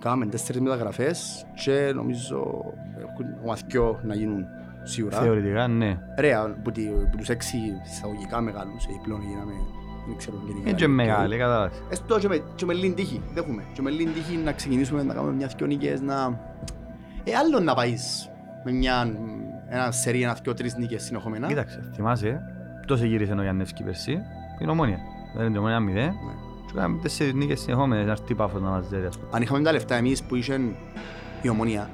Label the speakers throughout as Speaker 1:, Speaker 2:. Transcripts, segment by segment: Speaker 1: Κάναμε τέσσερις μεταγραφές και νομίζω έχουν δυο να γίνουν σίγουρα.
Speaker 2: Θεωρητικά, ναι.
Speaker 1: Ρε, από τη- από τους έξι εισαγωγικά μεγάλους, ε, πλέον γίναμε, δεν ξέρω γενικά.
Speaker 2: Είναι Ε, και μεγάλη, κατάλαβες.
Speaker 1: Έστω και με, και με λίγη τύχη, δέχομαι. Και με λίγη τύχη να ξεκινήσουμε να κάνουμε μιας δυο νίκες, να... Ε, άλλο να πάεις με μια, ένα σερί, ένα δυο, τρεις νίκες συνεχόμενα.
Speaker 2: Κοίταξε, θυμάσαι, τόσο γύρισε ο Γιάννευσκι πέρσι, η ομόνια. Δεν είναι ομόνια μηδέ.
Speaker 1: Ναι.
Speaker 2: Του κάναμε τέσσερις νίκες συνεχόμενες, να έρθει η πάφος να μας δέρει, ας πούμε.
Speaker 1: Αν είχαμε τα λεφτά εμείς που είχε η Ομονία,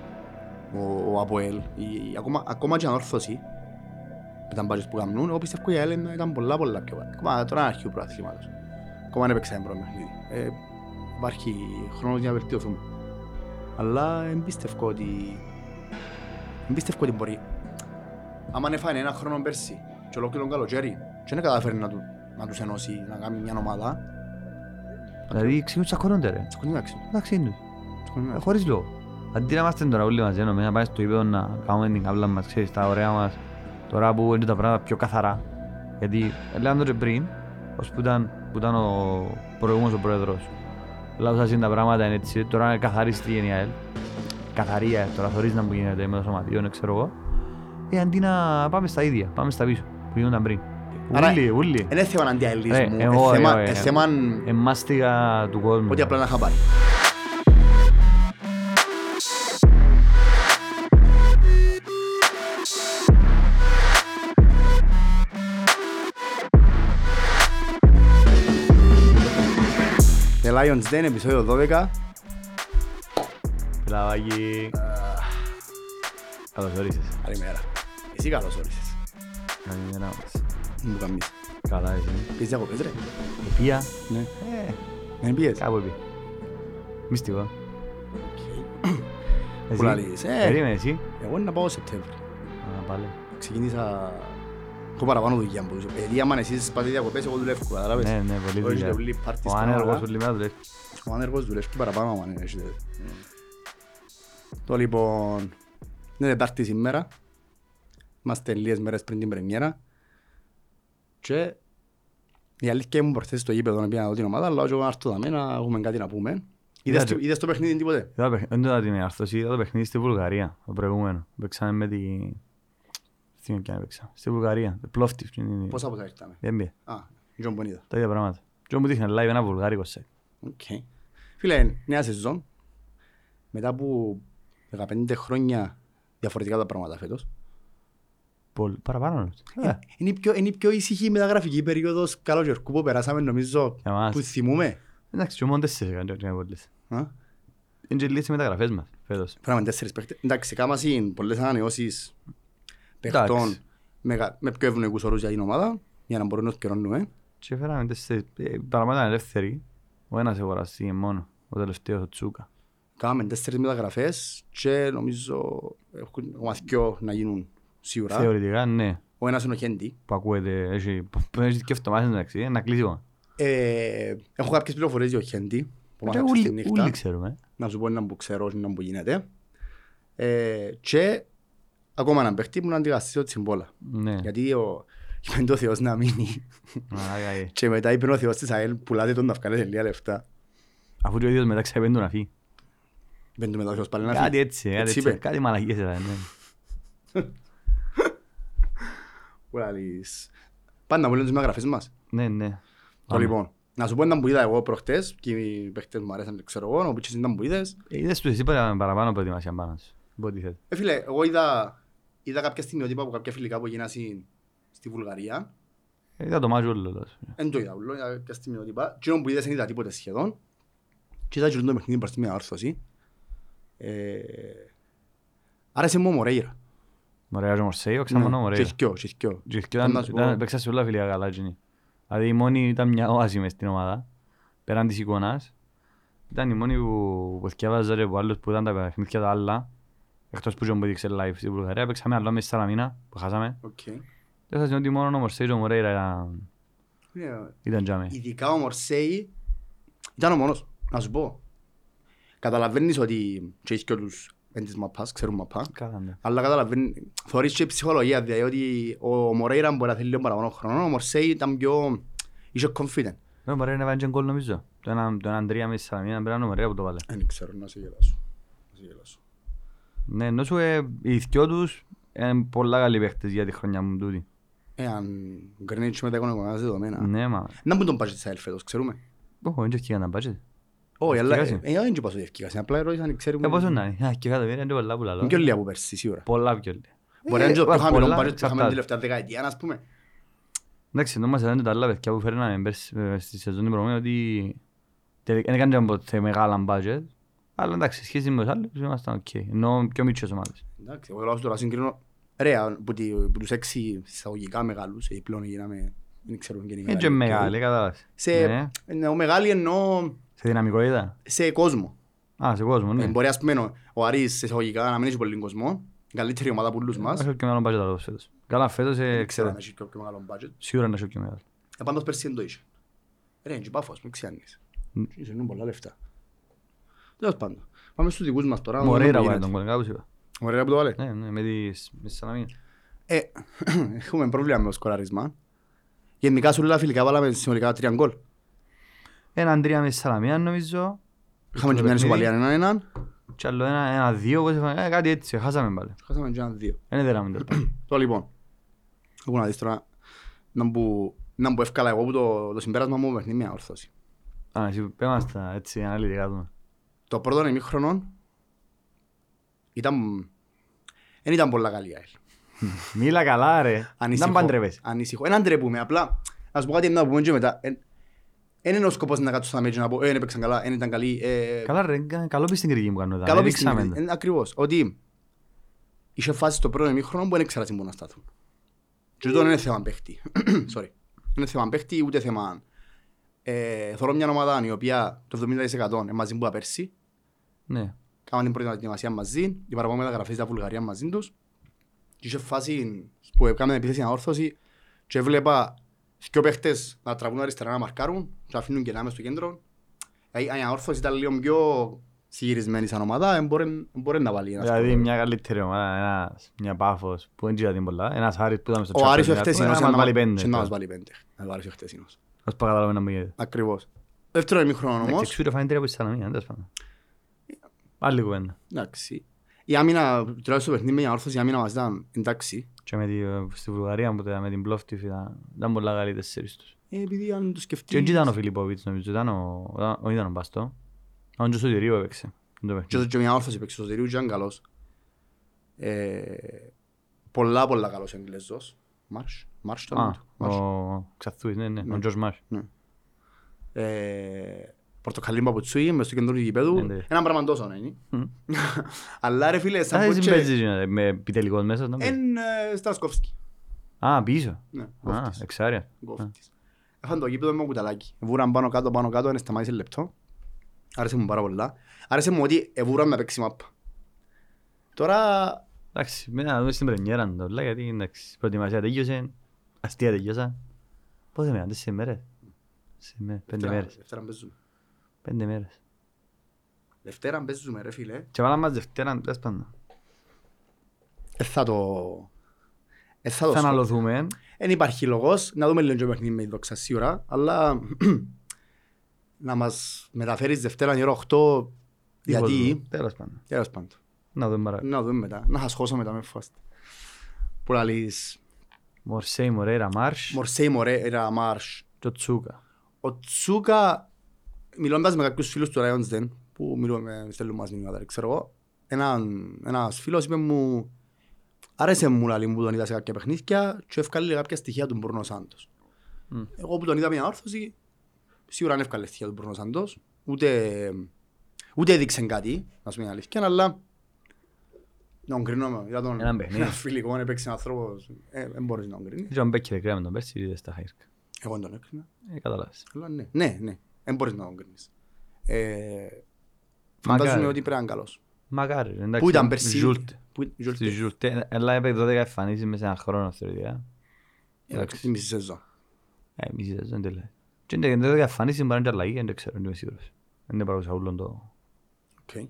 Speaker 1: ο, ο Αποέλ, η, η- ακόμα, ακόμα και η Ανόρθωση, με τα μπάτσες που καμνούν, εγώ πιστεύω η ΑΕΛ ήταν- ήταν πολλά πολλά πιο πάνω. Ακόμα τώρα είναι αρχείο προαθλήματος. Ακόμα δεν παίξαμε πρώτο παιχνίδι. Ε, υπάρχει χρόνος για να βελτιωθούμε. Αλλά εμπιστευκό ότι... Εμπιστευκό ότι μπορεί. Άμα έφανε ένα χρόνο πέρσι και ολόκληρο καλοκαίρι και δεν κατάφερε να, του, να τους ενώσει, να κάνει μια ομάδα,
Speaker 2: Δηλαδή, ξεκινούν τσακώνονται, ρε.
Speaker 1: τσακωνίμα ξέρω.
Speaker 2: Εντάξει, είναι τους. Ε, Χωρίς λόγο. Αντί να είμαστε τώρα όλοι μαζί ενωμένοι, να πάμε στο γήπεδο να κάνουμε την καύλα μας, ξέρεις, τα ωραία μας, τώρα που είναι τα πράγματα πιο καθαρά. Γιατί, ε, λέγαμε το και πριν, ως που ήταν, που ήταν ο προηγούμενος ο πρόεδρος, λάθος σας είναι τα πράγματα, είναι έτσι, τώρα καθαρίστηκε η ΑΕΛ. Καθαρή η ΑΕΛ, τώρα θωρείς να μου γίνεται με το σωματείο, ναι, ξέρω εγώ. Ε, αντί να πάμε στα ίδια, πάμε στα πίσω, που γίνονταν πριν.
Speaker 1: Άρα-
Speaker 2: Ούλοι, ούλοι.
Speaker 1: Είναι θέμα αντιαελισμού,
Speaker 2: Ε, εγώ,
Speaker 1: είναι θέμα-
Speaker 2: ε, ε,
Speaker 1: είναι θέμα
Speaker 2: Εμάστηγα του κόσμου.
Speaker 1: ότι απλά να είχα πάρει. The Lions Den, επεισόδιο 12.
Speaker 2: Φιλαβάκι. Καλώς ορίσες.
Speaker 1: Καλημέρα. Εσύ καλώς όρισες.
Speaker 2: Καλημέρα μας.
Speaker 1: Δεν μου καμίσεις.
Speaker 2: Καλά εσύ.
Speaker 1: Πες διακοπές ρε.
Speaker 2: Επία.
Speaker 1: Ναι.
Speaker 2: Ε,
Speaker 1: Δεν πιες.
Speaker 2: κάπου επί. Μυστικό. Εσύ.
Speaker 1: Που λαλείς, ε.
Speaker 2: Περίμενε εσύ. Ναι,
Speaker 1: Εγώ είναι να πάω Σεπτέμβρη.
Speaker 2: Α, πάλι.
Speaker 1: ξεκίνησα... Έχω παραπάνω δουλειά μου. Γιατί άμα εσείς πάτε διακοπές, εγώ δουλεύω, καταλάβες.
Speaker 2: Ναι, ναι, πολύ
Speaker 1: Όχι,
Speaker 2: δουλειά.
Speaker 1: δουλεύει, πάρτι
Speaker 2: Ο
Speaker 1: στην
Speaker 2: άνεργος
Speaker 1: ώρα.
Speaker 2: του λιμένα δουλεύει. Ναι.
Speaker 1: Ο άνεργος δουλεύει και παραπάνω, άμα είναι έχετε. Το λοιπόν... Είναι Τετάρτη σήμερα. Είμαστε λίγες μέρες πριν την πρεμιέρα. Και η αλήθεια μου προχθές στο γήπεδο να πήγα να δω την ομάδα, αλλά όχι εγώ να έρθω δαμέ να έχουμε κάτι να πούμε. Είδες
Speaker 2: Είδατε.
Speaker 1: το- Είδες το παιχνίδι τίποτε.
Speaker 2: Είδα το παιχν- Δεν το την εαρθώση, είδα το παιχνίδι στη Βουλγαρία, το προηγούμενο. Παίξαμε με τη... Τι είναι πια παίξαμε. Στη Βουλγαρία, το Plovdiv. είναι-
Speaker 1: Πόσα από τα ήρθαμε.
Speaker 2: Δεν πήγε.
Speaker 1: Α, John Bonita.
Speaker 2: Τα ίδια πράγματα. Και μου δείχνε live ένα βουλγάρικο σετ.
Speaker 1: Οκ. Φίλε, νέα σεζόν. Μετά από 15 χρόνια διαφορετικά τα πράγματα φέτος.
Speaker 2: Πολύ- Παραπάνω. νομίζω. Ε,
Speaker 1: Είναι η πιο, είναι η πιο ήσυχη μεταγραφική περίοδος καλοκαιρικού που περάσαμε νομίζω
Speaker 2: Για μας.
Speaker 1: που θυμούμε.
Speaker 2: Εντάξει, και μόνο τέσσερις έκανε και έκανε πολλές.
Speaker 1: Α,
Speaker 2: Είναι και λίγες οι μεταγραφές μας φέτος.
Speaker 1: Φέραμε τέσσερις παίχτες. Εντάξει, κάμα συν πολλές ανανεώσεις
Speaker 2: Εντάξει.
Speaker 1: παιχτών με, με πιο ευνοϊκούς όρους για την ομάδα για να μπορούμε να τους πληρώνουμε.
Speaker 2: Και φέραμε τέσσερις, ε, παραπάνω ήταν ελεύθεροι. Ο ένας εγωραστήκε μόνο, ο τελευταίος ο Τσούκα.
Speaker 1: Κάναμε τέσσερις μεταγραφές και νομίζω έχουν ακόμα δυο να γίνουν σίγουρα.
Speaker 2: Θεωρητικά ναι,
Speaker 1: Ο ένας είναι ο Χέντι.
Speaker 2: που ακούεται, έχει, που έχει και αυτομάσεις εντάξει, ε, να κλείσει μόνο.
Speaker 1: Ε, έχω κάποιες πληροφορίες για ο Χέντι. Που
Speaker 2: Και
Speaker 1: μάθαμε στη
Speaker 2: Όλοι
Speaker 1: νύχτα.
Speaker 2: όλοι ξέρουμε.
Speaker 1: να σου πω έναν που ξέρω, έναν που γίνεται. Ε, και ακόμα έναν παίχτη που να αντικαστήσει ο Τσιμπόλα.
Speaker 2: Ναι,
Speaker 1: Γιατί ο... είπε το Θεός να μείνει
Speaker 2: Μαλάκα, ε.
Speaker 1: και μετά είπε ο Θεός της ΑΕΛ πουλάτε τον να βγάλετε λίγα λεφτά.
Speaker 2: αφού και ο ίδιος μετά ξαπέντουν να φύγει.
Speaker 1: Δεν του μετά ο Θεός πάλι να
Speaker 2: Κάτι ε.
Speaker 1: φύγει.
Speaker 2: έτσι, κάτι
Speaker 1: Έτσι
Speaker 2: έτσι,
Speaker 1: είπε.
Speaker 2: κάτι μαλακίες ήταν. ναι.
Speaker 1: Ούλα, λες. Πάντα μου λένε τις μεταγραφές μας.
Speaker 2: Ναι, ναι.
Speaker 1: Το λοιπόν, να σου πω έναν που είδα εγώ προχτές και οι παίχτες μου αρέσαν, ξέρω εγώ, ο Πίτσις ήταν που είδες.
Speaker 2: Ε, Είδες τους εσύ παρα- παραπάνω προετοιμασία πάνω σου. Υποτίθεται.
Speaker 1: Ε, φίλε, εγώ είδα, είδα κάποια στιγμιότυπα από κάποια φιλικά που έγιναν στην- στη Βουλγαρία.
Speaker 2: Ε, Είδα το μάζι όλο. λέω σου.
Speaker 1: Εν το είδα ούλο, είδα πια στιγμή ότι είπα. Κοινό που είδες δεν είδα τίποτε σχεδόν. Και είδα και το παιχνίδι προς τη μία άρθρωση. Ε, άρεσε μου ο Μορέιρα.
Speaker 2: Μωρέας ο Μορσέιο, ξανά ο
Speaker 1: Ναι. Και
Speaker 2: Μωρέας.
Speaker 1: θκυο, και θκυο.
Speaker 2: Και ήταν-
Speaker 1: Να σου πω-
Speaker 2: ήταν- Παίξα σε όλα φιλικά καλά τζινί. Δηλαδή η μόνη ήταν μια όαση μες στην ομάδα. Πέραν της εικόνας. Ήταν η μόνη που, που θυκεύαζα ρε που άλλος που ήταν τα παιχνίδια τα άλλα. Εκτός που τζον που έδειξε live στην Βουλγαρία. Παίξαμε άλλο μες στα μήνα που χάσαμε.
Speaker 1: Οκ.
Speaker 2: Και θα ότι μόνο ο Μορσέι και ο Μωρέιρα ήταν-
Speaker 1: Ναι,
Speaker 2: ήταν τζάμε.
Speaker 1: Ειδικά ο Μορσέη ήταν ο μόνος, να σου πω. Καταλαβαίνεις ότι και οι θκυο τους εν της μαπάς, ξέρουν μαπά.
Speaker 2: Καλά ναι.
Speaker 1: Αλλά καταλαβαίνει, θεωρείς και η ψυχολογία, δηλαδή διότι ο Μορέιρα μπορεί να θέλει λίγο παραπάνω χρόνο, ο Μορσέη ήταν πιο, είσαι confident.
Speaker 2: Ενώ μπορεί να βάλει και γκολ νομίζω. Το έναν- Το έναν τρία με τη Σαλαμίνα πρέπει να είναι ωραία που το βάλε.
Speaker 1: Δεν ξέρω να σε γελάσω. Να σε γελάσω.
Speaker 2: Ναι, ενώ σου ε, οι δυο τους είναι πολλά καλοί παίχτες για τη χρονιά μου τούτη.
Speaker 1: Εάν κρίνεις με τα οικονομικά δεδομένα.
Speaker 2: Ναι, μα.
Speaker 1: Να μην τον πάρεις της ΑΕΛ φέτος, ξέρουμε.
Speaker 2: Ωχ, δεν τσεφτήκα να πάτσετε.
Speaker 1: Όχι, αλλά ε,
Speaker 2: Ευκαιράζει.
Speaker 1: ε, δεν είπα ότι ευκαιράζει. Απλά ερώτησα αν
Speaker 2: Ε, πόσο
Speaker 1: ξέρουμε.
Speaker 2: να είναι. Α, και κάτω πήραν και πολλά που λαλώ.
Speaker 1: Είναι πιο λίγα από πέρσι, σίγουρα.
Speaker 2: Πολλά πιο λίγα.
Speaker 1: Μπορεί να είναι και το
Speaker 2: ε,
Speaker 1: πιο χαμηλό
Speaker 2: πολλά,
Speaker 1: budget που είχαμε
Speaker 2: εξαρτάται.
Speaker 1: την τελευταία δεκαετία, ας πούμε.
Speaker 2: Εντάξει, ενώ μας έδανε τα άλλα παιδιά που φέρναμε πέρσι, ε, στη σεζόν την προηγούμενη ότι τελικά δεν έκαναν ποτέ μεγάλα budget. Αλλά εντάξει, σχέση με τους άλλους ήμασταν οκ. Ενώ πιο μικρές ομάδες. Ε,
Speaker 1: Εντάξει, εγώ λάθος τώρα συγκρίνω. Ρε, από τη- από τους έξι εισαγωγικά μεγάλους, οι πλέον γίναμε, δεν ξέρω αν
Speaker 2: Είναι Ε, και μεγάλη, κατάλαβες.
Speaker 1: Σε,
Speaker 2: Ναι.
Speaker 1: εννοώ Ε, μεγάλη εννοώ
Speaker 2: Σε δυναμικότητα.
Speaker 1: σε κόσμο.
Speaker 2: Α, σε κόσμο, ναι.
Speaker 1: Ε, Μπορεί ας πούμε ο- ο Άρης εισαγωγικά να μην έχει πολύ κόσμο, η καλύτερη ομάδα από όλους μας.
Speaker 2: Έχω και μεγάλο budget άλλος φέτος. Καλά, φέτος ε,
Speaker 1: Δεν ξέρω
Speaker 2: ξέρω.
Speaker 1: αν έχει πιο πιο μεγάλο budget.
Speaker 2: Σίγουρα να έχω και μεγάλο.
Speaker 1: Ε, Πάντως πέρσι δεν το είχε. Ρε, είναι και πάφος, μην ξιάνεις.
Speaker 2: Μ.
Speaker 1: Είσαι είναι πολλά λεφτά. Τέλος πάντων. Πάμε στους δικούς μας τώρα. Δούμε
Speaker 2: Μωρέρα βάλε
Speaker 1: τι
Speaker 2: τον
Speaker 1: γίνεται.
Speaker 2: κόλ, κάπως είπα.
Speaker 1: Μωρέρα που το βάλε.
Speaker 2: Ναι, ναι, με τις- με τη Σαλαμίνα.
Speaker 1: Ε, έχουμε πρόβλημα με το σκοράρισμα. Γενικά σου λέω φιλικά βάλαμε συνολικά τρία γκολ.
Speaker 2: Έναν τρία με τη Σαλαμίνα νομίζω.
Speaker 1: Είχαμε και μια
Speaker 2: παιχνίδι.
Speaker 1: ισοπαλία έναν έναν.
Speaker 2: Κι άλλο ένα, ένα δύο, πώς έφαγε. Ε, κάτι έτσι, χάσαμε πάλι.
Speaker 1: Χάσαμε και έναν δύο.
Speaker 2: Δεν έδεραμε τέλος πάντων.
Speaker 1: Το λοιπόν. Έχω να δεις τώρα να μπου, να μπου εύκολα εγώ που το, το συμπέρασμα μου παιχνίδι μια ορθώση.
Speaker 2: Α, εσύ πες μας τα έτσι αναλυτικά του.
Speaker 1: Το πρώτο ημίχρονο ήταν... Δεν ήταν πολλά καλή η ΑΕΛ.
Speaker 2: Μίλα καλά ρε. Να παντρεύεσαι.
Speaker 1: Ανησυχώ. Έναν τρέπουμε. Απλά, ας πω κάτι να πούμε και μετά. Εν- εν είναι ο σκοπός να κάτσω στα μέτια να πω «Ε, εν έπαιξαν καλά, εν ήταν καλή». ε,
Speaker 2: Καλά ρε, κα- καλό πεις στην κριτική μου κάνω.
Speaker 1: Καλό πίστη. Ε, Ακριβώς. Ότι είχε φάσεις στο πρώτο ημίχρονο που δεν ήξερα τι μπορούν να στάθουν. Και τούτο δεν είναι θέμα παίχτη. Sorry. Δεν είναι θέμα παίχτη ούτε θέμα... Ε, θωρώ μια ομάδα η οποία το 70% είναι μαζί που τα πέρσι.
Speaker 2: Ναι.
Speaker 1: Κάμαν την προετοιμασία μαζί, οι παραπάνω μεταγραφές στα Βουλγαρία μαζί τους. Και είχε φάση που έκαμε επίθεση ανόρθωση και έβλεπα δυο παίχτες να τραβούν αριστερά να μαρκάρουν και αφήνουν κενά μες στο κέντρο. Ε, Η ανόρθωση ήταν λίγο πιο συγυρισμένη σαν ομάδα, ε, μπορεί- μπορεί να βάλει ένας
Speaker 2: Δηλαδή
Speaker 1: σκοπό.
Speaker 2: μια καλύτερη ομάδα, ένας- μια πάφος που δεν ξέρατε πολλά, ένας Άρης που ήταν στο
Speaker 1: Ο
Speaker 2: Champions
Speaker 1: Άρης ο
Speaker 2: League,
Speaker 1: χτεσινός
Speaker 2: να μας βάλει πέντε.
Speaker 1: και να μας
Speaker 2: τώρα.
Speaker 1: βάλει πέντε. Ο Άρης ο χτεσινός.
Speaker 2: Ας πω καταλάβουμε να μου γίνεται.
Speaker 1: Ακριβώς. Δεύτερο ημίχρονο
Speaker 2: Εντάξει,
Speaker 1: όμως.
Speaker 2: εξούριο φάνε τρία από τη Σαλαμίνα, τέλος πάντων. Άλλη κουβέντα.
Speaker 1: Εντάξει. Η άμυνα, τουλάχιστον παιχνίδι με η ανόρθωση, η άμυνα μας ήταν εντάξει.
Speaker 2: Και με τη- ε, στη Βουλγαρία που ήταν με την Plovdiv ήταν, ήταν πολλά καλή τέσσερις τους.
Speaker 1: Ε, Επειδή αν το
Speaker 2: Και δεν
Speaker 1: σκεφτείς...
Speaker 2: ήταν ο Φιλιππόβιτς νομίζω, ήταν ο, ήταν- όχι ήταν ο Μπαστό. Αν και στο Τυρίο έπαιξε. Δεν το
Speaker 1: Και
Speaker 2: παιχνίδι.
Speaker 1: το και μια όρθωση παίξει στο Σωτηρίου και ήταν καλός. Ε, πολλά πολλά καλός Εγγλέζος. Μάρσ, Μάρσ το όνομα
Speaker 2: Α,
Speaker 1: του. Μάρσ.
Speaker 2: ο Ξαθούης, ναι, ναι, ο Τζορς Μάρ.
Speaker 1: Ε, Πορτοκαλί Μπαποτσούι, μες στο κέντρο του γηπέδου.
Speaker 2: Ναι, ναι.
Speaker 1: Ένα πράγμα τόσο να είναι. Αλλά ρε φίλε, σαν
Speaker 2: Σαν
Speaker 1: που και...
Speaker 2: συμπέζεις ε, με επιτελικός μέσα. να παίζει.
Speaker 1: Εν ε, Στρασκόφσκι.
Speaker 2: Α, πίσω.
Speaker 1: Ναι,
Speaker 2: Α, ε,
Speaker 1: κόφτης.
Speaker 2: εξάρια.
Speaker 1: Κόφτης. Έφαν το γήπεδο με κουταλάκι. Βούραν πάνω κάτω, πάνω κάτω, δεν σταμάτησε λεπτό. Άρεσε μου πάρα πολλά. Άρεσε μου ότι ε, εβούραν να παίξει μάπα. Τώρα,
Speaker 2: Εντάξει, με να δούμε στην πρεμιέρα να το λέω, γιατί εντάξει, η προετοιμασία τελείωσε, αστεία τελείωσα. Πότε με, τέσσερις μέρες. Τέσσερις μέρες, πέντε
Speaker 1: Δευτέρα-
Speaker 2: μέρες.
Speaker 1: Δευτέρα παίζουμε.
Speaker 2: Πέντε μέρες.
Speaker 1: Δευτέρα παίζουμε ρε φίλε.
Speaker 2: Και βάλαμε μας Δευτέρα, τέλος πάντων.
Speaker 1: Ε, θα το... Ε, θα το
Speaker 2: Θα
Speaker 1: σχολ-
Speaker 2: αναλωθούμε.
Speaker 1: Εν υπάρχει λόγος να δούμε λίγο το παιχνίδι με τη δόξα σίγουρα, αλλά να μας μεταφέρεις Δευτέρα γύρω 8 γιατί,
Speaker 2: Τίποτα. Τέλος πάντων.
Speaker 1: τέλος πάντων,
Speaker 2: Να δούμε παρακάτω.
Speaker 1: να δούμε μετά, να σας χώσω μετά με φάστε. Που λαλείς,
Speaker 2: Μορσέι, Μορέρα, Μάρσ
Speaker 1: Μορσέι Μορέρα Μάρσ,
Speaker 2: και ο Τσούκα.
Speaker 1: ο Τσούκα, μιλώντας με κάποιους φίλους του Ράιον Σδεν, που μιλούμε, στέλνουν μας μηνύματα, δεν ξέρω εγώ, έναν- ένας φίλος είπε μου, άρεσε μου λαλή μου που τον είδα σε κάποια παιχνίδια και εύκαλε κάποια στοιχεία του Μπρουνο Σάντος.
Speaker 2: Μμ.
Speaker 1: Εγώ που τον είδα μια όρθωση, σίγουρα δεν εύκαλε στοιχεία του Μπρουνο Σάντος, ούτε, ούτε έδειξε κάτι, να σου πει την αλήθεια, αλλά να τον κρίνω, με- είδα τον
Speaker 2: Έναν παιχνίδι.
Speaker 1: ένα φιλικό, έπαιξε έναν άνθρωπος, ε, δεν μπορείς να τον κρίνεις.
Speaker 2: Ήταν Μπέκερ, κρέαμε τον πέρσι, είδες τα χαίρκα.
Speaker 1: Εγώ τον έκρινα.
Speaker 2: Ε, καταλάβες.
Speaker 1: Αλλά ναι, ναι, ναι. Δεν μπορείς να τον κρίνεις. Ε,
Speaker 2: Μακάρι.
Speaker 1: φαντάζομαι ότι πρέπει να είναι καλός.
Speaker 2: Μακάρι, εντάξει.
Speaker 1: Πού ήταν πέρσι.
Speaker 2: Ζουλτ.
Speaker 1: Πού ήταν
Speaker 2: Στη
Speaker 1: Ζουλτ.
Speaker 2: Ζουλτ. ε, Αλλά έπαιξε 12 εμφανίσεις μέσα σε έναν χρόνο θεωρητικά.
Speaker 1: Εντάξει, στη μισή σεζόν.
Speaker 2: Ε, μισή σεζόν τελικά. Και είναι 12 εμφανίσεις, μπορεί να είναι και αλλαγή, δεν το ξέρω, δεν είμαι σίγουρος. Δεν είναι παρακολουθούσα όλον το...
Speaker 1: Οκ.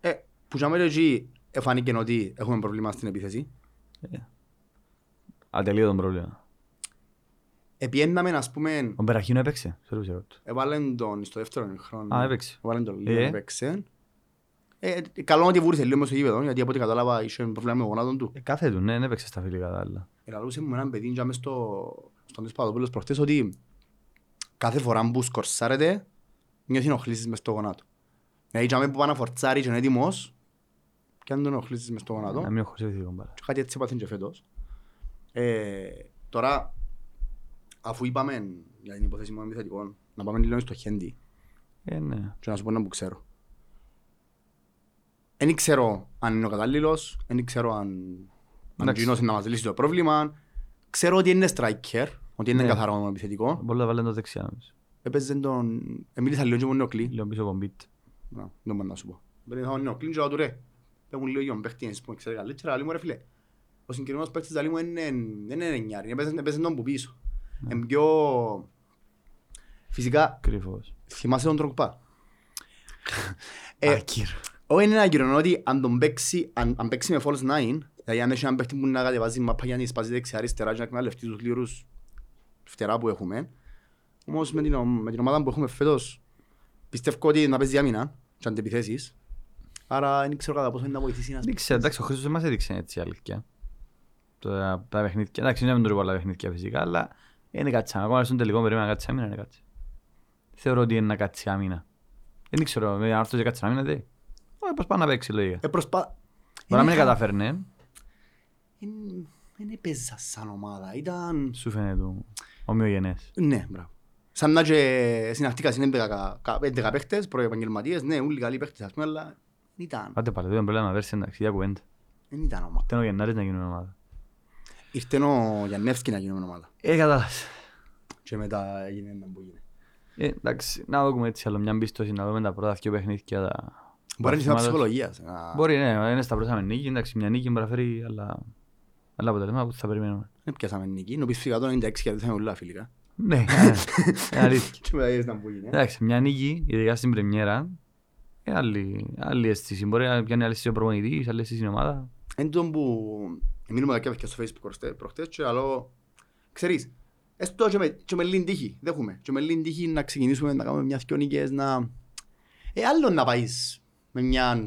Speaker 1: Ε, που για μένα εκεί εφανήκε ότι έχουμε πρόβλημα στην επίθεση.
Speaker 2: Ατελείωτο πρόβλημα.
Speaker 1: Επιέναμε, ας πούμε,
Speaker 2: Ο Μπεραχίνο έπαιξε. Sorry που σε ρωτώ.
Speaker 1: έβαλεν τον στο δεύτερο χρόνο.
Speaker 2: Α, έπαιξε.
Speaker 1: Έβαλεν τον λίγο,
Speaker 2: Ε.
Speaker 1: έπαιξε. Ε, καλό ότι βούρησε λίγο μες στο γήπεδο, γιατί από ό,τι κατάλαβα είχε πρόβλημα με το γονάτον του.
Speaker 2: Ε, Κάθε του, ναι, δεν έπαιξε στα φιλικά τα άλλα.
Speaker 1: Ελαλούσε μου έναν παιδί και μες στο, στον Ισπαδοπούλος προχτές ότι κάθε φορά που σκορσάρεται νιώθει ενοχλήσεις μες στο γονάτο. Ναι, και που πάει να φορτσάρει και είναι έτοιμος και αν τον ενοχλήσεις μες στο γονάτο.
Speaker 2: Να μην έχω ξεφύγει κομπάρα.
Speaker 1: Και κάτι έτσι έπαθεν και φέτος. Ε, τώρα, αφού είπαμε για την υποθέση μου επιθετικών, να πάμε λίγο στο χέντι
Speaker 2: Ε, ναι.
Speaker 1: και να σου πω να που ξέρω. Δεν ξέρω αν είναι ο κατάλληλος, δεν ξέρω αν, αν
Speaker 2: Εντάξει.
Speaker 1: κοινός είναι να μας λύσει το πρόβλημα. Ξέρω ότι είναι striker, ότι είναι
Speaker 2: Ναι.
Speaker 1: καθαρό επιθετικό.
Speaker 2: Μπορεί να βάλει το δεξιά νομίζω.
Speaker 1: Έπαιζε τον... Εμίλησα λίγο και μου νεοκλή.
Speaker 2: Λίγο πίσω από τον beat.
Speaker 1: Να, δεν μπορώ να σου πω. Πρέπει να έχω νεοκλή και λέω του ρε. Δεν μου λέει ο παίχτης είναι που ξέρει καλύτερα, αλλά μου ρε φίλε. Ο συγκεκριμένος παίχτης λέει μου είναι- δεν είναι εννιάρη, έπαιζε- έπαιζε τον που πίσω.
Speaker 2: Ναι.
Speaker 1: Είναι πιο... Φυσικά,
Speaker 2: Κρυφός.
Speaker 1: θυμάσαι τον Τρογκπά. Ε, όχι είναι ένα κύριο, ότι αν τον παίξει, αν, αν παίξει με false nine, δηλαδή αν έχει έναν παίχτη που να κατεβάζει μαπά για να σπάζει δεξιά αριστερά και να εκμεταλλευτεί τους λίρους φτερά που έχουμε. Όμως με την, ο- με την ομάδα που έχουμε φέτος πιστεύω ότι να παίζει άμυνα και αντεπιθέσεις. Άρα δεν ξέρω κατά πόσο είναι να βοηθήσει ένας
Speaker 2: Δεν ξέρω, εντάξει, ο Χρήστος δεν μας έδειξε έτσι αλήθεια. Τα, τα παιχνίδια, εντάξει, είναι με τον πολλά παιχνίδια φυσικά, αλλά είναι κάτσαμε. Ακόμα στον τελικό περίμενα κάτσεις άμυνα, είναι κάτσε. Θεωρώ ότι είναι να κάτσεις άμυνα. Δεν ξέρω, με άρθρος για κάτσεις άμυνα, δεν. Όχι, πώς πάει να παίξει, λογικά.
Speaker 1: Ε, προσπά...
Speaker 2: Μπορεί να μην
Speaker 1: είχα-
Speaker 2: καταφέρνε,
Speaker 1: εν- Δεν έπαιζα σαν ομάδα, ήταν...
Speaker 2: σου φαίνεται ομοιογενές.
Speaker 1: Ναι, μπράβο. Σαν να και συναρτήκα είναι 11 κα- 11 παίχτες, προεπαγγελματίες, ναι, όλοι καλοί παίχτες, ας πούμε, αλλά δεν ήταν,
Speaker 2: Πάτε πάλι, δεν είναι πρόβλημα, βέρσε εντάξει, για κουβέντα.
Speaker 1: δεν ήταν ομάδα.
Speaker 2: Ήταν ο Γενάρης να γίνουμε ομάδα.
Speaker 1: Ήρθε ο Γιαννεύσκη να γίνουμε ομάδα.
Speaker 2: Ε, κατάλαβες.
Speaker 1: Και μετά έγινε ένα που έγινε.
Speaker 2: Ε, εντάξει, να δούμε έτσι άλλο μια μπίστοση, να δούμε τα πρώτα δύο παιχνίδια. Τα...
Speaker 1: Μπορεί να είναι θέμα
Speaker 2: μαθήματα.
Speaker 1: ψυχολογίας. να-
Speaker 2: Μπορεί, ναι, είναι στα πρώτα με νίκη, εντάξει, μια νίκη μπορεί να φέρει άλλα, άλλα αποτελέσματα που θα περιμένουμε.
Speaker 1: Δεν πιάσαμε νίκη. Νομίζω φυσικά το 96 γιατί θα είναι όλα φιλικά.
Speaker 2: Ναι, ναι, είναι αλήθεια.
Speaker 1: Και μετά έγινε ένα που έγινε.
Speaker 2: Εντάξει, μια νίκη, ειδικά στην πρεμιέρα, είναι άλλη, άλλη αίσθηση. Μπορεί να πιάνει άλλη αίσθηση ο προπονητής, άλλη αίσθηση η ομάδα.
Speaker 1: Εν τω που μείνουμε κάποια παιδιά στο facebook προχτέ- προχτές και λέω, ξέρεις, έστω και με, και με λίγη τύχη, δέχομαι, και με λίγη τύχη να ξεκινήσουμε να κάνουμε μια δυο νίκες, να... Ε, άλλο να πάεις με μια,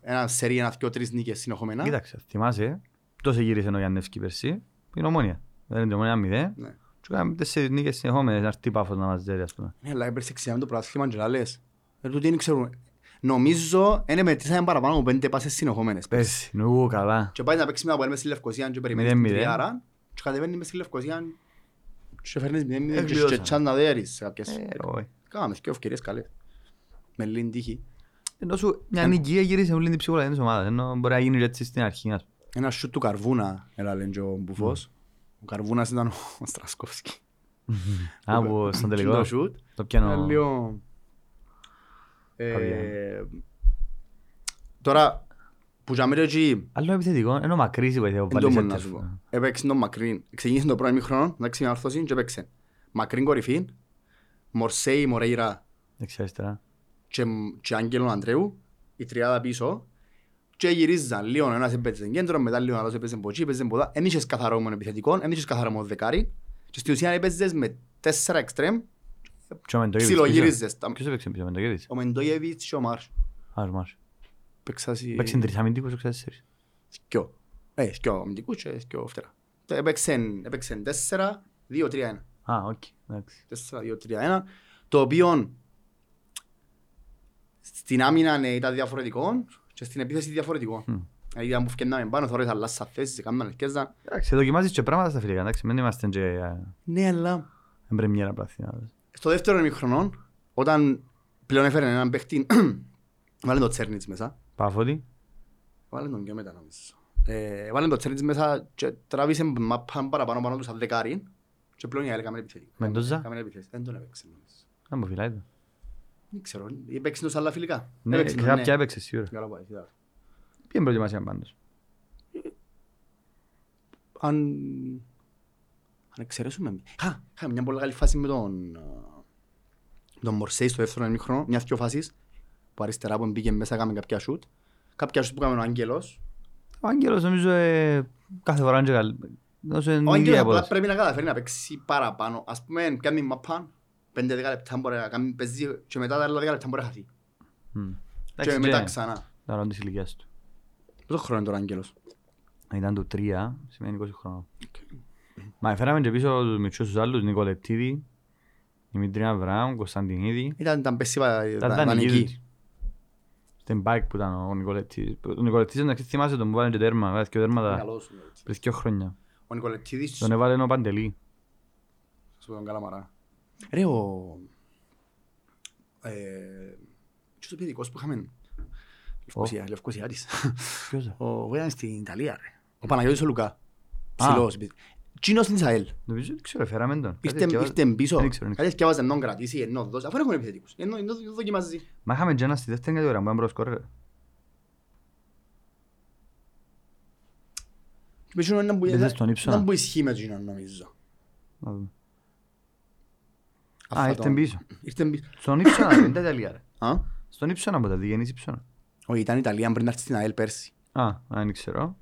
Speaker 1: ένα σερί, ένα δυο, τρεις νίκες συνεχόμενα.
Speaker 2: Κοίταξε, θυμάσαι, τόσο γύρισε ο Γιάννευσκι πέρσι, που είναι ομόνια. Δεν είναι ομόνια μηδέ.
Speaker 1: Ναι.
Speaker 2: Του κάναμε τέσσερις νίκες συνεχόμενες, να έρθει πάφος να μας δέρει, ας πούμε.
Speaker 1: Ναι, αλλά έπρεπε να το πράσινο και να λες. Ε, τούτοι δεν ξέρουν. Νομίζω, είναι μετρήσαμε παραπάνω από πέντε πάσες συνεχόμενες.
Speaker 2: Πέρσι, νου, καλά.
Speaker 1: Και πάει να παίξει με από στη Λευκοσία και περιμένεις την
Speaker 2: Μηδέν, μηδέν.
Speaker 1: τριάρα και κατεβαίνει μες στη Λευκοσία και φέρνεις μηδέν μηδέν και
Speaker 2: Εκπληρώσαμε.
Speaker 1: τσετσάν να δέρεις σε κάποιες.
Speaker 2: Ε, όχι.
Speaker 1: Κάναμε και ευκαιρίες καλές. Με λίγη τύχη.
Speaker 2: Ενώ σου μια νικία γύρισε όλη την ψυχολογία της ομάδας, ενώ μπορεί να γίνει έτσι στην αρχή, ας πούμε.
Speaker 1: Ένα σιούτ του Καρβούνα, έλα λένε και ο Μπουφός. Ο Καρβούνας ήταν ο Στρασκόφσκι.
Speaker 2: Α, που στον τελικό.
Speaker 1: Το σιούτ.
Speaker 2: Το
Speaker 1: Ήταν
Speaker 2: πιάνω.
Speaker 1: λίγο... Ε,
Speaker 2: Χαβιά.
Speaker 1: Τώρα, που για μένα εκεί
Speaker 2: Άλλο επιθετικό, ενώ μακρύς η βοήθεια που
Speaker 1: Δεν το
Speaker 2: βάλει
Speaker 1: μόνο να
Speaker 2: σέντερ.
Speaker 1: σου πω. Έπαιξε τον Μακρύν. Ξεκίνησε το πρώτο μήχρονο, εντάξει με αρθώση και έπαιξε. Μακρύν κορυφή, Μορσέη Μορέιρα
Speaker 2: Δεξιά αριστερά.
Speaker 1: και, και Άγγελο Αντρέου, η τριάδα πίσω. Και γυρίζαν λίγο, ένας έπαιζε κέντρο, μετά λίγο άλλος έπαιζε από εκεί, έπαιζε από εδώ. Εν είχες καθαρό μόνο επιθετικό, εν είχες καθαρό μόνο δεκάρι. Και στην ουσία έπαιζες με τέσσερα εξτρέμ,
Speaker 2: Και ο Μεντογεβιτς πίσω.
Speaker 1: ψιλογυρίζες. τα-
Speaker 2: Ποιος έπαιξε πίσω, ο Μεντογεβιτς.
Speaker 1: Ο Μεντόγεβιτς και ο Μάρς.
Speaker 2: Α, ο Μάρς.
Speaker 1: Παίξασι-
Speaker 2: Παίξε τριθαμυντικός, ο Ξέσσερις.
Speaker 1: Θκυο. Ε, θκυο αμυντικούς και θκυο φτερά. Έπαιξεν- έπαιξεν τέσσερα, δύο, τρία, ένα.
Speaker 2: Α, οκ, εντάξει.
Speaker 1: 4-2-3-1, το οποίο στην άμυνα ναι, ήταν διαφορετικό και στην επίθεση διαφορετικό.
Speaker 2: Μμ.
Speaker 1: Δηλαδή αν που φκέναμε πάνω, θωρείς αλλάσα θέσεις, έκαναν αρκέζα.
Speaker 2: Εντάξει, δοκιμάζεις και πράγματα στα φιλικά, εντάξει, μην είμαστε και, ε,
Speaker 1: Ναι, αλλά
Speaker 2: εν πρεμιέρα πραθυνάδες.
Speaker 1: στο δεύτερο ημιχρονό, όταν πλέον έφερε έναν παίχτη, βάλε τον Τσέρνιτς μέσα,
Speaker 2: Παφώτη,
Speaker 1: βάλε τον και μετά νομίζω. Ε, βάλε τον Τσέρνιτς μέσα και τράβησε μαπάν παραπάνω πάνω του σαν δεκάρι και πλέον η άλλη έκαμε επιθέτη.
Speaker 2: Μεντόζα?
Speaker 1: Έκαμε επιθέτη. Δεν τον έπαιξε νομίζω.
Speaker 2: να μου φυλάει το.
Speaker 1: Δεν ξέρω, έπαιξε τους άλλα φιλικά.
Speaker 2: Ναι,
Speaker 1: Έπαιξε ναι. τον,
Speaker 2: κάποια έπαιξε σίγουρα.
Speaker 1: Καλά πάει, κοιτάξτε.
Speaker 2: Ποια είναι προετοιμασία πάντως.
Speaker 1: αν... αν εξαιρέσουμε... Χα, είχαμε μια πολύ καλή φάση με τον... ε, τον Μορσέη στο δεύτερο ημίχρονο, μια δυο φάσεις που αριστερά που μπήκε μέσα έκαμε κάποια σούτ. Κάποια σούτ που έκαμε ο Άγγελος.
Speaker 2: Ο Άγγελος νομίζω ε, κάθε φορά είναι και καλ- Δώσε την
Speaker 1: Ο
Speaker 2: ίδια
Speaker 1: Άγγελος απλά
Speaker 2: απόδοση.
Speaker 1: πρέπει να καταφέρει να παίξει παραπάνω. Ας πούμε, κάνει μαπάν, 5-10 λεπτά μπορεί να κάνει, παίζει και μετά τα άλλα 10 λεπτά μπορεί να χαθεί.
Speaker 2: Μμ.
Speaker 1: Και
Speaker 2: Εντάξει,
Speaker 1: μετά
Speaker 2: Τζένε,
Speaker 1: ξανά.
Speaker 2: Τώρα είναι της ηλικίας του.
Speaker 1: Πόσο χρόνο είναι τώρα ο Άγγελος.
Speaker 2: Αν Ήταν του 3, σημαίνει 20 χρόνων. Μα φέραμε και πίσω τους μικρούς τους άλλους, Νικολεπτίδη, Δημητρία Βράουν, Κωνσταντινίδη.
Speaker 1: Ήταν ήταν πέσει πα-
Speaker 2: Τα
Speaker 1: τα-
Speaker 2: δανεική.
Speaker 1: δανεική.
Speaker 2: τους. Στην bike που ήταν ο Νικολεπτίδης. Ο Νικολεπτίδης, εντάξει, θυμάσαι τον που βάλε και τέρμα, βάλε και τέρματα
Speaker 1: Καλός, ο Νικολετίδης.
Speaker 2: πριν δύο χρόνια.
Speaker 1: Ο Νικολετίδης,
Speaker 2: Τον έβαλε ο Παντελή.
Speaker 1: ας πούμε, τον Καλαμαρά. Ρε ο... ε, ποιος ο παιδικός που είχαμε. Λευκοσιά- Λευκοσιάτης.
Speaker 2: Ποιος ήταν?
Speaker 1: Ο που ήταν στην Ιταλία ρε. Ο Παναγιώτης ο Λουκά. Ψηλός. Τσίνος στην Ισραήλ.
Speaker 2: Νομίζω δεν ξέρω, φέραμε τον. Κάτι
Speaker 1: Ήρθε-
Speaker 2: τέτοιο.
Speaker 1: Ήρθε πίσω.
Speaker 2: Δεν ξέρω, δεν
Speaker 1: Κάτι σκεύαζε να τον κρατήσει ενώ δώσει. Αφού δεν έχουν επιθετικούς. Ενώ ενώ δοκιμάζει.
Speaker 2: Μα είχαμε και ένα στη δεύτερη κατηγορία, μπορεί να προσκόρε.
Speaker 1: Με εκείνον ήταν που-
Speaker 2: Δεν θες τον ύψονα.
Speaker 1: ήταν που ισχύει με εκείνον, νομίζω.
Speaker 2: Να δούμε.
Speaker 1: Αυτό
Speaker 2: ήρθε
Speaker 1: το-
Speaker 2: πίσω.
Speaker 1: Ήρθε πίσω.
Speaker 2: Στον ύψονα, δεν ήταν Ιταλία. ρε.
Speaker 1: Α,
Speaker 2: Στον ύψονα από τα διγενείς ύψονα.
Speaker 1: όχι, ήταν Ιταλία πριν να έρθει στην ΑΕΛ πέρσι.
Speaker 2: Α, δεν ξέρω.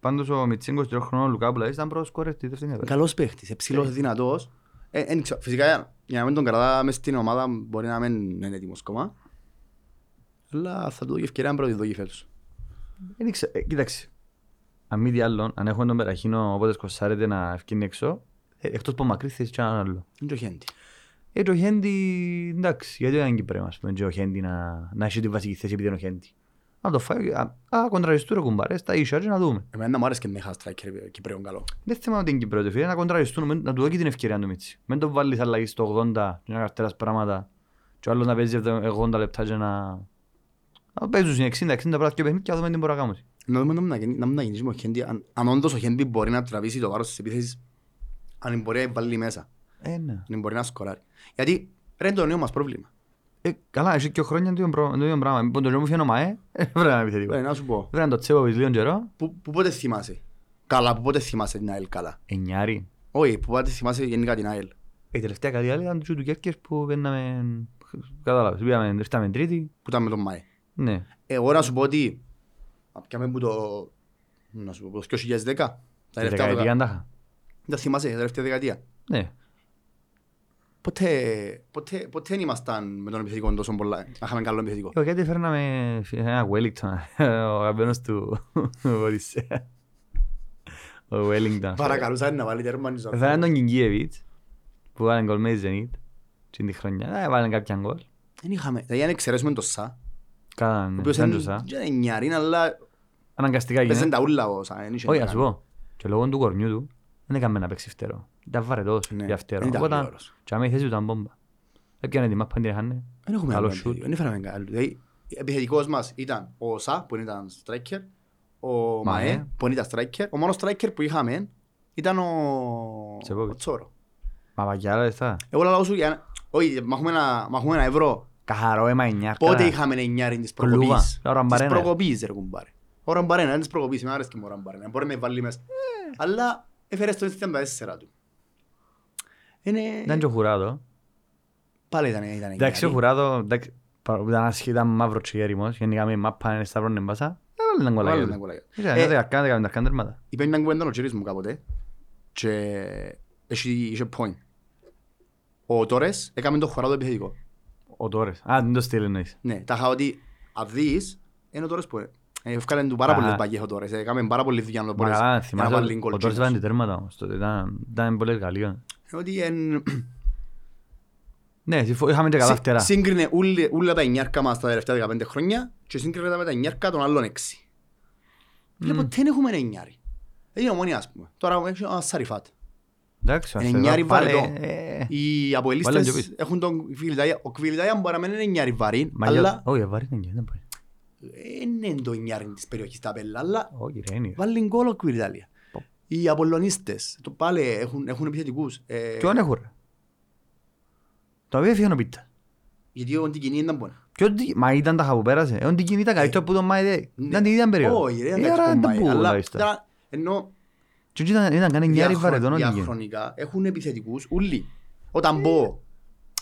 Speaker 2: Πάντως ο Μιτσίνκος τριόχρονο Λουκά που λέει ήταν πρόσκορε στη δεύτερη κατηγορία.
Speaker 1: Καλός παίχτης, ε, ψηλός, δυνατός. Ε, εν ξέρω, Φυσικά, για να μην τον κρατά μες στην ομάδα μπορεί να μην είναι έτοιμος ακόμα. Αλλά θα του δώσει ευκαιρία να πρώτη δώσει φέτος.
Speaker 2: Δεν ξέρω, ε, κοίταξε. Αν μη τι άλλον, αν έχω τον περαχύνο όποτε σκοσάρεται να ευκίνει έξω, ε, εκτός από μακρύ θες και έναν άλλο.
Speaker 1: Είναι και ο Χέντι.
Speaker 2: Ε, το Χέντι, εντάξει, γιατί δεν είναι Κυπρέμα, ας πούμε, και ο Χέντι να, να έχει τη βασική θέση επειδή είναι ο Χέντι. Να το φάει, α, α κοντραριστού ρε κουμπάρες, τα ίσια και να δούμε.
Speaker 1: Εμένα μου άρεσε και μια striker Κυπρέων καλό.
Speaker 2: Δεν θέμα ότι είναι Κυπρέο, το φίλε, να κοντραριστούν, μεν- να του δώσει την ευκαιρία του Μίτσι. Μην το βάλεις αλλαγή στο 80, και να καρτέρας πράγματα, και ο άλλος να παίζει 80 λεπτά και να... Να παίζουν 60-60 πράγματα και παιχνίδια και να δούμε τι μπορεί να κάνουμε.
Speaker 1: Να δούμε να μην να γίνει- να μην να γίνει με ο Χέντι, αν- αν όντως ο Χέντι μπορεί να τραβήσει το βάρος της επίθεσης, αν μπορεί να βάλει μέσα,
Speaker 2: Ε, ναι.
Speaker 1: αν μπορεί να σκοράρει. Γιατί ρε είναι το νέο μας πρόβλημα.
Speaker 2: Ε, καλά, έχει και χρόνια είναι το ίδιο προ- το ίδιο πράγμα. Λοιπόν, το λέω μου φαίνω ΜΑΕ, ε, βρε ένα επιθετικό.
Speaker 1: Ε, να σου πω,
Speaker 2: Βρε να το τσέπω πεις λίγο καιρό,
Speaker 1: που που πότε θυμάσαι. Καλά, που πότε θυμάσαι την ΑΕΛ καλά.
Speaker 2: εννιάρι.
Speaker 1: Όχι, που πότε θυμάσαι γενικά την ΑΕΛ.
Speaker 2: Η τελευταία καλή άλλη ήταν του Κέρκες που παίρναμε, κατάλαβες, πήγαμε, ήρθαμε τρίτη,
Speaker 1: Που ήταν με τον ΜΑΕ.
Speaker 2: ναι.
Speaker 1: Εγώ να σου πω ότι να πιάμε που το, να σου πω, που το 2010, τα
Speaker 2: Τη
Speaker 1: τελευταία
Speaker 2: δεκαετία
Speaker 1: δεκα-
Speaker 2: αντάχα.
Speaker 1: τα θυμάσαι, τα τελευταία δεκαετία.
Speaker 2: Ναι.
Speaker 1: Ποτέ, ποτέ, ποτέ δεν ήμασταν με τον επιθετικό τόσο πολλά. Είχαμε καλό επιθετικό.
Speaker 2: Και γιατί φέρναμε ένα Wellington, ο αγαπημένος του Βορυσέα. Ο Wellington.
Speaker 1: Παρακαλούσαν να βάλει τέρμα νησό.
Speaker 2: Φέρναμε τον Κιγκίεβιτς, που βάλε γκολ με τη Zenit, την τη χρονιά. Ε, βάλε κάποια γκολ.
Speaker 1: Δεν είχαμε, δηλαδή αν εξαιρέσουμε τον Σα, ο
Speaker 2: Κάνανε,
Speaker 1: οποίος
Speaker 2: δεν
Speaker 1: είναι
Speaker 2: τζουσα.
Speaker 1: δεν είναι νιαρήν, αλλά
Speaker 2: Αναγκαστικά
Speaker 1: παίζαν
Speaker 2: γίνε.
Speaker 1: τα ούλα ο Σα. δεν είχε
Speaker 2: Όχι,
Speaker 1: να
Speaker 2: ας σου
Speaker 1: κάνει.
Speaker 2: πω. Και λόγω του κορμιού του, δεν έκαμε να παίξει φτερό. Ήταν βαρετός
Speaker 1: Ναι,
Speaker 2: για φτερό.
Speaker 1: δεν ήταν
Speaker 2: Οπότε,
Speaker 1: γρήγορος.
Speaker 2: και άμα η θέση του ήταν μπόμπα. Έπιανε τη μάπα, την έχανε.
Speaker 1: Δεν έχουμε
Speaker 2: Καλό
Speaker 1: άλλο
Speaker 2: shoot.
Speaker 1: επιθετικό. Δεν έφεραμε καλό. Δηλαδή, επιθετικός μας ήταν ο Σα που ήταν striker, ο
Speaker 2: Μαέ.
Speaker 1: Μαέ που ήταν striker. Ο μόνος striker που είχαμε ήταν ο,
Speaker 2: Τσεβόβιτς.
Speaker 1: ο Τσόρο.
Speaker 2: Μα παγιά, ρε, στα.
Speaker 1: Εγώ λαλάω σου για να... Όχι, μάχουμε ένα, μάχουμε ένα ευρώ.
Speaker 2: Καθαρό αίμα εννιά.
Speaker 1: Πότε
Speaker 2: καλά.
Speaker 1: είχαμε εννιάριν της
Speaker 2: Κλουβά.
Speaker 1: προκοπής.
Speaker 2: Ο Ραμπαρένα.
Speaker 1: Της προκοπής, ρε κουμπάρε. Ο Ραμπαρένα, είναι της προκοπής. Εμένα αρέσκει μου ο Ραμπαρένα. Μπορεί να βάλει
Speaker 2: Ε.
Speaker 1: μέσα. Αλλά έφερες τον σύστημα τέσσερα του. Είναι...
Speaker 2: Ήταν και ο Χουράδο.
Speaker 1: Πάλι ήταν ήταν
Speaker 2: Εντάξει, ο
Speaker 1: εννιάρι.
Speaker 2: Χουράδο, εντάξει, παρό- που ήταν ασχετά μαύρο τσιγέριμος, γενικά με μάπα είναι σταυρώνε μπάσα, δεν έβαλε έναν
Speaker 1: Βάλε
Speaker 2: κολάκι.
Speaker 1: τον κουλάκι.
Speaker 2: Ήταν
Speaker 1: Ε,
Speaker 2: ένα δεκακά, δεκακά, δεκακά τερμάτα.
Speaker 1: Είπε μια κουβέντα ο κύριος μου κάποτε και έχει- είχε point. Ο Τόρες έκαμε το χωράδο επιθετικό.
Speaker 2: Ο Τόρες. Α, δεν το στείλει εννοείς.
Speaker 1: Ναι, τα είχα ότι αν δεις, είναι ο Τόρες που είναι. Ε, Ευκάλεν του πάρα
Speaker 2: Α.
Speaker 1: πολλές μπαγιές ο Τόρες. Έκαμε πάρα πολλή δουλειά ο
Speaker 2: Μα
Speaker 1: Τόρες
Speaker 2: καλά,
Speaker 1: για να
Speaker 2: θυμάσαι,
Speaker 1: βάλει γκολ.
Speaker 2: ο Τόρες βάλει τέρματα όμως, τότε ήταν- ήταν πολύ εργαλείο.
Speaker 1: Είναι Ε, Ότι εν-
Speaker 2: Ναι, συμφω- είχαμε και καλά
Speaker 1: συ-
Speaker 2: φτερά.
Speaker 1: σύγκρινε ούλη- ούλα τα εννιάρκα μας τα τελευταία 15 χρόνια και σύγκρινε τα με τα εννιάρκα των άλλων έξι. Λέω ποτέ δεν έχουμε εννιάρι. Είναι ομόνια ας πούμε. Τώρα έχει ο Σαριφάτ.
Speaker 2: Εντάξει, ο
Speaker 1: Είναι
Speaker 2: Αστερός
Speaker 1: νιάρι
Speaker 2: πάλι,
Speaker 1: βαρετό.
Speaker 2: ε, ε,
Speaker 1: Οι
Speaker 2: Βάλε τον
Speaker 1: αποελίστες
Speaker 2: Τζοβίτς.
Speaker 1: έχουν τον Κβιλιτάια. Ο Κβιλιτάια μπορεί να μην είναι νιάρι βαρύ,
Speaker 2: μα για-
Speaker 1: αλλά
Speaker 2: Όχι, βαρύ ήταν και δεν πάει.
Speaker 1: δεν είναι το νιάρι της περιοχής τα πέλα, αλλά
Speaker 2: Όχι, ρε, είναι.
Speaker 1: βάλει γκολ ο Κβιλιτάλια.
Speaker 2: Πω.
Speaker 1: Οι Απολλωνίστες, το πάλι έχουν, έχουν επιθετικούς. Ε,
Speaker 2: Ποιον έχω, ρε. Το οποίο έφυγε ο Πίτα.
Speaker 1: γιατί ο Ντικινή ήταν πόνο.
Speaker 2: Ποιον τι- Μα ήταν τα χα που πέρασε. Ε, ο Ντικίνη ήταν καλύτερο που τον Μάιδε. Ήταν την ίδια περίοδο.
Speaker 1: Ναι. Όχι, ρε,
Speaker 2: Ε,
Speaker 1: ήταν
Speaker 2: άρα
Speaker 1: κακό
Speaker 2: δεν τα
Speaker 1: μάι,
Speaker 2: πού,
Speaker 1: αλλά
Speaker 2: λαλείς τα.
Speaker 1: ήταν- ενώ
Speaker 2: Και έτσι ήταν, ήταν κανένα νιάρι βαρετόν ο Ντικίνη.
Speaker 1: διαχρονικά έχουν επιθετικούς ούλοι. Ο
Speaker 2: Ε,
Speaker 1: Ταμπό.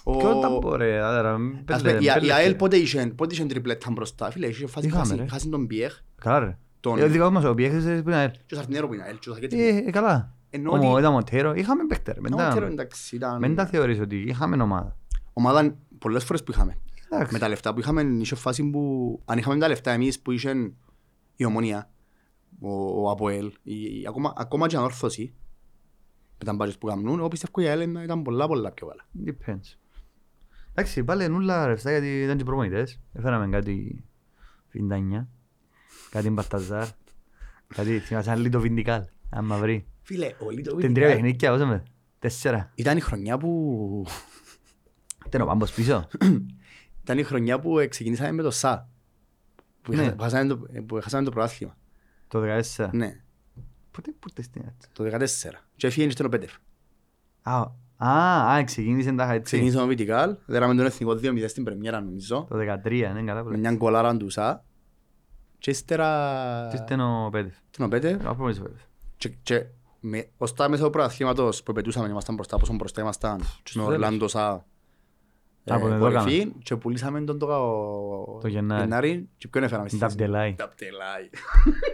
Speaker 1: Ο-
Speaker 2: Ποιο τα πω ρε, άρα, μην
Speaker 1: Ας
Speaker 2: πες,
Speaker 1: πούμε,
Speaker 2: ρε,
Speaker 1: Η
Speaker 2: μην πες,
Speaker 1: η
Speaker 2: ρε.
Speaker 1: ΑΕΛ πότε είχε πότε είχε τριπλέτα μπροστά. Φίλε, είχε φάση
Speaker 2: Είχαμε,
Speaker 1: χάσει-
Speaker 2: ρε.
Speaker 1: χάσει τον Πιέχ.
Speaker 2: Καλά ρε.
Speaker 1: Τον-
Speaker 2: Ε, Ο δικός μας, ο οποίος έχεσαι πριν αέρ.
Speaker 1: Και ο Σαρτινέρο που είναι ΑΕΛ. και ο Σακέτη.
Speaker 2: Ε, ε, καλά.
Speaker 1: Ενώ
Speaker 2: Ο
Speaker 1: ότι...
Speaker 2: Μοέτα Μοντέρο, είχαμε παίκτερ.
Speaker 1: Ο Μοντέρο, εντάξει, ήταν-
Speaker 2: Μην τα θεωρείς ότι είχαμε ομάδα.
Speaker 1: Ομάδα πολλές φορές που είχαμε.
Speaker 2: Εντάξει.
Speaker 1: Με τα λεφτά που είχαμε, είχε φάση που... Αν είχαμε τα λεφτά εμείς που είχε η Ομονία, ο, ο Αποέλ, η, η- ακόμα, ακόμα και η Ανόρθωση, με τα μπάτζες που καμνούν, εγώ πιστεύω η ΑΕΛ ήταν πολλά πολλά πιο καλά.
Speaker 2: Depends. Εντάξει, πάλι νουλα ρευστά γιατί ήταν και προπονητές. Έφεραμε κάτι φιντάνια, κάτι μπαρταζάρ, κάτι θυμάσαι ένα λίτο βιντικάλ, άμα βρει.
Speaker 1: Φίλε, ο Λίτο
Speaker 2: Την τρία παιχνίκια, πόσα με, τέσσερα.
Speaker 1: Ήταν η χρονιά που...
Speaker 2: Τέλο, πάμε ως πίσω.
Speaker 1: Ήταν η χρονιά που ξεκινήσαμε με το ΣΑ. Που,
Speaker 2: Ναι.
Speaker 1: είχα- που χάσαμε το, που χάσαμε το προάθλημα.
Speaker 2: Το 14.
Speaker 1: Ναι,
Speaker 2: Πότε, πότε στην έτσι.
Speaker 1: το 2014. Και έφυγε στον Πέτεφ.
Speaker 2: Α, α, α, ξεκίνησε τα έτσι.
Speaker 1: Ξεκινήσαμε με Βιτικάλ, δέραμε τον Εθνικό 2-0 στην Πρεμιέρα νομίζω.
Speaker 2: Το 13, ναι, καλά που
Speaker 1: Με
Speaker 2: λέει.
Speaker 1: μια κολάρα του ΣΑ. Και ύστερα...
Speaker 2: Τι ήταν ο Πέτεφ.
Speaker 1: Τον Πέτεφ.
Speaker 2: Ο προπονητής ο Πέτεφ.
Speaker 1: Και, και με, ως τα μέσα του προαθλήματος που πετούσαμε, ήμασταν μπροστά, πόσο μπροστά ήμασταν,
Speaker 2: στο
Speaker 1: με
Speaker 2: τέλος.
Speaker 1: Ορλάντο Σα ε,
Speaker 2: Από εδώ
Speaker 1: κορυφή και πουλήσαμε τον το, το,
Speaker 2: Το Γενάρη.
Speaker 1: και ποιον έφεραμε στη θέση.
Speaker 2: Νταμπτελάι.
Speaker 1: Νταπτελάι.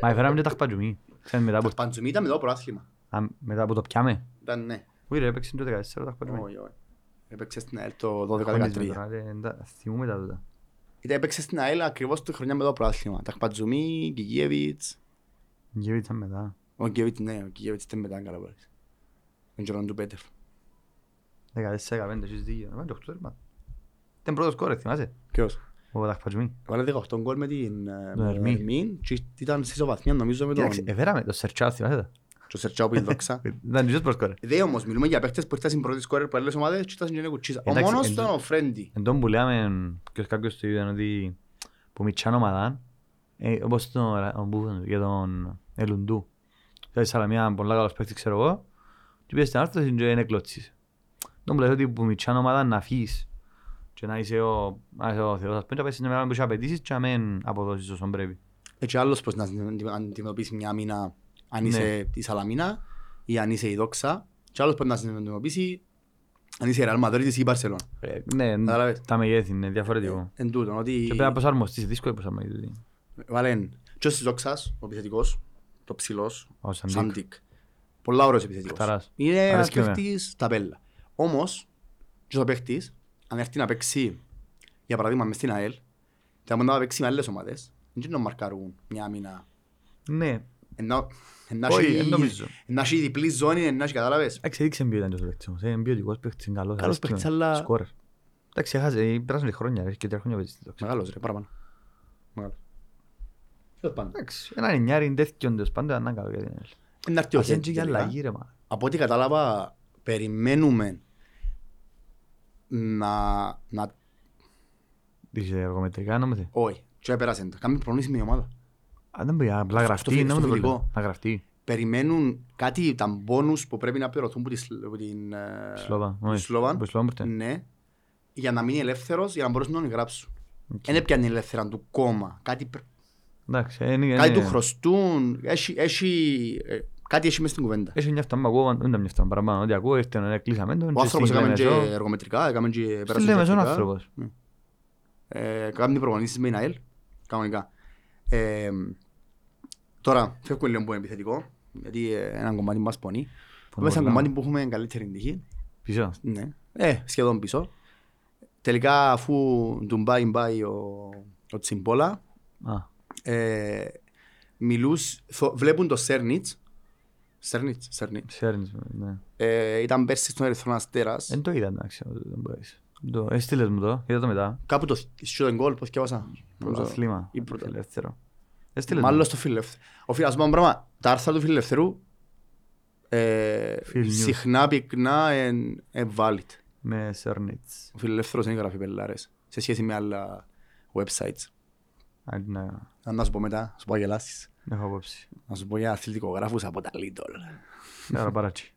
Speaker 2: Μα έφεραμε και τα χπατζουμί. Ξέρεις μετά
Speaker 1: Τα
Speaker 2: που-
Speaker 1: παντζουμί ήταν μετά το προάθλημα.
Speaker 2: α, μετά που το πιάμε.
Speaker 1: Ήταν ναι.
Speaker 2: Ουι ρε, έπαιξε το 14 τα χπατζουμί.
Speaker 1: Όχι, όχι. Έπαιξε στην ΑΕΛ το 12-13.
Speaker 2: Τώρα, θυμούμε τα τούτα.
Speaker 1: Ήταν έπαιξε στην ΑΕΛ ακριβώς τη χρονιά μετά το προάθλημα. Τα Παντζουμί, Κικίεβιτς.
Speaker 2: Γύρισα μετά.
Speaker 1: Ο Κικίεβιτς, ναι, ο Κικίεβιτς ήταν μετά καλά πάλι. Τον καιρό του Πέτεφ.
Speaker 2: 14-15, έχεις δίκιο. Βάλε 8 τέρμα. Ήταν πρώτος σκόρερ, θυμάσαι.
Speaker 1: Ποιος.
Speaker 2: Ο Δαχπατζουμί.
Speaker 1: Βάλε 18 γκολ με την ε,
Speaker 2: Τον
Speaker 1: με
Speaker 2: Ερμή.
Speaker 1: τον Ερμή και ήταν σε ισοβαθμία νομίζω με τον
Speaker 2: Κοίταξε, Εφέραμε το Σερτσάο, θυμάσαι. τα. Ε,
Speaker 1: τον Σερτσάο που είναι δόξα.
Speaker 2: Ήταν και ο πρώτος σκόρερ.
Speaker 1: Δε όμως, μιλούμε για παίχτες που ήρθαν στην πρώτη σκόρερ που άλλες ομάδες και ήρθαν και είναι κουτσίζα. Ο
Speaker 2: Εντάξει,
Speaker 1: μόνος
Speaker 2: εν-
Speaker 1: ήταν ο Φρέντι.
Speaker 2: Εν τόν που λέμε, ποιος κάποιος του είδαν ότι που μιτσάν ομαδάν, ε, όπως τον Ρα- ο Μπούφον, για τον Ελουντού. Δηλαδή, Ήταν η Σαλαμία, πολύ καλός παίκτης, ξέρω εγώ, και πήγες στην άρθρωση και είναι κλωτσίς. Τον που λέει ότι που μιτσάν ομαδάν να φύγεις και να είσαι ο, να είσαι ο θεός, ας πούμε, και να πας στην ομάδα που έχεις απαιτήσεις και να μην αποδώσεις όσον πρέπει.
Speaker 1: Έτσι άλλος πως να αντι- αντιμετωπίσει μια μήνα αν
Speaker 2: Ναι.
Speaker 1: είσαι η Σαλαμίνα ή αν είσαι η Δόξα. Και άλλος πως να αντιμετωπίσει αν είσαι η Real Madrid ή η Barcelona.
Speaker 2: Ε, ναι,
Speaker 1: Κατάλαβες.
Speaker 2: τα μεγέθη είναι διαφορετικό.
Speaker 1: Εν τούτον, ότι...
Speaker 2: Και πρέπει να προσαρμοστείς, δύσκολο η προσαρμογή. δηλαδή,
Speaker 1: Βάλεν και ο Σιζόξας, ο επιθετικός, το ψηλός,
Speaker 2: Ο Σαντίκ.
Speaker 1: Σαντίκ. Πολλά ωραίος επιθετικός.
Speaker 2: Καθαράς.
Speaker 1: Είναι ένας
Speaker 2: Αρέσκει εμένα.
Speaker 1: παίχτης ταπέλα. Όμως, και ο παίχτης, αν έρθει να παίξει, για παράδειγμα, μες στην ΑΕΛ, θα μπορεί να παίξει με άλλες ομάδες, δεν είναι να μαρκαρούν μια μήνα.
Speaker 2: Ναι,
Speaker 1: Ενώ- ενώ
Speaker 2: Όχι,
Speaker 1: έχει-
Speaker 2: εν νομίζω.
Speaker 1: ενώ έχει διπλή ζώνη, ενώ έχει κατάλαβες.
Speaker 2: Εντάξει, δείξε ποιο ήταν τόσο παίκτης όμως. ε, Είναι ποιοτικός παίκτης, είναι καλός.
Speaker 1: Καλός
Speaker 2: αρέσκει
Speaker 1: παίκτης,
Speaker 2: μου,
Speaker 1: αλλά-
Speaker 2: Σκόρερ. Εντάξει, έχασε, ε, πέρασαν και χρόνια, ρε, και τρία χρόνια παίζει στη δόξα.
Speaker 1: Μεγάλος ρε, παραπάνω. Μεγάλος. Τέλος πάντων.
Speaker 2: Εντάξει, έναν εννιάρι τέτοιον τέλος πάντων ήταν καλό για την ΑΕΛ.
Speaker 1: Εν να έρθει ο
Speaker 2: Ας είναι
Speaker 1: Χέντς
Speaker 2: και για
Speaker 1: τελικά.
Speaker 2: αλλαγή, ρε, μα.
Speaker 1: από ό,τι κατάλαβα, περιμένουμε να... να...
Speaker 2: Είσαι ε, εργομετρικά, νόμιζε.
Speaker 1: Όχι, και έπερασε. το. Κάνουμε προνήσεις με η ομάδα.
Speaker 2: Αν δεν πήγα, απλά γραφτεί,
Speaker 1: φι-
Speaker 2: να
Speaker 1: στο
Speaker 2: μην το
Speaker 1: φιλικό.
Speaker 2: πρόβλημα. Να γραφτεί.
Speaker 1: Περιμένουν κάτι, τα μπόνους που πρέπει να πληρωθούν από τη Σλ- από την ε,
Speaker 2: Σλόβα,
Speaker 1: την
Speaker 2: όχι,
Speaker 1: Σλόβαν.
Speaker 2: από τη Σλόβαν που ήρθε.
Speaker 1: Ναι. Για να μείνει ελεύθερος, για να μπορέσουν να τον γράψουν.
Speaker 2: Οκ.
Speaker 1: Δεν έπιανε ελεύθερα του κόμμα. Κάτι, πρ-
Speaker 2: Εντάξει, ε, είναι-
Speaker 1: κάτι
Speaker 2: είναι-
Speaker 1: του χρωστούν. Έχει, έχει, ε, κάτι έχει μέσα στην κουβέντα.
Speaker 2: Έχει μια φτάμα, ακούω, δεν ήταν μια φτάμα, παραπάνω, ότι ακούω, ήρθε, ε, κλείσαμε τον,
Speaker 1: Ο
Speaker 2: και
Speaker 1: άνθρωπος
Speaker 2: στην
Speaker 1: έκαμε και
Speaker 2: Λεμεσό.
Speaker 1: εργομετρικά, έκαμε και
Speaker 2: Στην
Speaker 1: πέρασε
Speaker 2: Λεμεσό είναι
Speaker 1: τεχνικά.
Speaker 2: άνθρωπος.
Speaker 1: Ε, Κάνουν προπονήσεις με την ΑΕΛ, κανονικά. Ε, τώρα, φεύγουμε λίγο από επιθετικό, γιατί ε, ένα κομμάτι μας πονεί. Πάμε σε ένα
Speaker 2: πολλά.
Speaker 1: κομμάτι που έχουμε καλύτερη τύχη.
Speaker 2: Πίσω.
Speaker 1: Ναι. Ε, σχεδόν πίσω. Τελικά, αφού του μπάει μπάει ο, ο Τσιμπόλα,
Speaker 2: Α,
Speaker 1: ε, μιλούς, θο- βλέπουν το Σέρνιτς. Σέρνιτς, Σέρνιτς.
Speaker 2: ξέρεις, ναι.
Speaker 1: Ε, ήταν πέρσι στον Ερυθρό Αστέρας.
Speaker 2: Δεν το είδα, εντάξει, δεν μπορείς. Το- έστειλες μου το, είδα το μετά.
Speaker 1: Κάπου το shoot and goal, πώς διάβασα.
Speaker 2: Πρωταθλήμα.
Speaker 1: Ή πρωτα-
Speaker 2: Ελεύθερο. Έστειλε
Speaker 1: Μάλλον
Speaker 2: Μάλλον...
Speaker 1: στο φιλελεύθερο. Ο φίλος μου, πράγμα, τα άρθρα του φιλελευθερού ε,
Speaker 2: Phil News.
Speaker 1: συχνά πυκνά εν εν valid.
Speaker 2: με Σερνίτς.
Speaker 1: Ο φιλελεύθερος δεν γράφει πελάρες σε σχέση με άλλα websites.
Speaker 2: Αντί να
Speaker 1: Αν να σου πω μετά, να σου πω για γελάσεις.
Speaker 2: να έχω απόψη.
Speaker 1: Να σου πω για αθλητικογράφους από τα Lidl.
Speaker 2: Άρα παράτσι.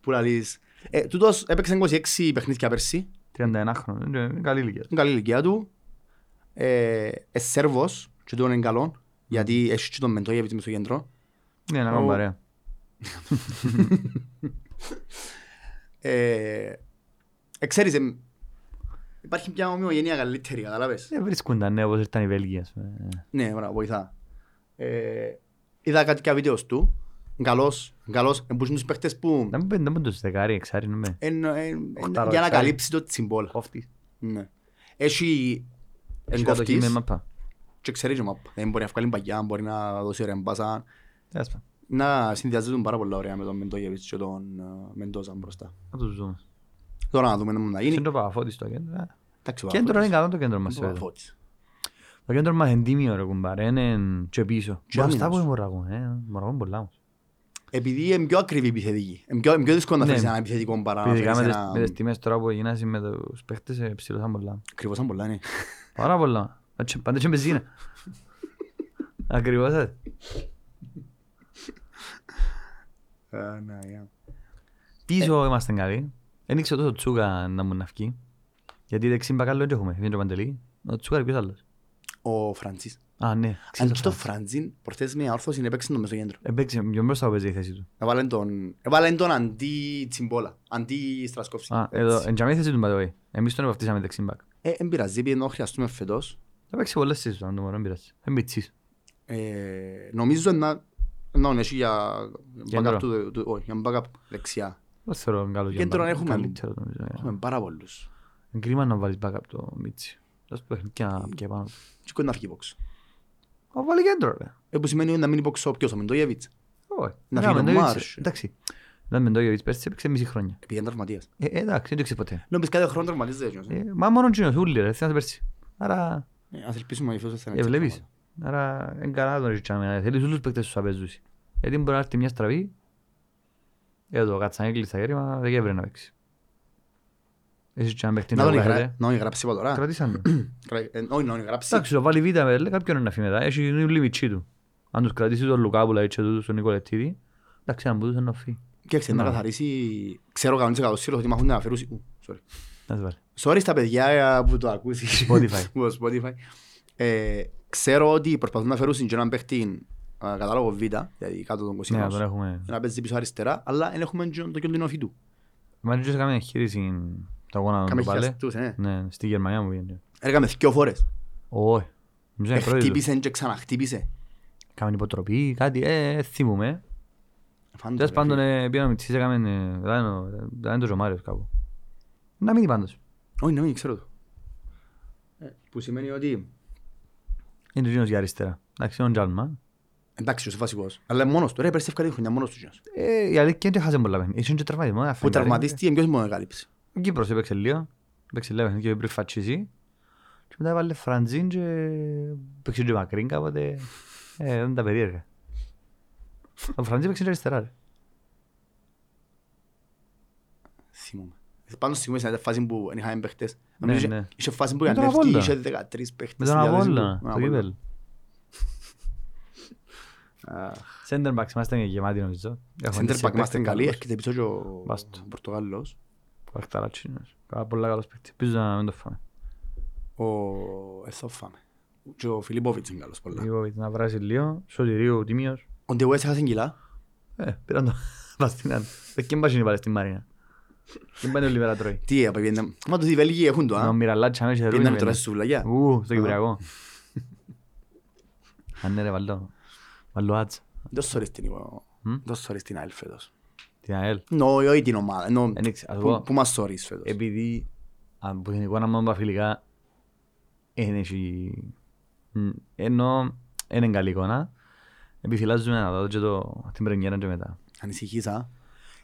Speaker 1: Που λαλείς. Ε, τούτος έπαιξε 26 παιχνίδια πέρσι.
Speaker 2: 31 χρόνια. Είναι καλή ηλικία.
Speaker 1: Είναι καλή ηλικία του. Ε, ε, Σέρβος και τούτον είναι καλό. Γιατί έχει και τον Μεντόγεβιτς μες στο κέντρο.
Speaker 2: Ναι, να κάνω
Speaker 1: Ο-
Speaker 2: παρέα.
Speaker 1: Ε, ε, ξέρεις, εμ, υπάρχει μια ομοιογένεια καλύτερη, καταλάβες.
Speaker 2: Δεν βρίσκονταν ναι, όπως ήρθαν οι Βέλγοι, ας πούμε.
Speaker 1: Ναι, μπράβο, βοηθά. Ε, είδα κάτι κάποια βίντεος του, καλός, καλός, εμπούσουν τους παίχτες που
Speaker 2: Να μην πέντε με τους δεκάρι, εξάρι, ναι. με.
Speaker 1: εν- εν-
Speaker 2: Οχτάρο,
Speaker 1: για να
Speaker 2: εξάρι.
Speaker 1: καλύψει το τσιμπόλ.
Speaker 2: Κόφτης.
Speaker 1: Ναι. Έχει
Speaker 2: Έχει κατοχή με
Speaker 1: εγκοφτής
Speaker 2: μαπά.
Speaker 1: και ξέρεις και μαπ. Δεν μπορεί να βγάλει μπαγιά, μπορεί να δώσει ωραία μπάσα.
Speaker 2: Τέλος πάντων.
Speaker 1: Να συνδυάζεται πάρα πολλά ωραία με τον Μεντόγεβιτς και τον ε, Μεντόζα μπροστά.
Speaker 2: Να τους δούμε.
Speaker 1: Τώρα να δούμε να μου να γίνει.
Speaker 2: Κέντρο Παπαφώτης το κέντρο. ε.
Speaker 1: Εντάξει,
Speaker 2: Κέντρο
Speaker 1: Παπαφώτης.
Speaker 2: είναι καλό το κέντρο μας. βέβαια.
Speaker 1: Παπαφώτης.
Speaker 2: Το κέντρο μας είναι τίμιο ρε κουμπάρε, είναι και πίσω.
Speaker 1: Και
Speaker 2: Μπροστά
Speaker 1: άμυνας.
Speaker 2: που μοραγούν, ε, μοραγούν πολλά όμως.
Speaker 1: Επειδή είναι πιο ακριβή επιθετική. Είναι πιο, είναι πιο δύσκολο να
Speaker 2: Ναι.
Speaker 1: φέρεις ένα επιθετικό παρά να
Speaker 2: Ειδικά
Speaker 1: φέρεις
Speaker 2: με τις- με τις
Speaker 1: ένα...
Speaker 2: τιμές τώρα που γίνασαι με τους παίχτες, ε, ψηλώσαν πολλά.
Speaker 1: Ακριβώς σαν πολλά, ναι.
Speaker 2: Πάρα πολλά. Έτσι, Πάντα και μπεζίνα. Ακριβώς έτσι.
Speaker 1: Ε, ναι, ναι. Ε.
Speaker 2: Πίσω είμαστε καλοί. Δεν ήξερα τόσο τσούκα να μου να φκεί. Γιατί δεξί μπακάλο δεν έχουμε. Βγαίνει ο Παντελή. Ο τσούκα ποιος άλλος.
Speaker 1: Ο Φραντσίς.
Speaker 2: Α, ναι.
Speaker 1: Αν
Speaker 2: Ξέρεις
Speaker 1: και το
Speaker 2: αυτό.
Speaker 1: Φραντζίν, προχτές μια όρθωση έπαιξε το μεσογέντρο.
Speaker 2: Επέξε, πιο μπροστά που παίζει η θέση του.
Speaker 1: Έβαλαν τον, έβαλαν τον αντί Τσιμπόλα, αντί Στρασκόφσκι.
Speaker 2: Α, εδώ, εν τζαμί η θέση του, by the way. Εμείς τον επαυτίσαμε δεξί μπακ.
Speaker 1: Ε, εν πειράζει, επειδή ενώ χρειαστούμε φετός,
Speaker 2: Θα παίξει πολλές θέσεις του, αν το μωρό, εν πειράζει. Εν πιτσείς.
Speaker 1: ε, νομίζω να, να είναι έτσι για
Speaker 2: Κέντρο.
Speaker 1: backup του, του, όχι, για backup δεξιά.
Speaker 2: Δεν θεωρώ τον καλό
Speaker 1: Κέντρο
Speaker 2: μπακ.
Speaker 1: έχουμε.
Speaker 2: Καλύτερο, νομίζω, ε.
Speaker 1: Έχουμε πάρα πολλούς.
Speaker 2: Είναι κρίμα να βάλεις μπακ από το Μίτσι. Δώσ' του παιχνίδι να
Speaker 1: Ε.
Speaker 2: πιάει πάνω. του.
Speaker 1: Και κοντά αρχή box.
Speaker 2: Ω, βάλει κέντρο, ρε.
Speaker 1: Ε, που σημαίνει ότι να μείνει box ο ποιος, ο Μεντόγεβιτς.
Speaker 2: Ω,
Speaker 1: Να
Speaker 2: ε,
Speaker 1: φύγει
Speaker 2: με
Speaker 1: ο
Speaker 2: το Ιωβιτς,
Speaker 1: Μάρς.
Speaker 2: Εντάξει. Να με το Ιωβιτς, πέρσι έπαιξε μισή χρόνια.
Speaker 1: Επειδή είναι τραυματίας.
Speaker 2: Ε, ε, εντάξει, δεν το ήξερε ποτέ.
Speaker 1: Νόμιζες κάθε χρόνο τραυματίζεται εκείνος, ε.
Speaker 2: Ε, Μα μόνο εκείνος, ούλοι, ρε, θυμάσαι πέρσι. Άρα,
Speaker 1: Ε, Ας ελπίσουμε ότι φέτος θα είναι
Speaker 2: ε,
Speaker 1: έτσι
Speaker 2: βλέπεις.
Speaker 1: η
Speaker 2: Άρα, είναι καλά να τον ρίξεις τσάμενα. Θέλεις όλους τους παίκτες τους να παίζουν. Γιατί μπορεί να έρθει μια στραβή, εδώ, Κατσανέκλης στα χέρια, μα δεν έβρε να παίξει. Έχεις και έναν παίκτη
Speaker 1: ομάδα.
Speaker 2: να
Speaker 1: Να τον
Speaker 2: βγάζετε.
Speaker 1: εγγρα- να τον εγγράψει είπα τώρα.
Speaker 2: Κρατήσαν τον.
Speaker 1: Κρα- ε, Όχι, να τον εγγράψει.
Speaker 2: Εντάξει, το βάλει βίτα, λέει, κάποιον είναι να φύγει μετά. Έχει γίνει λίμιτσί του. Αν τους κρατήσει τον Λουκάπουλα ή και τούτους τον Νικολετήδη, εντάξει, αν μπορούσε να φύγει.
Speaker 1: Κοίταξε, να
Speaker 2: Ναι.
Speaker 1: καθαρίσει- ξέρω κανονικά ο Σύρος ότι μ' έχουν να αφαιρούσει- Ου, sorry.
Speaker 2: Να σε βάλει.
Speaker 1: Sorry στα παιδιά ε, που το ακούσεις.
Speaker 2: Spotify.
Speaker 1: που το Spotify. Ε, ξέρω ότι προσπαθούν να φέρουν και έναν παίχτη ε, κατάλογο Β, δηλαδή κάτω των 20
Speaker 2: Ναι,
Speaker 1: ενός,
Speaker 2: τον έχουμε.
Speaker 1: να παίζει πίσω αριστερά, αλλά δεν έχουμε και το κιόντινο φίτου.
Speaker 2: Μα δεν είχαμε χείριση τα γόνα
Speaker 1: Κάμε
Speaker 2: του πάλι.
Speaker 1: χιλιαστούς, ε.
Speaker 2: Ναι, στη Γερμανία μου πήγαινε.
Speaker 1: Έργαμε δυο φορές.
Speaker 2: Όχι. Νομίζω είναι πρώτη του.
Speaker 1: Ε, Χτύπησε και ξαναχτύπησε.
Speaker 2: Κάμε υποτροπή, κάτι, ε, ε, θυμούμε. Τέλος πάντων, ε, πήγαμε τις έκαμε, ε, ήταν το Ζωμάριος κάπου. Να μείνει πάντως.
Speaker 1: Όχι, ναι, μην ξέρω το. Ε, Που σημαίνει ότι,
Speaker 2: Είναι ο Γίνος για αριστερά. Εντάξει, είναι ο Τζάλμα.
Speaker 1: εντάξει, είσαι βασικός, αλλά μόνος του, ρε, πέρσι ευκαλή χρονιά μόνος τους. γίνος.
Speaker 2: Ε, Η αλήθεια είναι ότι χάσαμε πολλά παιχνίδια. Ήσουν και τραυματισμό.
Speaker 1: Που
Speaker 2: αφήνει κάτι.
Speaker 1: τραυματίστηκε, ποιος μόνο εγκάλυψε.
Speaker 2: Ο Κύπρος έπαιξε λίγο. Έπαιξε λίγο παιχνίδι και πριν φατσίζει. Και μετά έβαλε Φραντζίν και έπαιξε και Μακρίν κάποτε. Ε, ήταν τα περίεργα. Ο Φραντζίν έπαιξε και αριστερά. ρε.
Speaker 1: Θυμούμαι. Πάντως θυμούμαι σε φάση που δεν είχαμε παίχτες.
Speaker 2: Ναι,
Speaker 1: Νομίζω
Speaker 2: ναι.
Speaker 1: Είχε φάση που
Speaker 2: Με τον
Speaker 1: ανέβηκε,
Speaker 2: Απόλλωνα.
Speaker 1: είχε 13 παίχτες.
Speaker 2: Με τον
Speaker 1: στη διάθεση
Speaker 2: Απόλλωνα,
Speaker 1: του.
Speaker 2: το
Speaker 1: Απόλλωνα.
Speaker 2: κύπελο.
Speaker 1: Αχ,
Speaker 2: Σέντερ μπαξ είμαστε γεμάτοι νομίζω. Έχουμε
Speaker 1: Center back
Speaker 2: τέσσερις παίκτες
Speaker 1: είμαστε καλοί,
Speaker 2: καλούς.
Speaker 1: έρχεται πίσω και ο
Speaker 2: Βάστο.
Speaker 1: Πορτογάλος.
Speaker 2: Ο Αχταράτσι είναι ένας Πολλά καλός παίκτης. Ελπίζω να μην το φάμε.
Speaker 1: Ο Εθόφαμε. Και ο Φιλιππόβιτς είναι καλός πολλά.
Speaker 2: Λίγο γιατί να βράσει λίγο. Σωτηρίου, τιμίος.
Speaker 1: Ο Ντεουέ έχασε κιλά.
Speaker 2: Ε, πήραν το Παστινάν. Δεν και μπάζει να πάρει στην Μαρίνα. Δεν πάνε όλοι πέρα τρώει.
Speaker 1: Τι έπα, πιέντε. Μα τους οι Βέλγοι έχουν το,
Speaker 2: Να
Speaker 1: α.
Speaker 2: μοιραλάτσα μέσα
Speaker 1: Πιέντε
Speaker 2: ρούχα.
Speaker 1: με τώρα στη σουβλαγιά.
Speaker 2: Ου, στο Κυπριακό. Αν ναι ρε βαλό. Βαλό άτσα.
Speaker 1: Δεν σωρίς την είπα.
Speaker 2: Μμ.
Speaker 1: Δεν σωρίς την ΑΕΛ φέτος.
Speaker 2: Την ΑΕΛ.
Speaker 1: Νο, όχι την ομάδα. Νο,
Speaker 2: Δεν ήξερα, ας
Speaker 1: που-
Speaker 2: πω.
Speaker 1: Που μας σωρίς
Speaker 2: E-
Speaker 1: φέτος.
Speaker 2: Επειδή από την εικόνα μου είπα φιλικά δεν έχει... μ, Ενώ δεν είναι καλή εικόνα. Επιφυλάζουμε να δω και το, την πρεμιέρα και μετά.
Speaker 1: Ανησυχείς, α.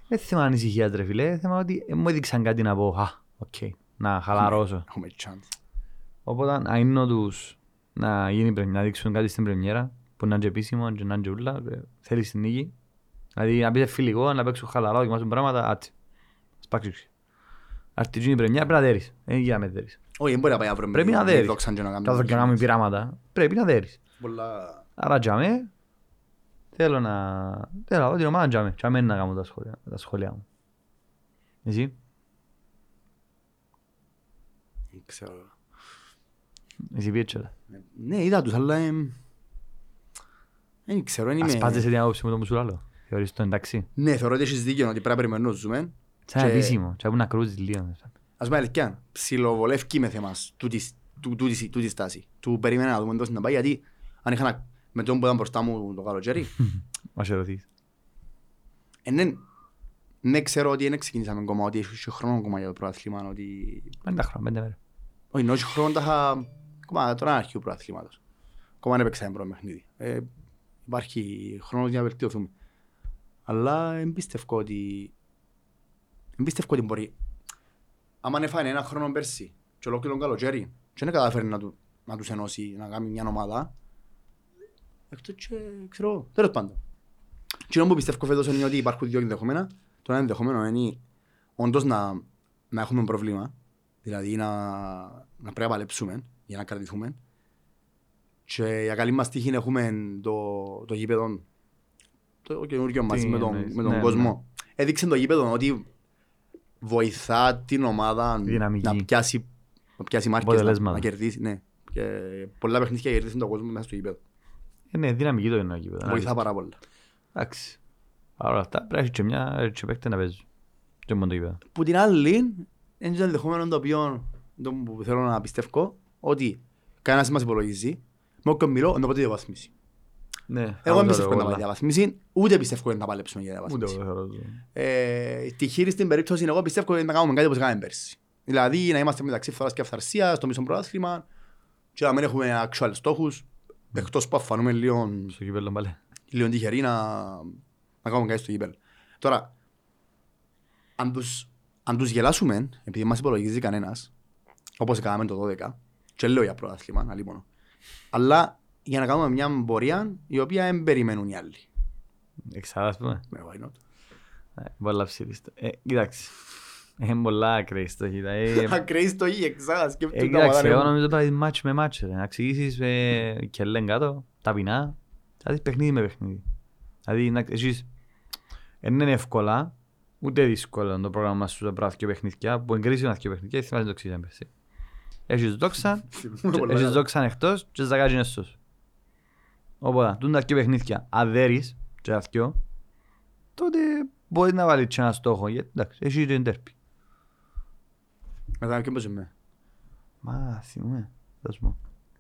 Speaker 2: Δεν θέμα ανησυχία ρε φίλε, θέμα ότι ε, μου έδειξαν κάτι να πω «Α, οκ, να χαλαρώσω».
Speaker 1: Έχουμε chance.
Speaker 2: Οπότε αν είναι τους να, γίνει, πρεμι- να δείξουν κάτι στην πρεμιέρα που να είναι και επίσημο και να είναι και ούλα, ε, θέλεις την νίκη. Δηλαδή να πεις φιλικό, να παίξουν χαλαρά, δοκιμάσουν πράγματα, άτσι. Σπάξεις. Αρτιτζίνη πρεμιέρα πρέπει να δέρεις. Δεν γίνεται να με δέρεις.
Speaker 1: Όχι, δεν μπορεί να πάει αύριο με-
Speaker 2: Πρέπει να
Speaker 1: με
Speaker 2: δέρεις.
Speaker 1: δόξαν και να κάνουμε-
Speaker 2: Κάθε και να κάνουμε πειράματα, πρέπει να δέρεις.
Speaker 1: Πολλά-
Speaker 2: Άρα τζαμέ, θέλω να... Θέλω να δω την ομάδα τζαμέ. Τζαμέ είναι να κάνω τα σχόλια, τα σχόλια μου. Εσύ,
Speaker 1: δεν ξέρω.
Speaker 2: εσύ πιέτσελα.
Speaker 1: Ναι, είδα τους, αλλά... εμ, Δεν ξέρω, δεν είμαι...
Speaker 2: Ασπάζεσαι την άποψη μου το μουσουράλο. Θεωρείς το εντάξει.
Speaker 1: Ναι, θεωρώ ότι έχεις δίκιο ότι πρέπει να περιμένουμε.
Speaker 2: Σαν
Speaker 1: Και-
Speaker 2: επίσημο. Σαν που να κρούζεις λίγο.
Speaker 1: Ας πούμε αλήθεια, ψιλοβολεύκει με θέμα σ- τούτης- του- τούτης- τούτης στάση. Του περίμενα να δούμε εντός να πάει, γιατί αν είχα να... με τον που ήταν μπροστά μου το καλοκαίρι,
Speaker 2: Μας σε ρωτήσεις.
Speaker 1: Ενεν, ναι ξέρω ότι δεν ξεκινήσαμε ακόμα, ότι έχει χρόνο ακόμα για το πρωτάθλημα, ότι...
Speaker 2: Πέντε χρόνια, πέντε μέρες.
Speaker 1: Όχι, ενώ έχει χρόνο τα είχα... Ακόμα τώρα είναι αρχείο πρωταθλήματος. Ακόμα δεν παίξαμε πρώτο παιχνίδι. Ε, υπάρχει χρόνος για να βελτιωθούμε. Αλλά εμπιστευκό ότι... Εμπιστευκό ότι μπορεί. Άμα έφανε ένα χρόνο πέρσι και ολόκληρο καλοκαίρι και δεν κατάφερε να, του, να τους ενώσει, να κάνει μια ομάδα, εκτός και ξέρω, τέλος πάντων. Τι που πιστεύω φέτος είναι ότι υπάρχουν δύο ενδεχομένα. Το ένα ενδεχομένο είναι όντως να, να έχουμε προβλήμα. Δηλαδή να, να πρέπει να παλέψουμε για να κρατηθούμε. Και για καλή μας τύχη να έχουμε το, το γήπεδο, το καινούργιο μας
Speaker 2: Τι
Speaker 1: με τον,
Speaker 2: εννοείς,
Speaker 1: με τον
Speaker 2: ναι,
Speaker 1: κόσμο. Έδειξε το γήπεδο ότι βοηθά την ομάδα
Speaker 2: Δυναμική.
Speaker 1: να πιάσει, να πιάσει μάρκες, να,
Speaker 2: Αποτελέσματα.
Speaker 1: να κερδίσει. Ναι. Και πολλά παιχνίδια κερδίσουν τον κόσμο μέσα στο γήπεδο.
Speaker 2: Ε, ναι, δυναμική το είναι ο γήπεδο.
Speaker 1: Βοηθά πάρα πολλά.
Speaker 2: Εντάξει. Παρ' όλα αυτά πρέπει να έχει και μια έτσι παίκτη να παίζει. Και μόνο το γήπεδο.
Speaker 1: Που την άλλη, είναι το ενδεχόμενο το οποίο το που θέλω να πιστεύω ότι κανένας μας υπολογίζει. Με όποιον μιλώ, να ποτέ διαβαθμίσει.
Speaker 2: Ναι.
Speaker 1: Εγώ δεν πιστεύω να πάει διαβαθμίσει, ούτε πιστεύω να παλέψουμε για διαβαθμίσει. Ε, τυχήρη στην περίπτωση, εγώ πιστεύω να κάνουμε κάτι όπως κάναμε πέρσι. Δηλαδή να είμαστε μεταξύ φθοράς και αυθαρσίας, στο μισό πρωτάθλημα και να μην έχουμε actual στόχους, εκτός που αφανούμε λίγο
Speaker 2: Στο γήπεδο πάλι.
Speaker 1: λίγο τυχεροί να, να κάνουν κάτι στο γήπεδο. Τώρα, αν τους, αν τους γελάσουμε, επειδή μας υπολογίζει κανένας, όπως κάναμε το 12, και λέω για πρωτάθλημα, να λείπωνο, αλλά για να κάνουμε μια πορεία η οποία δεν περιμένουν οι άλλοι.
Speaker 2: Εξάρα, ας πούμε.
Speaker 1: Με why not.
Speaker 2: Ε, Πολλά ψηλίστα. Ε, Κοιτάξτε. Είναι πολλά ακραία Ε,
Speaker 1: Αν κρέεις το ή εξάδα, σκέφτομαι
Speaker 2: Ε, Κοίταξε, εγώ νομίζω τα δεις μάτς με μάτς. ρε. Να ξεκινήσεις ε, και λένε κάτω, ταπεινά, θα δεις παιχνίδι με παιχνίδι. Δηλαδή, να, εσείς, εν είναι εύκολα, ούτε δύσκολα το πρόγραμμας σου να και παιχνίδια, που εγκρίζουν δύο παιχνίδια, θυμάσαι το ξεκινάμε πέρσι. ε. Έχεις δόξα,
Speaker 1: Θυμούμαι πολλά
Speaker 2: έχεις
Speaker 1: καλά.
Speaker 2: δόξα εκτός και ζαγάζει είναι στους. Οπότε, τούν τα δύο παιχνίδια, αδέρεις και τα δυο, τότε μπορείς να βάλεις και ένα στόχο, γιατί εντάξει, έχεις την τέρπη.
Speaker 1: Μετά και παίζουμε.
Speaker 2: Μα, θυμούμε, δώσ' μου.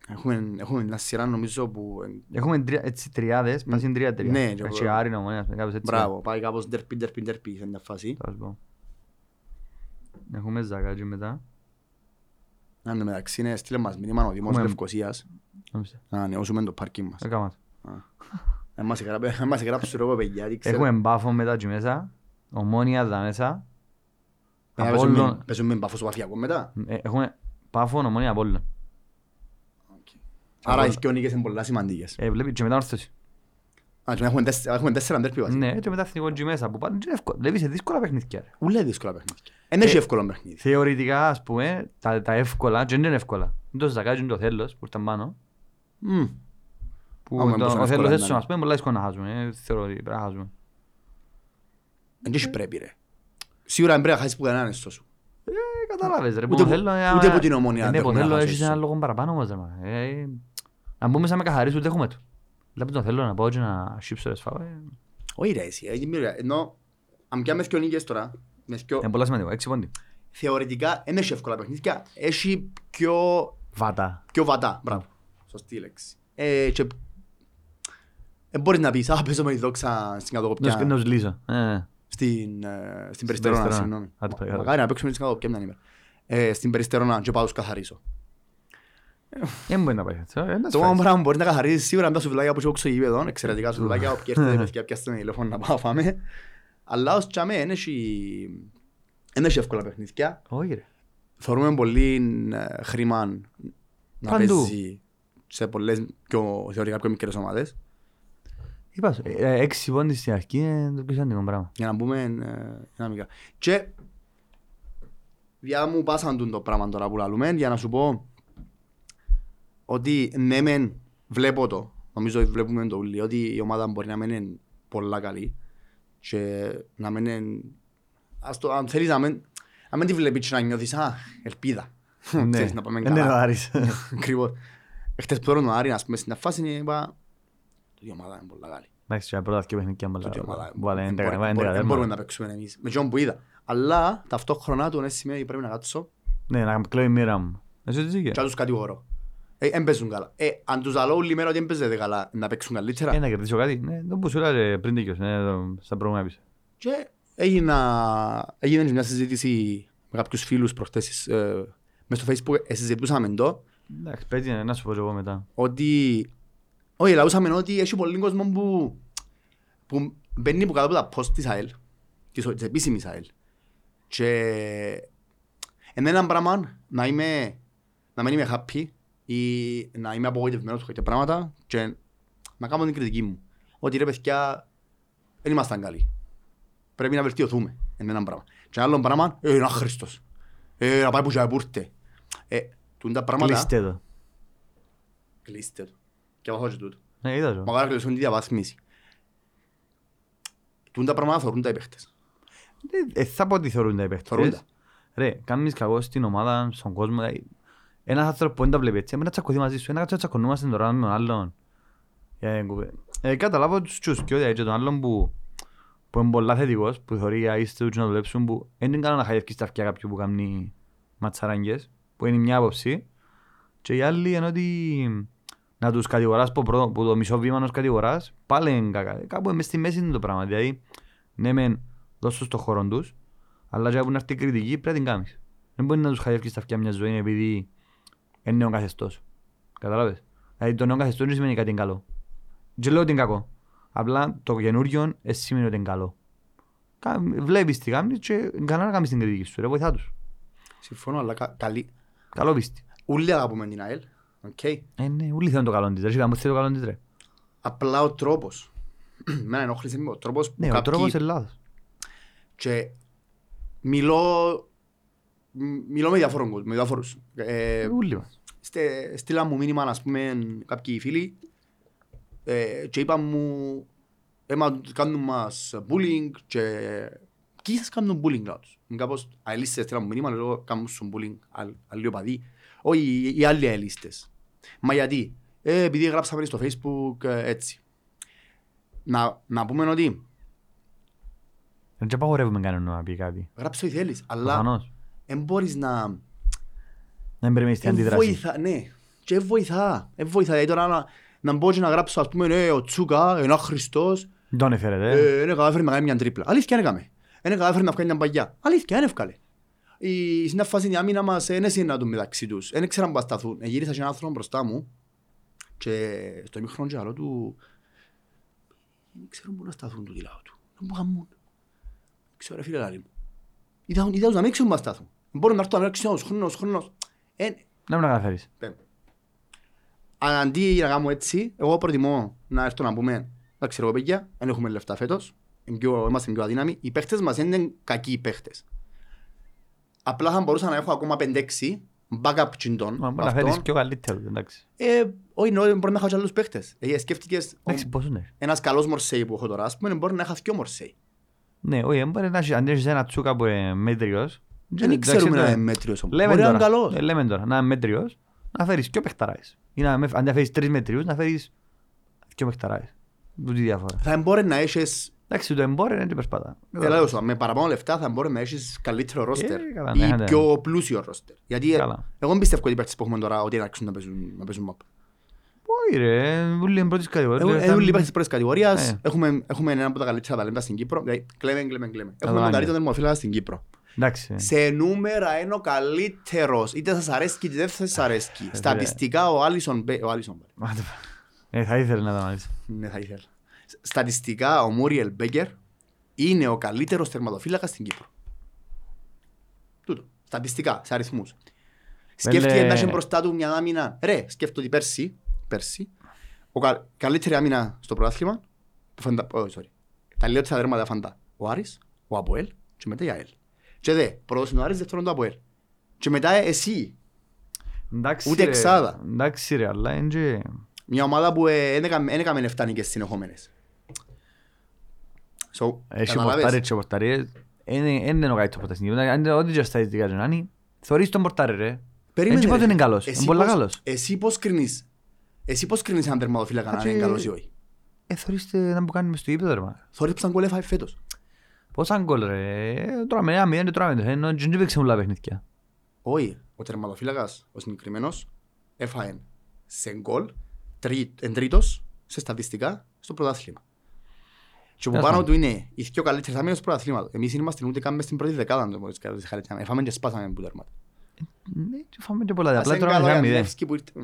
Speaker 1: Έχουμε, έχουμε μια σειρά νομίζω που... ε,
Speaker 2: Έχουμε τρία, έτσι τριάδες, πας είναι τρία τρία.
Speaker 1: Ναι, και εγώ.
Speaker 2: Έτσι άρινο μόνος, κάπως έτσι.
Speaker 1: Μπράβο, πάει κάπως ντερπι, ντερπι, ντερπι, σε μια φάση.
Speaker 2: Θα σου πω. Έχουμε ζαγάτζι μετά.
Speaker 1: Αν τω μεταξύ είναι, στείλε μας μήνυμα ο Δήμος
Speaker 2: Έχουμε- Ε-
Speaker 1: Λευκοσίας
Speaker 2: Νόμιζα.
Speaker 1: να ανανεώσουμε το πάρκινγκ μας.
Speaker 2: Έκαμα το.
Speaker 1: Αν μας εγγράψει- αν μας εγγράψει ρόγο παιδιά, τι ξέρω.
Speaker 2: Έχουμε μπάφο μετά και μέσα. Ομόνια δα μέσα.
Speaker 1: Άρα
Speaker 2: Απόλλων-
Speaker 1: παίζουμε- Παίζουμε με παφό στο βαθιακό μετά.
Speaker 2: Ε, Έχουμε πάφο, ομόνια, απόλλων.
Speaker 1: Άρα οι
Speaker 2: Απόλλων.
Speaker 1: δυο νίκες είναι πολλά σημαντικές.
Speaker 2: Ε, βλέπεις και μετά όρθωση.
Speaker 1: Α, και να έχουμε τέσσερα- έχουμε τέσσερα ντέρπι βασικά.
Speaker 2: Ναι, και μετά εθνικό τζι μέσα που πάνε. και είναι εύκολο. Βλέπεις ε, δύσκολα παιχνίδια. ρε.
Speaker 1: Ούλα δύσκολα παιχνίδια. Εν
Speaker 2: Ε-
Speaker 1: έχει εύκολο παιχνίδι.
Speaker 2: Θεωρητικά, ας πούμε, τα, τα εύκολα, και δεν είναι εύκολα. Είναι το ζαγάτζι, είναι το θέλος που ήταν πάνω.
Speaker 1: Μμ.
Speaker 2: Που
Speaker 1: Άμα
Speaker 2: το-
Speaker 1: μπορούσαν
Speaker 2: ο
Speaker 1: εύκολα
Speaker 2: θέλος
Speaker 1: να
Speaker 2: έτσι,
Speaker 1: είναι.
Speaker 2: ας πούμε, πολλά δύσκολα να χάσουμε. Ε, Θεωρώ ότι πρέπει να χάσουμε.
Speaker 1: Εν τέχει πρέπει ρε. Σίγουρα δεν πρέπει να χάσεις που κανέναν εστό σου.
Speaker 2: Ε, Κατάλαβες ρε,
Speaker 1: Ούτε που-
Speaker 2: Ποθέλο, ε,
Speaker 1: ούτε
Speaker 2: άμα-
Speaker 1: που την Ομόνια
Speaker 2: Ε, Ναι,
Speaker 1: δέχομαι να
Speaker 2: Ποθέλο
Speaker 1: χάσω
Speaker 2: έχεις
Speaker 1: εσύ.
Speaker 2: ένα λόγο παραπάνω όμως ρε μα. Ε, ε, Αν μπούμε σαν με καθαρίσου δέχομαι το. Δηλαδή τον θέλω να πάω και να σύψω ρε σφάω. ε,
Speaker 1: Όχι ρε εσύ, ε, δημιουργία. Ενώ, αν πιάμε δυο νίκες τώρα, με δυο-
Speaker 2: Είναι πολύ σημαντικό, έξι πόντι.
Speaker 1: θεωρητικά εν έχει εύκολα παιχνίδια. Έχει πιο
Speaker 2: Βάτα.
Speaker 1: πιο βατά. Μπράβο. Σωστή λέξη. Ε, και... ε, μπορείς να πεις, α, παίζω με τη δόξα στην
Speaker 2: Να σου-
Speaker 1: κατοκοπιά.
Speaker 2: Να σου λύσω. Ε,
Speaker 1: στην, ε, στην
Speaker 2: Περιστερώνα.
Speaker 1: Περιστερώνα, συγγνώμη.
Speaker 2: Άντε, πάει,
Speaker 1: Μα-
Speaker 2: καλά.
Speaker 1: Μακάρι να παίξουμε στην Καδοπιά μια ημέρα. Ε, Στην Περιστερώνα και πάω τους καθαρίσω.
Speaker 2: Δεν μπορεί να πάει έτσι. ε, να
Speaker 1: Το
Speaker 2: σου
Speaker 1: μόνο
Speaker 2: φάει.
Speaker 1: πράγμα που μπορεί να καθαρίζεις σίγουρα είναι τα σουβλάκια που έχω στο γήπεδο, εξαιρετικά σουβλάκια, όποια έρθετε παιδιά πιάστε με τηλέφωνο να πάω φάμε. Αλλά ως τσάμε δεν έχει- δεν έχει εύκολα παιχνίδια.
Speaker 2: Όχι ρε.
Speaker 1: Θεωρούμε πολύ ε, χρήμα να
Speaker 2: Παντού.
Speaker 1: παίζει σε πολλές πιο, θεωρικά πιο μικρές ομάδες.
Speaker 2: Είπα σου, ε, ε, έξι πόντι στην αρχή είναι το πιο σημαντικό πράγμα.
Speaker 1: Για να μπούμε ε, δυναμικά. Και διά μου πάσαν τούν το πράγμα τώρα που λαλούμε για να σου πω ότι ναι μεν βλέπω το. Νομίζω ότι βλέπουμε το όλοι ότι η ομάδα μπορεί να μένει πολλά καλή και να μένει ας το, αν θέλεις να μην, να μην τη βλέπεις και να νιώθεις α, ελπίδα. Ξέρεις να πάμε
Speaker 2: Ε, ναι,
Speaker 1: καλά.
Speaker 2: ο Άρης.
Speaker 1: Ακριβώς. Χτες που τον Άρη, ας πούμε, στην φάση είπα ότι η ομάδα είναι πολλά καλή.
Speaker 2: Εντάξει, τώρα πρώτα και παιχνίδια πολλά.
Speaker 1: Τούτη η ομάδα.
Speaker 2: Βάλε
Speaker 1: Δεν
Speaker 2: έντεκα,
Speaker 1: Ε, μπορεί-
Speaker 2: βάλε έντεκα,
Speaker 1: μπορεί- Δεν
Speaker 2: τέρμα.
Speaker 1: μπορούμε να παίξουμε εμείς. Με τον που είδα. Αλλά ταυτόχρονα του ναι σημαίνει ότι πρέπει να κάτσω
Speaker 2: Ναι, να κλαίει η μοίρα μου. Εσύ τι
Speaker 1: και
Speaker 2: ζήκε.
Speaker 1: να τους κατηγορώ. Ε, εν παίζουν καλά. Ε, αν τους αλώ όλη μέρα ότι δεν παίζετε καλά, να παίξουν καλύτερα.
Speaker 2: Ε, να κερδίσω κάτι. Ναι, το που σου λέω, ρε, πριν τέτοιος, ναι, το- στα προηγούμενα επίσης.
Speaker 1: Και έγινα, έγινε και μια συζήτηση με κάποιους φίλους προχτές ε, μες στο facebook, ε, συζητούσαμε το,
Speaker 2: Εντάξει, παίζει να σου πω και εγώ μετά.
Speaker 1: ότι... Όχι, λαούσαμε ότι έχει πολύ κόσμο που, που μπαίνει από κάτω από τα post της ΑΕΛ, της, της επίσημης ΑΕΛ. Και είναι ένα πράγμα να είμαι, να μην είμαι happy ή να είμαι απογοητευμένος από κάποια πράγματα και να κάνω την κριτική μου. Ότι ρε παιδιά, δεν ήμασταν καλοί. Πρέπει να βελτιωθούμε. Είναι ένα πράγμα. Και ένα άλλο πράγμα, ε, είναι άχρηστος. Ε, να πάει που και πούρτε. Ε, τούντα πράγματα...
Speaker 2: Κλείστε το.
Speaker 1: Κλείστε το. Και βάζω και τούτο.
Speaker 2: Ναι, είδα το.
Speaker 1: Μα να κλειστούν τη διαβάθμιση. Τούν τα πράγματα θωρούν τα οι παίχτες.
Speaker 2: Ε, Ε, θα πω ότι θεωρούν τα οι παίχτες.
Speaker 1: Θεωρούν τα.
Speaker 2: Ρε, κάνεις κακό στην ομάδα, στον κόσμο. ε, Ένας άνθρωπος που δεν τα βλέπει έτσι, εμένα τσακωθεί μαζί σου. Ένα κάτσο τσακωνούμαστε τώρα με τον άλλον. Ε, κουβε- Ε, καταλάβω τους τσους και ότι τον άλλον που που είναι πολλά θετικός, που θεωρεί για είστε τους να δουλέψουν, που δεν είναι κανένα να χαϊδευκείς τα αυτιά κάποιου που κάνει ματσαράγγες, που είναι μια άποψη. Και η άλλη είναι ότι να τους κατηγοράς που, πρώτο, που το μισό βήμα να τους κατηγοράς, πάλι είναι κακά. Ε, Κάπου μες στη μέση είναι το πράγμα. Δηλαδή, ναι μεν δώσ' τους το χώρο τους, αλλά για που να έρθει η κριτική πρέπει να την κάνεις. Δεν μπορείς να τους χαϊδεύκεις τα αυτιά μιας ζωής επειδή είναι νέο καθεστώς. Καταλάβες. Δηλαδή το νέο καθεστώς δεν σημαίνει κάτι είναι καλό. Δεν λέω ότι είναι κακό. Απλά το καινούριο δεν σημαίνει ότι είναι καλό. Κα- Βλέπεις τι κάνεις και κανένα να κάνεις την κριτική σου. Ρε βοηθά τους.
Speaker 1: Συμφωνώ, αλλά κα, καλή.
Speaker 2: Καλό πίστη.
Speaker 1: Ούλοι αγαπούμε την ΑΕΛ. Οκ.
Speaker 2: Ε, ναι, όλοι θέλουν το καλό της. Ρε, σιγά μου θέλει το καλό της, ρε.
Speaker 1: Απλά ο τρόπος. Μένα ενόχλησε με ο τρόπος που
Speaker 2: Ναι, ο
Speaker 1: κάποιοι...
Speaker 2: τρόπος είναι λάθος.
Speaker 1: Και μιλώ... μ- Μιλώ με διάφορους. κόσμους, Με διάφορους. Ε,
Speaker 2: Ε, Όλοι μας.
Speaker 1: στε- στείλα μου μήνυμα, ας πούμε, κάποιοι φίλοι ε, και είπαν μου «Έμα κάνουν μας bullying και ποιοι σας κάνουν bullying να τους». Είναι Κάπως αελίστες στείλα μου μήνυμα, λέω «Κάνουν σου bullying αλ- άλλοι οπαδοί». Όχι, οι άλλοι αελίστες. Μα γιατί, ε, επειδή γράψαμε στο facebook ε, έτσι. Να, να πούμε ότι
Speaker 2: Δεν και απαγορεύουμε κανέναν να πει κάτι.
Speaker 1: γράψε ό,τι θέλεις, αλλά
Speaker 2: Προφανώς.
Speaker 1: δεν μπορείς να...
Speaker 2: Δεν περιμένεις την
Speaker 1: Ε,
Speaker 2: αντίδραση.
Speaker 1: Βοηθά, ναι. Και ε, βοηθά. Ε, βοηθά. Δηλαδή τώρα να, να μπω και να γράψω, ας πούμε, ναι, ο Τσούκα, ένα Χριστός,
Speaker 2: Δεν τον έφερετε.
Speaker 1: ε, ναι, κατάφερε να κάνει μια τρίπλα. Αλήθεια, έκαμε. Ε, ναι, κατάφερε να βγάλει μια παγιά. Αλήθεια, δεν εύκαλε. Η συνάφαση η άμυνα μας ε, δεν συναντούν μεταξύ τους. Ε, Δεν ξέραν που θα σταθούν. Ε, Γύρισα σε έναν άνθρωπο μπροστά μου και στο ημίχρονο και άλλο του δεν ξέρουν πού να σταθούν του λαό του. Δεν μπορούν να γαμούν. Δεν Ξέρω, ρε φίλε, λαλή μου. Είδα, είδα τους να μην ξέρουν πού να σταθούν. Μπορούν να έρθουν να λέξουν χρόνος, χρόνος. Ε,
Speaker 2: Να μην τα καταφέρεις.
Speaker 1: Πέμπτη. Αλλά Αντί να κάνουμε έτσι, εγώ προτιμώ να έρθω να πούμε «Εντάξει ρε παιδιά, δεν έχουμε λεφτά φέτος, είναι πιο- είμαστε πιο αδύναμοι, οι παίχτες μας δεν είναι κακοί παίχτες». Απλά θα μπορούσα να έχω ακόμα 5-6 backup τσιντών
Speaker 2: Μα μπορεί να φέρεις
Speaker 1: αυτών.
Speaker 2: πιο καλύτερο. Εντάξει.
Speaker 1: Ε, Όχι, εννοώ, μπορεί να έχω και άλλους παίχτες. Ε, Σκέφτηκες ο-
Speaker 2: Εντάξει, πόσο είναι.
Speaker 1: ένας καλός μορσέι που έχω τώρα, ας πούμε, μπορεί να έχω δυο μορσέι.
Speaker 2: Ναι, όχι, δεν μπορεί να έχεις- αν έχεις ένα τσούκα που είναι μέτριος.
Speaker 1: Δεν
Speaker 2: εντάξει,
Speaker 1: ξέρουμε να
Speaker 2: τώρα,
Speaker 1: είναι μέτριος όμως.
Speaker 2: λέμε
Speaker 1: Μπορεί να είναι
Speaker 2: τώρα,
Speaker 1: καλός.
Speaker 2: ε, λέμε τώρα, να είναι μέτριος, να φέρεις πιο παιχταράες. Ή να με- αντί να φέρεις τρεις μέτριους, να φέρεις πιο παιχταράες. Τούτη η διαφορά.
Speaker 1: Θα μπορεί να έχεις
Speaker 2: Εντάξει, το εμπόριο είναι και περπατά.
Speaker 1: Έλα, όσο, με παραπάνω λεφτά θα μπορεί να έχεις καλύτερο ρόστερ
Speaker 2: Ε, καλά, ναι,
Speaker 1: ή
Speaker 2: ναι.
Speaker 1: πιο πλούσιο ρόστερ. Γιατί ε,
Speaker 2: Καλά.
Speaker 1: εγώ δεν πιστεύω ότι οι παίκτες που έχουμε τώρα ότι να αρχίσουν να παίζουν, να παίζουν map.
Speaker 2: Όχι ρε, όλοι είναι πρώτης κατηγορίας. Δηλαδή,
Speaker 1: Έχουν ε, όλοι οι παίκτες
Speaker 2: Ήταν-
Speaker 1: πρώτης κατηγορίας,
Speaker 2: Ε.
Speaker 1: έχουμε, έχουμε ένα από τα καλύτερα ταλέντα στην Κύπρο. Δηλαδή, κλαίμε, κλαίμε, κλαίμε. Έχουμε
Speaker 2: Καλά,
Speaker 1: τον
Speaker 2: ναι.
Speaker 1: καλύτερο δερμοφύλακα στην Κύπρο.
Speaker 2: Εντάξει.
Speaker 1: Σε νούμερα είναι ο καλύτερος. Είτε σας αρέσει είτε δεν σας
Speaker 2: Ε,
Speaker 1: αρέσει. Στατιστικά ο Άλισον Μπέ- ο Άλισον Μπέ-
Speaker 2: Μάτε, Ε, θα ήθελα να τα μάθεις.
Speaker 1: Ναι, θα ήθελα. Στατιστικά ο Μούριελ Μπέγκερ είναι ο καλύτερος θερματοφύλακας στην Κύπρο. Τούτο. Στατιστικά, σε αριθμούς. Σκέφτηκε
Speaker 2: λέει-
Speaker 1: να έχει μπροστά του μια άμυνα. Ρε, σκέφτομαι ότι πέρσι, πέρσι ο κα- καλύτερη άμυνα στο πρωτάθλημα που φαντα... oh, sorry. Τα λέω ότι θα δέρματα φαντά. Ο Άρης, ο Αποέλ και μετά η ΑΕΛ. Και δε, πρώτος είναι ο Άρης, δεύτερον το Αποέλ. Και μετά εσύ,
Speaker 2: Εντάξει,
Speaker 1: Ούτε
Speaker 2: ρε.
Speaker 1: εξάδα.
Speaker 2: Εντάξει ρε, αλλά είναι και...
Speaker 1: μια ομάδα που ε, δεν έκαμε 7 νίκες συνεχόμενες. So,
Speaker 2: Έχει
Speaker 1: καταλάβες.
Speaker 2: πορτάρες και πορταρίες. Είναι είναι ο καλύτερος πορτάρης στην Κύπρο. Αν είναι ό,τι και στατιστικά και να είναι, θεωρείς τον πορτάρι ρε.
Speaker 1: Περίμενε,
Speaker 2: Έτσι πότε
Speaker 1: ρε.
Speaker 2: είναι καλός.
Speaker 1: Εσύ
Speaker 2: Είναι πολλά
Speaker 1: πώς-
Speaker 2: καλός.
Speaker 1: Εσύ πώς κρίνεις. Εσύ πώς κρίνεις αν τερματοφύλακα να
Speaker 2: Κάτσε.
Speaker 1: είναι καλός ή όχι.
Speaker 2: Ε, θεωρείς τε- να μου κάνεις μες στο γήπεδο ρε μάνα.
Speaker 1: Θωρείς που σαν κόλ έφαγε φέτος.
Speaker 2: Πόσα γκολ ρε. Ε, Τώρα με ένα μηδέν και τώρα με το ένα. Δεν έπαιξε πολλά παιχνίδια.
Speaker 1: Όχι. Ο τερματοφύλακας, ο συγκεκριμένος, έφαγε σε γκολ τρί- εν τρίτος σε στατιστικά στο πρωτάθλημα. Και από
Speaker 2: Τέλος
Speaker 1: πάνω
Speaker 2: πάντων.
Speaker 1: του είναι οι δυο καλύτερες άμυνες του πρωταθλήματος. Εμείς είμαστε ούτε καν μες στην πρώτη δεκάδα αν το μπορείς κατά τη χαρακτήρα. Εφάμε και σπάσαμε που τέρμα.
Speaker 2: Ναι, και φάμε και πολλά.
Speaker 1: Ας
Speaker 2: Απλά
Speaker 1: είναι
Speaker 2: τώρα
Speaker 1: καλό
Speaker 2: είναι
Speaker 1: για
Speaker 2: μηδέν.
Speaker 1: Νεύσκη που ήρθε. Μμ.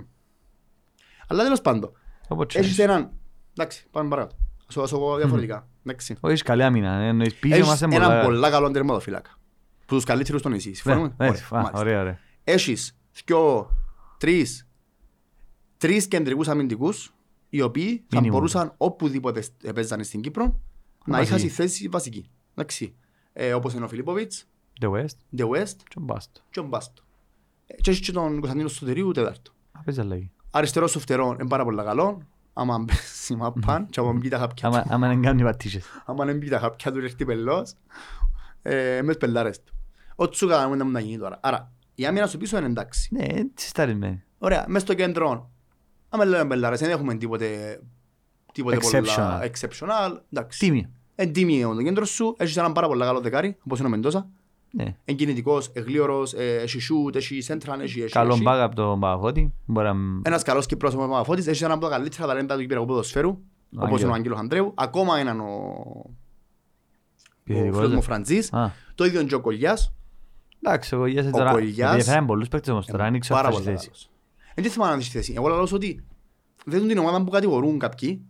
Speaker 1: Αλλά τέλος πάντων,
Speaker 2: Όπως
Speaker 1: έχεις
Speaker 2: ξέρεις.
Speaker 1: έναν... Εντάξει, πάμε παρακάτω. Ας το- ας το πω διαφορετικά. Εντάξει.
Speaker 2: Όχι, έχεις καλή άμυνα. ε, εννοείς πίσω
Speaker 1: Έχεις
Speaker 2: είμαστε πολλά.
Speaker 1: έναν πολλά καλό τερματοφύλακα. Που τους καλύτερους στο νησί.
Speaker 2: Ναι,
Speaker 1: Συμφωνούμε.
Speaker 2: ναι,
Speaker 1: Ωραία,
Speaker 2: α,
Speaker 1: μάλιστα.
Speaker 2: Ωραία, ωραία.
Speaker 1: Έχεις δυο, τρεις, τρεις κεντρικούς αμυντικούς, οι οποίοι θα
Speaker 2: Μίνιμουμ.
Speaker 1: μπορούσαν οπουδήποτε σ- έπαιζαν στην Κύπρο να
Speaker 2: Βασική.
Speaker 1: είχαν στη θέση βασική. Εντάξει. Ε, όπως είναι ο Φιλιππόβιτς,
Speaker 2: The West
Speaker 1: The West
Speaker 2: και ο Μπάστο.
Speaker 1: και ο Μπάστο. Ε, Και έχεις και τον Κωνσταντίνο Σωτηρίου τετάρτο.
Speaker 2: Α, Παίζει αλλαγή.
Speaker 1: Αριστερό σου φτερό είναι πάρα πολύ καλό. Άμα μπες η μαπάν και άμα μπει τα χαπιά του.
Speaker 2: Άμα άμα δεν κάνει πατήσεις.
Speaker 1: Άμα δεν μπει τα χαπιά του έρχεται πελός. Ε, μες πελάρες του. Ό,τι σου κάναμε να μου να γίνει τώρα. Άρα η άμυνα σου πίσω είναι εντάξει.
Speaker 2: Ναι, έτσι σταρισμένη.
Speaker 1: Ωραία, μες στο κέντρο. Άμα λέμε πελάρες, δεν έχουμε τίποτε, τίποτε πολλά
Speaker 2: Exceptional.
Speaker 1: exceptional. Εντάξει.
Speaker 2: Τίμια.
Speaker 1: Εν τίμη είναι το κέντρο σου. Έχεις έναν πάρα πολύ καλό δεκάρι, όπως είναι ο Μεντόσα.
Speaker 2: Ναι.
Speaker 1: Εν κινητικός, εγλίωρος, ε, έχει shoot, έχει central, έχει- έχει...
Speaker 2: Καλό
Speaker 1: έχει.
Speaker 2: μπακ από τον Παπαφώτη. Μπορεί να μ-
Speaker 1: Ένας καλός Κύπρος ο Παπαφώτης, έχει έναν από τα καλύτερα ταλέντα του Κυπριακού ποδοσφαίρου, όπως είναι ο Αγγέλος Ανδρέου. Ακόμα έναν ο, ο
Speaker 2: επιθετικός.
Speaker 1: φίλος μου ο Φραντζής.
Speaker 2: Α,
Speaker 1: Το ίδιο είναι και ο Κολλιάς,
Speaker 2: Εντάξει, ο Κολλιάς
Speaker 1: Ο
Speaker 2: τώρα.
Speaker 1: Κολλιάς-
Speaker 2: επειδή Έφεραν πολλούς παίκτες όμως τώρα, άνοιξε
Speaker 1: πάρα
Speaker 2: αυτές τις
Speaker 1: πολύ
Speaker 2: θέσεις.
Speaker 1: καλός. Εν τι θυμάμαι να δεις τη θέση. Εγώ λέω ότι δίνουν την ομάδα που κατηγορούν κάποιοι.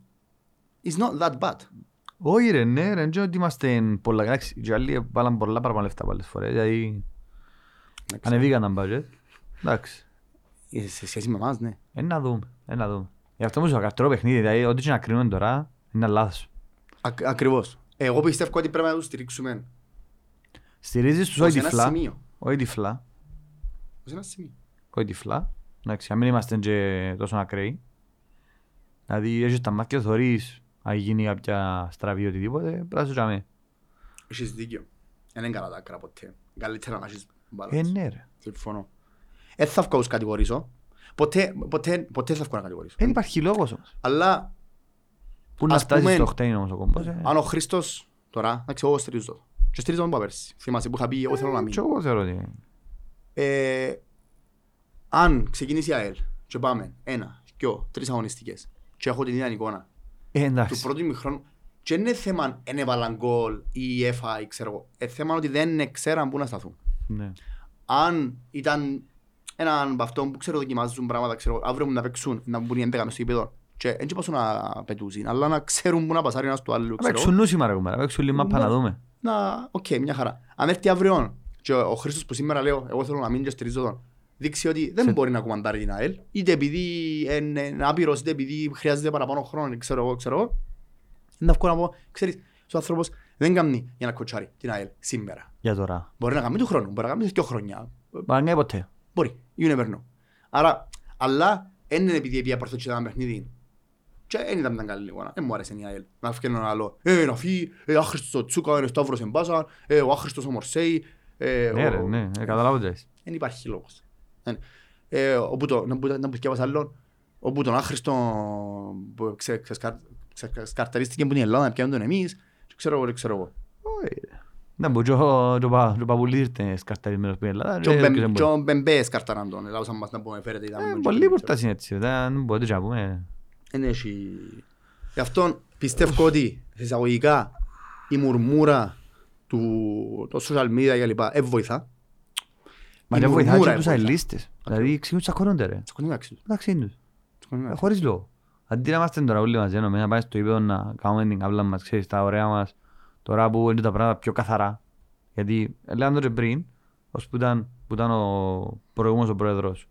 Speaker 1: It's not that bad.
Speaker 2: Όχι ρε, ναι ρε, δεν είμαστε πολλά. Εντάξει, οι άλλοι βάλαν πολλά παραπάνω λεφτά πολλές φορές. Δηλαδή, ανεβήκαν τα budget. Εντάξει,
Speaker 1: Ε, Σε σχέση με εμάς, ναι.
Speaker 2: ε, να δούμε, ε, να δούμε. Γι' αυτό μου σου καυτρό παιχνίδι, δηλαδή ό,τι και να κρίνουμε τώρα είναι λάθος.
Speaker 1: Ακ- Ακριβώς. Εγώ πιστεύω ότι πρέπει να τους στηρίξουμε.
Speaker 2: Στηρίζεις τους
Speaker 1: Ως
Speaker 2: όχι
Speaker 1: ένα
Speaker 2: τυφλά,
Speaker 1: σημείο.
Speaker 2: όχι τυφλά,
Speaker 1: Ως ένα σημείο.
Speaker 2: όχι τυφλά. Εντάξει, να μην είμαστε και τόσο ακραίοι. Δηλαδή, έχεις τα μάτια θωρείς, αν γίνει κάποια στραβή ή οτιδήποτε, πρέπει να σου Ε, τζαμί.
Speaker 1: Έχεις δίκιο. Δεν είναι καλά τα άκρα ποτέ. Καλύτερα να έχεις balance.
Speaker 2: Ε, ναι ρε.
Speaker 1: Συμφωνώ. Δεν θα βγω να τους κατηγορήσω. Ποτέ, ποτέ, ποτέ θα βγω να κατηγορήσω.
Speaker 2: Δεν Ε, υπάρχει λόγος όμως.
Speaker 1: Αλλά
Speaker 2: Πού να
Speaker 1: Ας πούμε-
Speaker 2: φτάσεις στο χτένι όμως ο κόμπος. ε.
Speaker 1: αν ο Χρήστος τώρα, εντάξει, εγώ στηρίζω. το. Και στηρίζω τον Παπέρση. Θυμάσαι που είχα πει, εγώ θέλω να
Speaker 2: Ε, Και
Speaker 1: μείνω.
Speaker 2: εγώ θεωρώ ότι...
Speaker 1: Ε, αν ξεκινήσει η ΑΕΛ και πάμε ένα, δυο, τρεις αγωνιστικές και έχω την ίδια εικόνα
Speaker 2: Ε,
Speaker 1: του
Speaker 2: εντάξει.
Speaker 1: πρώτου μηχρόνου και δεν είναι θέμα εν έβαλαν γκολ ή η ΕΦΑ ή ξέρω εγώ. Ε, θέμα είναι ότι δεν ξέραν πού να σταθούν.
Speaker 2: Ναι.
Speaker 1: αν ήταν έναν από αυτόν που ξέρω δοκιμάζουν πράγματα, ξέρω, αύριο μου να παίξουν, να μου πούνε έντεκα μες στο γήπεδο. Και δεν και πάσουν να πετούσουν, αλλά να ξέρουν που να πασάρει ένας του άλλου,
Speaker 2: Να
Speaker 1: ξέρω.
Speaker 2: παίξουν νούσιμα ρε κουμπάρα, να παίξουν λίγο
Speaker 1: Ναι.
Speaker 2: μάπα να δούμε.
Speaker 1: Να, οκ, μια χαρά. Αν έρθει αύριο και ο Χρήστος που σήμερα λέω, εγώ θέλω να μείνω και στηρίζω τον, δείξει ότι δεν μπορεί να κουμαντάρει την ΑΕΛ, είτε επειδή είναι είναι άπειρος, είτε επειδή χρειάζεται παραπάνω χρόνο, ξέρω εγώ, ξέρω εγώ. Να βγω να πω, ξέρεις, ο άνθρωπος δεν κάνει για να κοτσάρει την ΑΕΛ σήμερα.
Speaker 2: Για τώρα.
Speaker 1: Μπορεί να κάνει του χρόνου, μπορεί να κάνει δύο χρόνια,
Speaker 2: Μα δεν κάνει ποτέ.
Speaker 1: Μπορεί, you never know. Άρα, αλλά δεν είναι επειδή έπια προσθέτει ένα παιχνίδι. Και δεν ήταν μια καλή εικόνα. Δεν μου άρεσε η ΑΕΛ. Να φύγει έναν άλλο. Ε, να φύγει, ε, άχρηστος ο Τσούκα, είναι Σταύρος εν πάσα, ε, ο άχρηστος ο Μορσέη. Ε,
Speaker 2: Ναι
Speaker 1: ο-
Speaker 2: ρε, ναι, ε, καταλάβω τι λες.
Speaker 1: Δεν υπάρχει λόγος. Δεν- Ε, όπου το, να, μπου- να μπουσκεύας άλλον, όπου τον άχρηστο που ξε- ξεσκαρ- ξεσκαρταρίστηκε που είναι η Ελλάδα, να πιάνουν τον εμείς, και ξέρω εγώ, δεν ξέρω εγώ.
Speaker 2: Ναι, Να μπω, και ο- και ο Πα- και ο Παπουλής ήρθε σκαρταρισμένος που είναι Ελλάδα.
Speaker 1: Και ο
Speaker 2: ε,
Speaker 1: Μπεμ-
Speaker 2: και δεν
Speaker 1: και
Speaker 2: μπορεί.
Speaker 1: ο Μπεμπέ σκαρταραν τον, λάβουσαν μας να πούμε φέρετε. ήταν
Speaker 2: Ε,
Speaker 1: τον
Speaker 2: Πολλοί
Speaker 1: και-
Speaker 2: πορτάς είναι έτσι, δεν μπορείτε και να πούμε.
Speaker 1: Δεν έχει... Γι' αυτό πιστεύω ότι εισαγωγικά η μουρμούρα του το social media και λοιπά δεν βοηθά.
Speaker 2: Μα
Speaker 1: Η
Speaker 2: δεν βοηθάει
Speaker 1: μουρμούρα
Speaker 2: και τους
Speaker 1: δεν βοηθά.
Speaker 2: αελίστες. Δηλαδή ξεκινούν τσακώνονται ρε.
Speaker 1: Τσακώνει μεταξύ τους,
Speaker 2: Εντάξει είναι τους.
Speaker 1: τσακώνει
Speaker 2: Ε,
Speaker 1: μεταξύ
Speaker 2: Χωρίς λόγο. Αντί να είμαστε τώρα όλοι μαζί ενωμένοι, να πάμε στο ύπεδο να κάνουμε την καύλα μας, ξέρεις, τα ωραία μας, τώρα που είναι τα πράγματα πιο καθαρά. Γιατί ε, λέγαμε τότε πριν, ως που ήταν, που ήταν ο προηγούμενος ο πρόεδρος,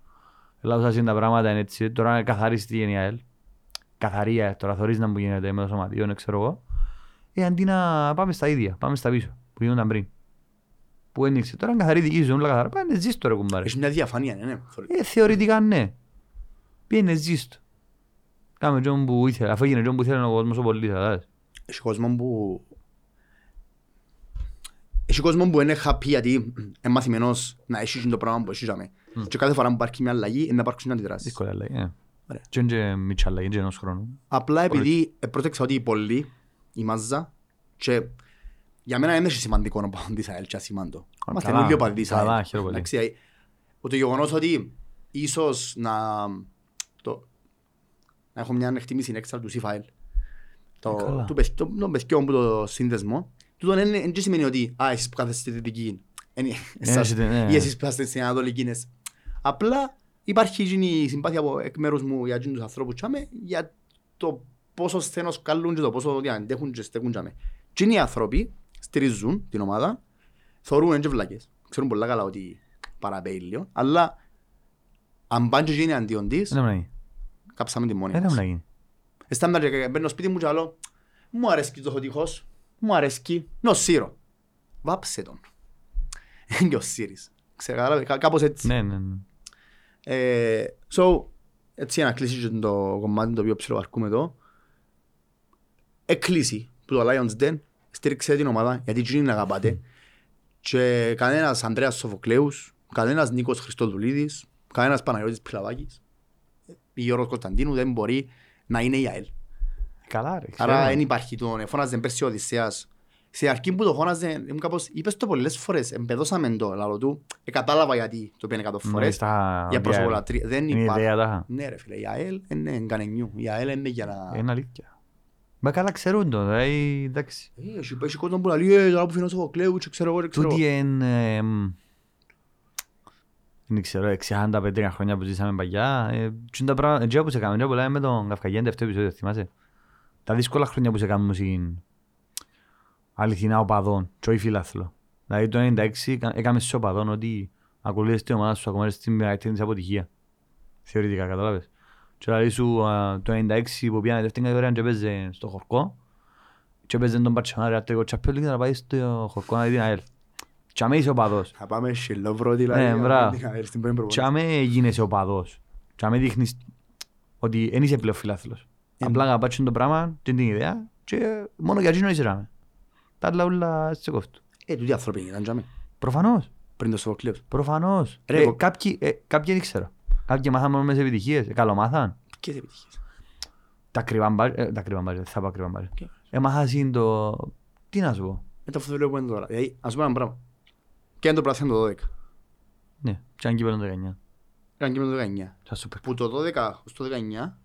Speaker 2: Λάζω σας είναι τα πράγματα είναι έτσι, τώρα είναι καθαρίστη η ΑΕΛ. Καθαρή η ΑΕΛ, τώρα θωρείς να μου γίνεται με το σωματείο, ναι, ξέρω εγώ. Ε, αντί να πάμε στα ίδια, πάμε στα πίσω, που γινόταν πριν. Που ένοιξε, τώρα είναι καθαρή η δική σου, όλα καθαρά, πάνε ζεις τώρα
Speaker 1: τους.
Speaker 2: κουμπάρε.
Speaker 1: Έχει μια διαφανία, ναι, ναι. sorry.
Speaker 2: Ε, θεωρητικά ναι. Πήγαινε ζεις του. Κάμε τζον που ήθελα, αφού έγινε τζον που ήθελε ο κόσμος ο πολίτης, κατάλαβες.
Speaker 1: Έχει κόσμο που... Έχει κόσμο που είναι happy γιατί είναι μαθημένος να έχει το πράγμα που έχει ζάμε. Και κάθε φορά που υπάρχει μια αλλαγή είναι να υπάρξουν αντιδράσεις.
Speaker 2: Δύσκολη αλλαγή, ναι.
Speaker 1: Ωραία.
Speaker 2: Και είναι και μίτσα αλλαγή, και ενός χρόνου.
Speaker 1: Απλά επειδή πρότεξα ότι οι πολλοί, η μάζα, και για μένα δεν έχει σημαντικό να πάω της ΑΕΛ και ασημάντο.
Speaker 2: Α,
Speaker 1: Είμαστε
Speaker 2: καλά,
Speaker 1: όλοι οπαδοί της
Speaker 2: καλά,
Speaker 1: ΑΕΛ.
Speaker 2: χαίρομαι πολύ.
Speaker 1: Εντάξει, ε, Το γεγονός ότι ίσως να, το, να έχω μια εκτίμηση έξτρα του ΣΥΦΑΕΛ το,
Speaker 2: Καλά.
Speaker 1: του παιχ- το- των παιχτιών που το σύνδεσμο, τούτο δεν είναι- δεν σημαίνει ότι «Α, εσείς που κάθεστε στη δυτική, εν- εσάς-
Speaker 2: έχετε, ναι.
Speaker 1: ή εσείς που κάθεστε στην ανατολική». είναι». Απλά υπάρχει εκείνη η συμπάθεια από εκ μέρους μου για εκείνους τους ανθρώπους τσάμε, για το πόσο σθένος καλούν και το πόσο αντέχουν και στέκουν τσάμε. Εκείνοι οι άνθρωποι στηρίζουν την ομάδα, θωρούν και βλακές. Ξέρουν πολλά καλά ότι παραπέει λίγο, αλλά αν πάνε και γίνει αντίον της,
Speaker 2: Δεν είναι
Speaker 1: κάψαμε τη μόνη
Speaker 2: Ε, Δεν
Speaker 1: μας.
Speaker 2: να γίνει.
Speaker 1: Αισθάνομαι και μπαίνω σπίτι μου και άλλο Μου αρέσκει το χωτικός Μου αρέσκει Νο σύρο Βάψε τον Είναι και ο Σύρης Ξεκατάλαβε κά- κάπως έτσι
Speaker 2: Ναι, ναι, ναι.
Speaker 1: ε, so, έτσι για να κλείσει και το κομμάτι το οποίο ψιλοβαρκούμε εδώ, εκκλείσει που το Lions Den στήριξε την ομάδα γιατί εκείνη να αγαπάτε και κανένας Ανδρέας Σοφοκλέους, κανένας Νίκος Χριστοδουλίδης, κανένας Παναγιώτης Πυλαβάκης ή Γιώργος Κωνσταντίνου δεν μπορεί να είναι η ΑΕΛ.
Speaker 2: Καλά, ρε. ξέρω.
Speaker 1: Άρα δεν υπάρχει τον φώναζε πέρσι ο Οδυσσέας. Σε αρκεί που το φώναζε, ήμουν κάπως, είπες το πολλές φορές, εμπεδώσαμε το λαλό του, ε, κατάλαβα γιατί το πένε 100
Speaker 2: Ναι,
Speaker 1: φορές,
Speaker 2: στα-
Speaker 1: για
Speaker 2: Είναι
Speaker 1: προσωπολατρία. Δεν υπάρχει.
Speaker 2: ιδέα τάχα.
Speaker 1: Ναι ρε φίλε, η ΑΕΛ ναι, είναι εγκανενιού. Η ΑΕΛ είναι για να...
Speaker 2: Είναι αλήθεια. Μα καλά ξέρουν το, δηλαδή, εντάξει.
Speaker 1: Ε, Έχει έχει κόσμο που λέει «Ε, τώρα που φινώ στο Φοκλέου και ξέρω εγώ, και ξέρω
Speaker 2: Τούτη
Speaker 1: εγώ».
Speaker 2: είναι... εμ, Δεν ξέρω, 65-3 χρόνια που ζήσαμε παγιά. ε, τι είναι τα πράγματα, έτσι όπως έκαμε, έτσι όπως λέμε με τον Καυκαγιάννη, τελευταίο επεισόδιο, θυμάσαι. Τα δύσκολα χρόνια που σε κάνουμε στην αληθινά οπαδών, και όχι φιλάθλο. Δηλαδή το 96 έκα- έκαμε σε οπαδών ότι ακολουθείς την ομάδα σου ακόμα και στην μεγαλύτερη της αποτυχία. Θεωρητικά, κατάλαβες. Και δηλαδή σου α, το 96 που πήγανε δεύτερη κατηγορία και παίζε στο χορκό και παίζε τον Παρτσιονά Real Τελικό Champions League να πάει στο χορκό να δει την ΑΕΛ. Και αμέ είσαι οπαδός.
Speaker 1: Θα πάμε σε λόβρο δηλαδή.
Speaker 2: Ναι,
Speaker 1: από
Speaker 2: μπράβο.
Speaker 1: την ΑΕΛ στην πρώην προπόνηση.
Speaker 2: Και αμέ γίνεσαι οπαδός. Και αμέ δείχνεις ότι δεν είσαι πλέον φιλάθλος.
Speaker 1: Ε,
Speaker 2: Απλά αγαπάς το πράγμα, την την ιδέα και μόνο για εκείνο είσαι ράμε. Τα άλλα όλα σε κόφτου.
Speaker 1: Ε, τούτοι άνθρωποι ήταν τζάμε,
Speaker 2: Προφανώς.
Speaker 1: πριν το Σοφοκλέου.
Speaker 2: Προφανώς.
Speaker 1: Ρε,
Speaker 2: Ε,
Speaker 1: εγώ-
Speaker 2: Κάποιοι ε, κάποιοι δεν ξέρω. Κάποιοι μάθαν μόνο μες επιτυχίες. Ε, Καλομάθαν.
Speaker 1: Ποιες επιτυχίες.
Speaker 2: Τα κρυβά μπάζ- ε, τα κρυβά μπάζ, δεν θα πω κρυβά Ε, μπάζ.
Speaker 1: Και-
Speaker 2: Έμαθα συν το... Τι να σου πω.
Speaker 1: Με Ε, το φωτοβολείο που είναι τώρα. Δηλαδή, ας πούμε ένα πράγμα. Και είναι το πράσινο το 12.
Speaker 2: Ναι, και αν κύπελλο το 19.
Speaker 1: Ήταν και με το 19.
Speaker 2: Σαν σούπερ.
Speaker 1: Που το 12 στο 19,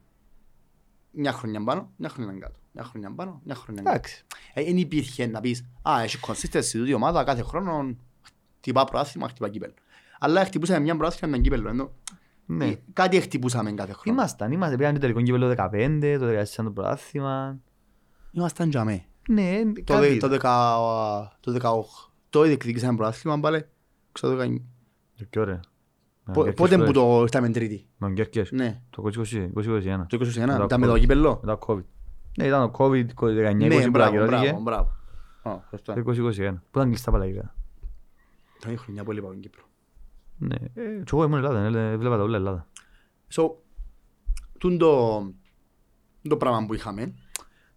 Speaker 1: μια χρονιά πάνω, μια χρονιά κάτω. Μια χρονιά πάνω, μια χρονιά κάτω.
Speaker 2: Εντάξει.
Speaker 1: Ε, Δεν υπήρχε να πεις «Α, έχει consistency τούτη η ομάδα κάθε χρόνο, χτυπά προάθλημα, χτυπά κύπελο». Αλλά χτυπούσαμε μια προάθλημα με κύπελο, ενώ
Speaker 2: Ναι.
Speaker 1: ε, κάτι χτυπούσαμε κάθε χρόνο.
Speaker 2: Ήμασταν, είμαστε. Πήγαμε το τελικό κύπελλο το 15, το 16 σαν το πρωτάθλημα.
Speaker 1: Ήμασταν τζαμέ.
Speaker 2: Ναι,
Speaker 1: Το,
Speaker 2: κάτι.
Speaker 1: δε- το, δεκα- το 18, το διεκδικήσαμε προάθλημα πάλι. ξέρω, το κάνει.
Speaker 2: Ε, Και ωραία. Με
Speaker 1: Πο-
Speaker 2: τον
Speaker 1: Πότε
Speaker 2: Κέρκες
Speaker 1: που
Speaker 2: πρώτα.
Speaker 1: το ήρθαμε τρίτη.
Speaker 2: Με τον Κέρκες.
Speaker 1: Ναι,
Speaker 2: Το 2020, 2021.
Speaker 1: το 2021,
Speaker 2: Μετά
Speaker 1: ήταν με το
Speaker 2: COVID.
Speaker 1: κύπελο.
Speaker 2: Μετά COVID. Ναι, ήταν το COVID, το 19, 20
Speaker 1: Ναι,
Speaker 2: που Ε-
Speaker 1: μπράβο,
Speaker 2: ακυρώθηκε.
Speaker 1: μπράβο, μπράβο. Ω, σωστά.
Speaker 2: Το 2021. Που ήταν κλειστά παλαγικά.
Speaker 1: Ήταν η χρονιά που έλειπα από την Κύπρο.
Speaker 2: Ναι. Ε, κι εγώ ήμουν Ελλάδα, ε, έβλεπα τα όλα Ελλάδα.
Speaker 1: So, τούν το- το πράγμα που είχαμε,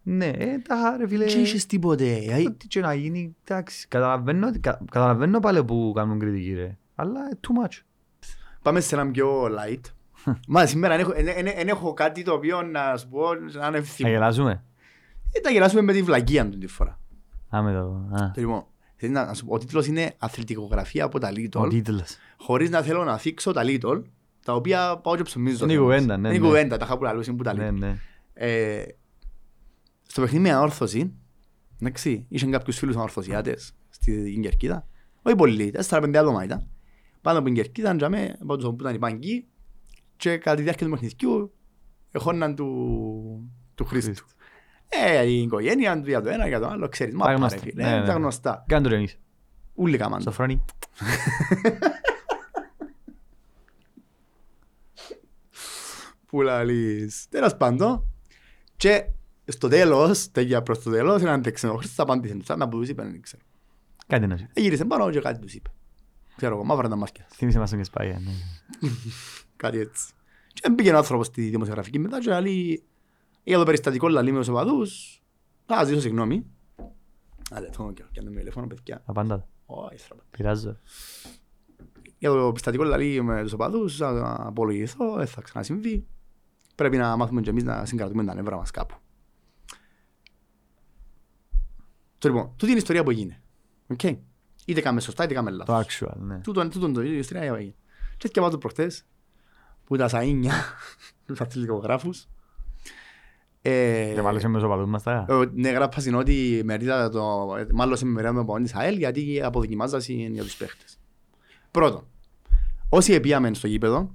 Speaker 2: Ναι, ε, τα ρε φίλε.
Speaker 1: δεν είχες τίποτε. δηλαδή,
Speaker 2: Ό,τι και να γίνει, εντάξει, καταλαβαίνω, ότι- κα- καταλαβαίνω πάλι που κάνουν κριτική ρε. Αλλά ε, too much.
Speaker 1: Πάμε σε έναν πιο light. Μα σήμερα δεν έχω, εν- εν- εν έχω κάτι το οποίο να σου πω να είναι
Speaker 2: Θα
Speaker 1: ευθύ.
Speaker 2: γελάσουμε.
Speaker 1: Ε, τα γελάσουμε με τη βλακία του τη φορά.
Speaker 2: Άμε το. α,
Speaker 1: Λοιπόν, θέλεις να- να σου πω, ο τίτλος είναι «Αθλητικογραφία από τα
Speaker 2: Ο
Speaker 1: Λίτολ»,
Speaker 2: τίτλος.
Speaker 1: χωρίς να θέλω να θίξω τα Λίτολ, τα οποία πάω και ψωμίζω.
Speaker 2: Είναι η κουβέντα, ναι,
Speaker 1: Είναι η
Speaker 2: ναι.
Speaker 1: κουβέντα, τα είχα που λαλούσαν που τα
Speaker 2: Ναι,
Speaker 1: Lidl.
Speaker 2: ναι.
Speaker 1: Ε, στο παιχνίδι με ανόρθωση, εντάξει, είχαν κάποιους φίλους ανορθωσιάτες στην Κερκίδα. Όχι πολλοί, τέσσερα πέντε άτομα ήταν. Πάνω από την Κερκίδα, τζαμε, από τους όπου ήταν οι παγκοί και κατά τη διάρκεια του παιχνιδιού εχώναν του, του Χρήστου. Ε, η οικογένεια του για το ένα, για το άλλο, ξέρεις, μα
Speaker 2: Τα
Speaker 1: πάρε
Speaker 2: γνωστά.
Speaker 1: φίλε,
Speaker 2: Ναι,
Speaker 1: ε,
Speaker 2: ναι.
Speaker 1: τα γνωστά.
Speaker 2: Κάνε το ρε εμείς.
Speaker 1: Ούλοι κάμαν
Speaker 2: Στο
Speaker 1: το.
Speaker 2: φρόνι.
Speaker 1: Που λαλείς, τέλος πάντων. Και στο τέλος, τέλεια προς το τέλος, έναν τεξινό Χρήστος απάντησε τους, να που τους είπε, δεν ξέρω.
Speaker 2: Κάντε να σου.
Speaker 1: Ε, Γύρισε πάνω και κάτι τους είπε. Ξέρω εγώ, μαύρα τα μάτια.
Speaker 2: Θύμισε μας τον Κεσπάγια. ναι.
Speaker 1: Κάτι έτσι. Και μπήκε ένα άνθρωπος στη δημοσιογραφική μετά και λέει για το περιστατικό λαλή με τους οπαδούς. Θα ζήσω συγγνώμη. Άντε, το και πιάνω με τηλέφωνο, παιδιά.
Speaker 2: Απάντα.
Speaker 1: Όχι, θραπα.
Speaker 2: Πειράζω.
Speaker 1: Για το περιστατικό λαλή με τους οπαδούς, θα απολογηθώ, δεν θα ξανασυμβεί. Πρέπει να μάθουμε και εμείς να συγκρατούμε τα νεύρα μας κάπου. Το λοιπόν, τούτη είναι η ιστορία που έγινε. Οκ. Είτε κάμε σωστά, είτε κάμε λάθος.
Speaker 2: Το actual, ναι.
Speaker 1: Τούτον, τούτον το ίδιο η ιστορία έγινε. Και θυκευάζω προχτές που τα σαΐνια τους αθλητικογράφους Ε,
Speaker 2: Και βάλεσαι με σοπαλούς μας τα.
Speaker 1: ε, Ναι, γράψα στην ότι μερίδα το, ε, μάλλον σε μερίδα με πόντις ΑΕΛ γιατί αποδοκιμάζασαι για τους παίχτες. Πρώτον, όσοι επίαμε στο γήπεδο,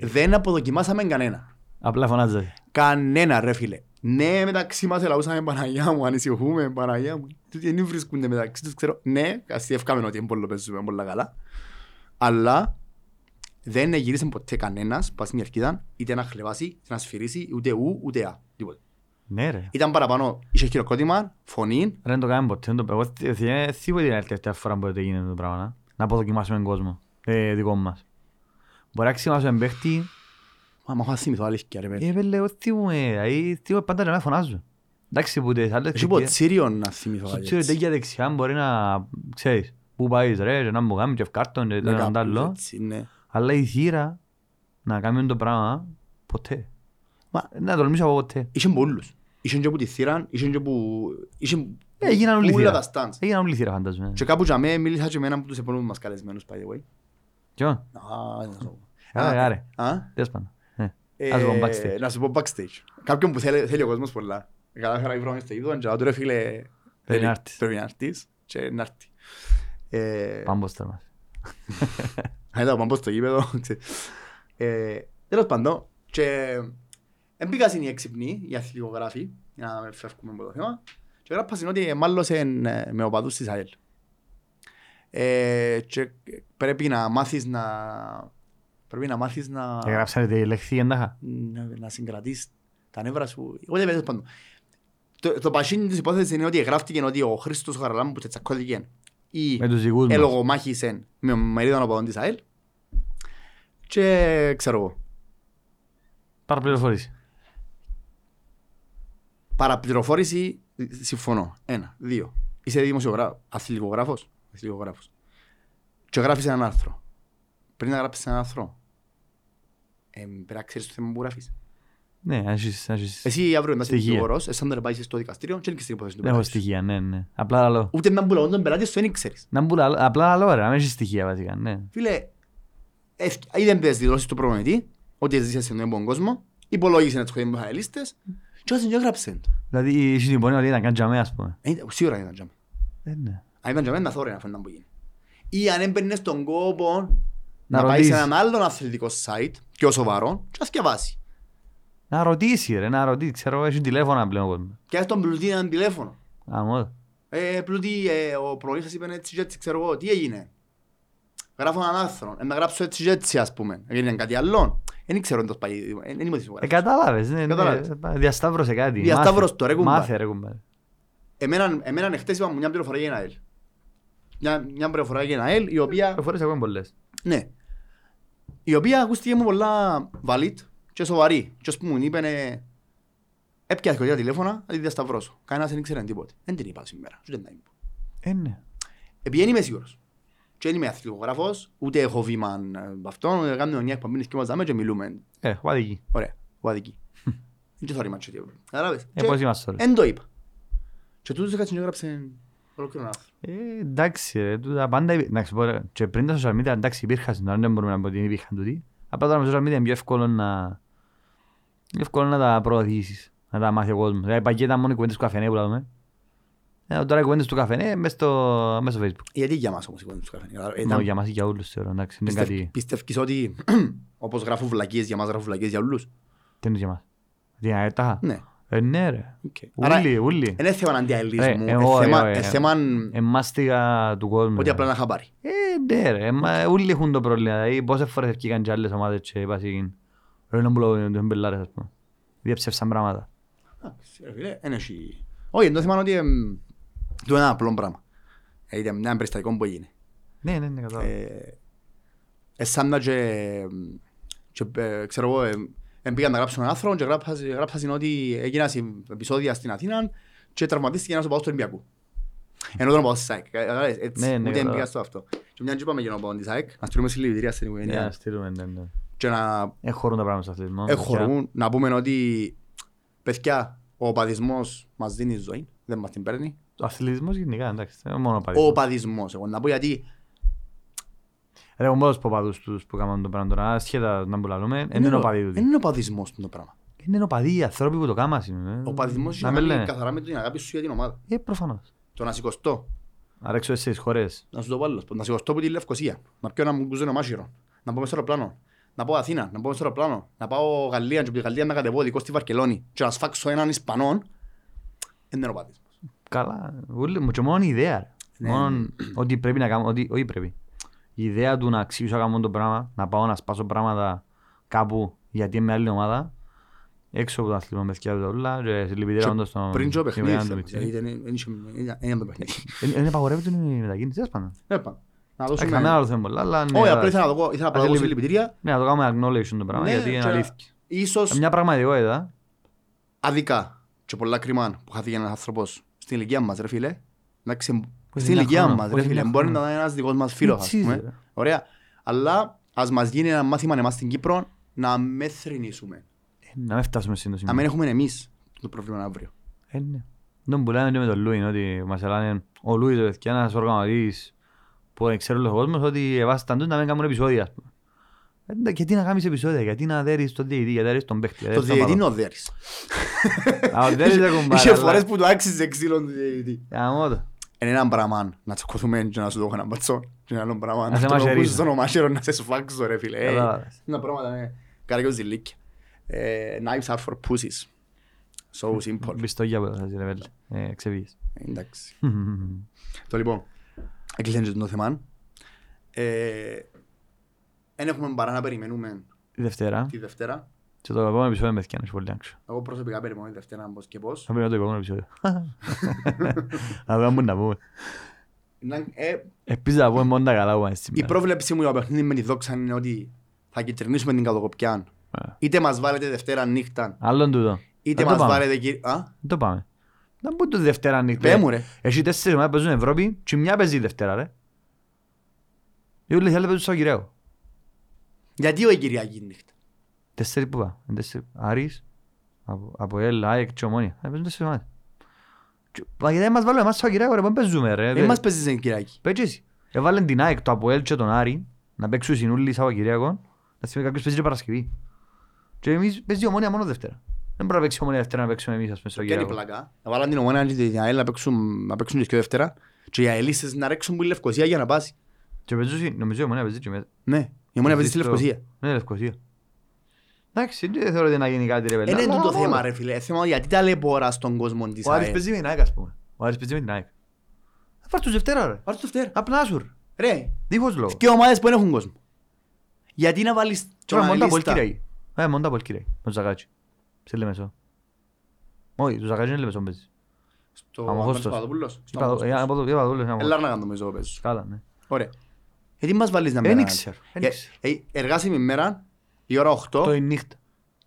Speaker 1: δεν αποδοκιμάσαμε κανένα.
Speaker 2: Απλά φωνάζεσαι.
Speaker 1: Κανένα ρε φίλε. Ναι, μεταξύ μας ελαούσαμε Παναγιά μου, ανησυχούμε Παναγιά μου. Τούτοι δεν βρίσκονται μεταξύ τους, ξέρω. Ναι, αστιεύκαμε ότι είναι πολύ παίζουμε, πολύ καλά. Αλλά δεν γύρισε ποτέ κανένας, πας στην ευκίδα, είτε να χλεβάσει, είτε να σφυρίσει, ούτε ου, ούτε α. Τίποτε.
Speaker 2: Ναι ρε.
Speaker 1: Ήταν παραπάνω, είχε χειροκρότημα, φωνή.
Speaker 2: Ρε, Δεν το κάνουμε ποτέ. δεν το- Εγώ θυ- θυμάμαι σίγουρα την τελευταία φορά που το έγινε το πράγμα. να. Να αποδοκιμάσουμε τον κόσμο. Ε, δικό μας. Μπορεί να ξυμάσουμε παίχτη.
Speaker 1: Μα μα θα θυμηθώ αλήθεια ρε παιδί.
Speaker 2: Ε, πέλε, εγώ θυμούμαι. Δηλαδή, θυμούμαι πάντα να φωνάζω. Εντάξει, που τις άλλες
Speaker 1: Έχει
Speaker 2: ξυπνιές-
Speaker 1: ποτσίριον να θυμηθώ
Speaker 2: στο
Speaker 1: κάτι
Speaker 2: τσίρο
Speaker 1: έτσι.
Speaker 2: τέτοια δεξιά μπορεί να ξέρεις που πάεις ρε, και να μου κάνεις και ευκάρτον και
Speaker 1: Ναι,
Speaker 2: το
Speaker 1: κάπου
Speaker 2: άλλο.
Speaker 1: έτσι, ναι.
Speaker 2: Αλλά η θύρα να κάνει το πράγμα ποτέ.
Speaker 1: Μα-
Speaker 2: Να τολμήσω από ποτέ.
Speaker 1: Είχε πολλούς. Είχε και από τη θύρα, είχε και από... είχε
Speaker 2: Ε, Έγιναν όλη η
Speaker 1: όλα τα
Speaker 2: θύρα.
Speaker 1: στάντς.
Speaker 2: Έγιναν όλη η θύρα φαντάζομαι.
Speaker 1: Και κάπου για μέ, μίλησα και με έναν από τους επόμενους μας καλεσμένους, by the way.
Speaker 2: Κιόν.
Speaker 1: Α, να σου πω.
Speaker 2: Άρα,
Speaker 1: Α, ε.
Speaker 2: άρα.
Speaker 1: Α,
Speaker 2: Ε, Τέλος πάντων. Ε,
Speaker 1: ε,
Speaker 2: Ας πούμε Ah, backstage.
Speaker 1: να σου πω backstage. pues, Κάποιον που θέλει, θέλει ο κόσμος πολλά. Κατάφερα να βρω μες στο γήπεδο, και λέω του ρε φίλε...
Speaker 2: Πρέπει να έρθεις.
Speaker 1: Πρέπει να έρθεις και να έρθει. Ε,
Speaker 2: Πάμε πως τώρα μας.
Speaker 1: να ήταν πάμπος στο γήπεδο. ξέρεις. Ε, Τέλος πάντων, και... Εμπήκα στην έξυπνη, οι αθλητικογράφοι, για να φεύγουμε από το θέμα. Και γράψα στην ότι μάλλωσε με οπαδούς της ΑΕΛ. Ε, και πρέπει να μάθεις να... Πρέπει να μάθεις να...
Speaker 2: Έγραψαν τη λέξη εντάχα.
Speaker 1: να, να συγκρατείς τα νεύρα σου. Ούτε βέβαια πάντων. Το, το πασίνι της υπόθεσης είναι ότι γράφτηκε ότι ο Χρήστος Χαραλάμπου που τσακώθηκε ή
Speaker 2: Με τους δικούς μας.
Speaker 1: ελογομάχησε με μερίδα οπαδών της ΑΕΛ και ξέρω εγώ,
Speaker 2: Πάρα πληροφορίες.
Speaker 1: παραπληροφόρηση, συμφωνώ. Ένα, δύο. Είσαι δημοσιογράφος, αθλητικογράφος, αθλητικογράφος. Και γράφεις έναν άρθρο. Πριν να γράψεις έναν άρθρο, εμ, πρέπει να ξέρεις το θέμα που γράφεις.
Speaker 2: Ναι, αν έχεις- αν έχεις-
Speaker 1: Εσύ αύριο να είσαι
Speaker 2: Στοιχεία.
Speaker 1: δικηγόρος, εσάν δεν πάει στο δικαστήριο και δεν ξέρεις την υπόθεση του
Speaker 2: Έχω
Speaker 1: πελάτη σου.
Speaker 2: στοιχεία, ναι, ναι. Απλά άλλο.
Speaker 1: Ούτε να μπουλαγούν τον πελάτη σου, δεν ξέρεις.
Speaker 2: Να μπουν άλλο- απλά άλλο ρε, αν έχεις στοιχεία βασικά, ναι.
Speaker 1: Φίλε, εθ- είδε τις δηλώσεις του προπονητή, ότι ζήσε σε νέο κόσμο, υπολόγισε να τους χωρίς μαχαελίστες και όσοι δεν έγραψε.
Speaker 2: Δηλαδή, είσαι την υπονοία ότι ήταν καν τζαμέ, ας πούμε.
Speaker 1: Ε, Σίγουρα ήταν τζάμπι.
Speaker 2: Ε, ναι.
Speaker 1: Αν ήταν τζαμένα θα ωραία να φαίνεται που γίνει. Ή αν έμπαιρνε στον κόπο να,
Speaker 2: Να
Speaker 1: πάεις σε
Speaker 2: ρωτήσεις.
Speaker 1: έναν άλλον αθλητικό site, πιο σοβαρό, και να σκευάσει.
Speaker 2: Να ρωτήσει ρε, να ρωτήσει, ξέρω, έχει τηλέφωνα πλέον ο κόσμος.
Speaker 1: Και ας τον πλουτί έναν τηλέφωνο.
Speaker 2: Αμώ.
Speaker 1: Ε, πλουτί, ε, ο προηγής είπε έτσι και έτσι, ξέρω εγώ, τι έγινε. Γράφω έναν άρθρο, ε, να γράψω έτσι και έτσι, ας πούμε. Έγινε κάτι άλλο. Δεν ξέρω αν το πάει, ε, δεν είμαι
Speaker 2: Ε,
Speaker 1: σίγουρος.
Speaker 2: κατάλαβες, ναι,
Speaker 1: Κατάλαβες.
Speaker 2: ναι, διασταύρωσε κάτι.
Speaker 1: Διασταύρωσε το, ρε, κουμπάρε.
Speaker 2: Μάθε ρε κουμπάρε.
Speaker 1: Εμέναν, εμέναν εχθές είπα μου μια πληροφορία για ένα ΑΕΛ. Μια, μια πληροφορία για ένα ΑΕΛ, η οποία,
Speaker 2: Εφορές ακόμα πολλές.
Speaker 1: ναι, η οποία ακούστηκε μου πολλά valid και σοβαρή. Και ας πούμε μου είπαν, ε, έπιασε κοντά τηλέφωνα, να τη διασταυρώσω. Κανένας δεν ήξερε τίποτε. Δεν την είπα σήμερα, ούτε να είπα.
Speaker 2: Ε, ναι.
Speaker 1: Επειδή δεν είμαι σίγουρος. Και δεν είμαι αθλητικογράφος, ούτε έχω βήμα ε, αυτόν, ούτε κάνουμε μια εκπομπή σκεφάζαμε και μιλούμε.
Speaker 2: Ε, πάτε εκεί.
Speaker 1: Ωραία, ουαδική. Δεν θέλω ρήμα τσέτοιο. Κατάλαβες.
Speaker 2: Ε,
Speaker 1: Και
Speaker 2: πώς είμαστε τώρα.
Speaker 1: Εν το είπα. Και τούτος έκατσε και έγραψε ολόκληρο άρθρο.
Speaker 2: Ε, εντάξει ρε, τούτα πάντα, υπή- να ξέρω, ρε, και πριν τα social media, εντάξει υπήρχαν, τώρα δεν μπορούμε να πω ότι δεν υπήρχαν τούτοι. Απλά τώρα με social media είναι πιο εύκολο να, είναι εύκολο να τα προωθήσεις, να τα μάθει ο κόσμος. Δηλαδή παγιέτα μόνο οι κουβέντες του καφενέ που λέμε. Ε, τώρα οι κουβέντες του καφενέ μες στο, μες στο facebook.
Speaker 1: Ε, Γιατί για μας όμως η κουβέντα του καφέ. Ε,
Speaker 2: Μα για μας ή για όλους θεωρώ, εντάξει, δεν είναι κάτι,
Speaker 1: Πιστεύεις ότι όπως γράφουν βλακίες για μας γράφουν βλακίες για όλους.
Speaker 2: δεν είναι για μας. Τι είναι αετά.
Speaker 1: Ναι.
Speaker 2: Ε, ναι ρε.
Speaker 1: οκ. Άρα
Speaker 2: Ούλοι, ούλοι.
Speaker 1: δεν είναι θέμα αντιαελισμού.
Speaker 2: Ε, εγώ, εγώ,
Speaker 1: Είναι
Speaker 2: εγώ.
Speaker 1: θέμα
Speaker 2: Εμάστηγα του κόσμου.
Speaker 1: ότι απλά να χαμπάρει.
Speaker 2: Ε, ναι ρε, μα όλοι έχουν το πρόβλημα. Δηλαδή, πόσες φορές ευκήκαν και άλλες ομάδες και είπα σίγην. Ρε, να μπλώ, δεν μπελάρες, ας πούμε. Διέψευσαν πράγματα.
Speaker 1: Εντάξει, ρε φίλε, εν έχει- Όχι, το θέμα είναι ότι εμ, του είναι ένα απλό πράγμα. Ε, Ήταν ένα περιστατικό που έγινε.
Speaker 2: Ναι, ναι, ναι, κατάλαβα.
Speaker 1: Ε, Εσάν να και, εμ, και, ε, ξέρω εγώ, εμ, εμ, πήγαν να γράψουν έναν άνθρωπο και γράψα- γράψαν ότι έγιναν συμ- επεισόδια στην Αθήνα και τραυματίστηκε ένας οπαδός του Ολυμπιακού. Ενώ τον οπαδός της ΑΕΚ. ε, ε,
Speaker 2: Ναι, ναι,
Speaker 1: Έτσι, ούτε
Speaker 2: κατάλαβα.
Speaker 1: εμπειρία στο αυτό. Και μια και είπαμε για τον οπαδό της ΑΕΚ, να στείλουμε συλληπιτήρια στην
Speaker 2: Ναι, να
Speaker 1: οικογένεια
Speaker 2: στείλουμε, ναι, ναι.
Speaker 1: και να
Speaker 2: Εχωρούν τα πράγματα στο αθλητισμό.
Speaker 1: Ε, Εχωρούν να πούμε ότι παιδιά, ο οπαδισμός μας δίνει ζωή, δεν μας την παίρνει.
Speaker 2: Ο αθλητισμός γενικά, εντάξει, δεν είναι μόνο
Speaker 1: Ο
Speaker 2: παδί.
Speaker 1: οπαδισμός, εγώ να πω γιατί.
Speaker 2: Ρε, ο μόνος ποπαδούς τους που κάνουν το πράγμα τώρα, ασχέτα να μπουλαλούμε,
Speaker 1: εν ε,
Speaker 2: είναι ο παδί του.
Speaker 1: ναι. εν είναι ο οπαδισμός το πράγμα.
Speaker 2: Ε, Είναι οπαδοί οι άνθρωποι που το κάμασι.
Speaker 1: Ο παθισμός
Speaker 2: Να
Speaker 1: είχε να
Speaker 2: με λένε.
Speaker 1: κάνει καθαρά με την αγάπη σου για την ομάδα.
Speaker 2: Ε, προφανώς.
Speaker 1: Το να σηκωστώ,
Speaker 2: Άρα έξω εσείς χωρές.
Speaker 1: να σου το βάλω, να σηκωστώ από τη Λευκοσία, να πιω να μου κουζένω μάσιρο, να πάω μες στο αεροπλάνο, να πάω Αθήνα, να πάω μες στο αεροπλάνο, να πάω Γαλλία και από τη Γαλλία να κατεβώ δικό στη Βαρκελόνη και να σφάξω έναν Ισπανόν, δεν είναι ο παθισμός.
Speaker 2: Καλά. Ούλε μου και μόνο η ιδέα. ρε.
Speaker 1: Ναι.
Speaker 2: Μόνο ότι πρέπει να κάνω, ότι όχι πρέπει. Η ιδέα του να αξίσω να κάνω το πράγμα, να πάω να σπάσω πράγματα κάπου γιατί είμαι άλλη ομάδα, έξω από το αθλήμα με σκιά τα ούλα και
Speaker 1: Και
Speaker 2: συλληπιτήρια όντως στον
Speaker 1: Πριν και ο παιχνίδι, δηλαδή.
Speaker 2: Κιμεάν του
Speaker 1: θέλω,
Speaker 2: Μιτσί.
Speaker 1: δηλαδή, δεν- δεν είχε- δεν ήταν το παιχνίδι.
Speaker 2: Ε, Είναι απαγορεύεται η μετακίνηση, τέλος πάντων.
Speaker 1: Ε, πάμε. Να
Speaker 2: Ε,
Speaker 1: δώσουμε-
Speaker 2: Κανένα άλλο θέμα πολλά, αλλά ναι,
Speaker 1: Όχι, απλά
Speaker 2: εντάξει.
Speaker 1: ήθελα να το πω- ήθελα απλά να
Speaker 2: Ας
Speaker 1: δώσω
Speaker 2: λυπη-
Speaker 1: συλληπιτήρια.
Speaker 2: Ναι, να το κάνουμε acknowledge το πράγμα,
Speaker 1: Ναι,
Speaker 2: γιατί είναι
Speaker 1: και να-
Speaker 2: αλήθεια.
Speaker 1: Ίσως
Speaker 2: Μια πραγματικότητα,
Speaker 1: αδικά και πολλά κρίμα που χάθηκε ένας άνθρωπος στην ηλικία μας ρε φίλε. Εντάξει,
Speaker 2: Πώς
Speaker 1: στην
Speaker 2: είναι
Speaker 1: ηλικία
Speaker 2: χρόνο,
Speaker 1: μας ρε
Speaker 2: πώς είναι
Speaker 1: φίλε.
Speaker 2: χρόνο.
Speaker 1: Μπορεί να είναι ένας δικός μας φίλος ας
Speaker 2: Μιτσίζει,
Speaker 1: πούμε.
Speaker 2: ρε.
Speaker 1: Ωραία. Αλλά ας μας γίνει ένα μάθημα εμάς στην Κύπρο να μες θρηνήσουμε.
Speaker 2: ε, να μην φτάσουμε σε το
Speaker 1: Να
Speaker 2: σημείο.
Speaker 1: μην έχουμε εμείς το πρόβλημα αύριο.
Speaker 2: Ε, ναι. Τον πουλάμε και με τον Λούιν, ότι μας ελάνε ο Λούιν το παιδιά, ένας οργανωτής που δεν ξέρει ο κόσμος, ότι εβάσταν τούτο να μην κάνουν επεισόδια. ας πούμε. Ε, ναι, Γιατί να κάνεις επεισόδια, γιατί να δέρεις τον διαιτή, γιατί να δέρεις τον παίχτη.
Speaker 1: Το διαιτή είναι ο Δέρης.
Speaker 2: Δεν είναι κουμπάρα.
Speaker 1: Είχε φορές που το άξιζε ξύλο του διαιτητή.
Speaker 2: Αμότο.
Speaker 1: Είναι έναν πράγμα να τσακωθούμε και να σου δω έναν πατσό και ένα άλλο πράγμα
Speaker 2: Να
Speaker 1: να
Speaker 2: σε
Speaker 1: το ακούσεις
Speaker 2: μαχαιρίζω.
Speaker 1: στον ομάχαιρο να σε σφάξω ρε φίλε. Ε,
Speaker 2: Κατάλαβες.
Speaker 1: Είναι πράγματα είναι καρκιός ζηλίκια. Ε, Knives are for pussies. So simple.
Speaker 2: Μπιστόγια που θα ζηρεύει. Ξεφύγεις.
Speaker 1: Εντάξει. Το λοιπόν, έκλεισαν και το θέμα. Ε, Εν έχουμε παρά να περιμένουμε
Speaker 2: Δευτέρα.
Speaker 1: τη Δευτέρα.
Speaker 2: Και το επόμενο επεισόδιο με θυκιάνε πολύ άξιο.
Speaker 1: Εγώ προσωπικά περιμένω τη Δευτέρα πώς και πώς.
Speaker 2: Θα πρέπει να το επόμενο επεισόδιο. Να δούμε να πούμε.
Speaker 1: Να- ε,
Speaker 2: Ελπίζω να πούμε μόνο τα καλά που μας
Speaker 1: Η
Speaker 2: σήμερα.
Speaker 1: πρόβλεψή μου για το παιχνίδι με τη δόξα είναι ότι θα κυτρινίσουμε την καλοκοπιά.
Speaker 2: Ε.
Speaker 1: Είτε μας βάλετε Δευτέρα νύχτα,
Speaker 2: Άλλον τούτο.
Speaker 1: είτε
Speaker 2: Να το
Speaker 1: μας
Speaker 2: πάμε. Ναι.
Speaker 1: βάλετε κύριε... Α,
Speaker 2: Δεν το πάμε. Να μπουν το Δευτέρα νύχτα.
Speaker 1: πέ μου ρε.
Speaker 2: Έχει τέσσερις ομάδες παίζουν Ευρώπη και μια παίζει Δευτέρα ρε. Οι όλες οι άλλες παίζουν στο Κυραίο.
Speaker 1: Γιατί ο Κυριακής νύχτα.
Speaker 2: Τέσσερις που πά. Είναι τέσσερις. Άρης, από, από ΕΛ, ΑΕΚ και Ομόνια. Ε, Παίζουν τέσσερις ομάδες. Και- Μα γιατί μας βάλουν εμάς στο Κυραίο ρε, πού παίζουμε ρε.
Speaker 1: Δεν μας παίζεις εν Κυριακή.
Speaker 2: Παίζεις εσύ. Έβαλαν την ΑΕΚ, το από ΕΛ και τον Άρη να παίξουν συνούλοι Σαββακυριακό. Να θυμίζει κάποιος παίζει και Παρασκευή. Και εμείς παίζει η Ομόνια μόνο Δευτέρα. Δεν μπορεί να παίξει η Ομόνια Δευτέρα να παίξουμε εμείς ας πούμε στο
Speaker 1: Ποια είναι η
Speaker 2: Κυριακό.
Speaker 1: πλάκα. Να βάλαν την ομόνα και την ΑΕΛ να παίξουν, να παίξουν τις δυο Δευτέρα και οι ΑΕΛΙΣες να ρέξουν που η Λευκοσία για να πάσει.
Speaker 2: Και παίζουν, νομίζω η Ομόνια παίζει και μέσα.
Speaker 1: Ναι, η ομόνα παίζει στη
Speaker 2: στο-
Speaker 1: Λευκοσία.
Speaker 2: Ναι, Λευκοσία. Εντάξει, δεν θεωρώ ότι να γίνει κάτι ρε
Speaker 1: Δεν
Speaker 2: παιδιά.
Speaker 1: είναι
Speaker 2: αλλά
Speaker 1: Ε, ναι, τούτο
Speaker 2: όλα.
Speaker 1: θέμα ρε φίλε. Ε, Θέμα γιατί ταλαιπωρά στον κόσμο της
Speaker 2: Ο Άρης
Speaker 1: ΑΕΛ.
Speaker 2: παίζει με την ΑΕΚ ας πούμε. Ο Άρης παίζει με την ΑΕΚ. Θα Πάρ' τους Δευτέρα ρε.
Speaker 1: Πάρτε το Δευτέρα.
Speaker 2: Απλά σου ρε.
Speaker 1: Ρε,
Speaker 2: Δίχως λόγο.
Speaker 1: και ομάδες που δεν έχουν κόσμο. Γιατί να βάλεις
Speaker 2: Τώρα
Speaker 1: τον
Speaker 2: μόνο τα
Speaker 1: αναλίστα.
Speaker 2: Κυριακή. Ε, μόνο τα Απολ Κυριακή. Με τον Ζαγάτσι. Σε Λεμεσό. Όχι, το Ζαγάτσι είναι Λεμεσό παίζεις.
Speaker 1: Στο
Speaker 2: Αμοχώστος.
Speaker 1: Αμόχωστος Παπαδόπουλος. Στο
Speaker 2: Είπα το-
Speaker 1: Αμοχώστος.
Speaker 2: ε, από το- είπα το, λέω, να μου-
Speaker 1: Ελάρα να κάνουμε ζώο παίζεις.
Speaker 2: Καλά, ναι.
Speaker 1: Ωραία. Γιατί μας βάλεις να μην
Speaker 2: Εν
Speaker 1: κάνεις.
Speaker 2: ήξερα, εν
Speaker 1: Ε,
Speaker 2: ήξερα.
Speaker 1: ε, Εργάσιμη μέρα, η ώρα 8.
Speaker 2: Το η νύχτα.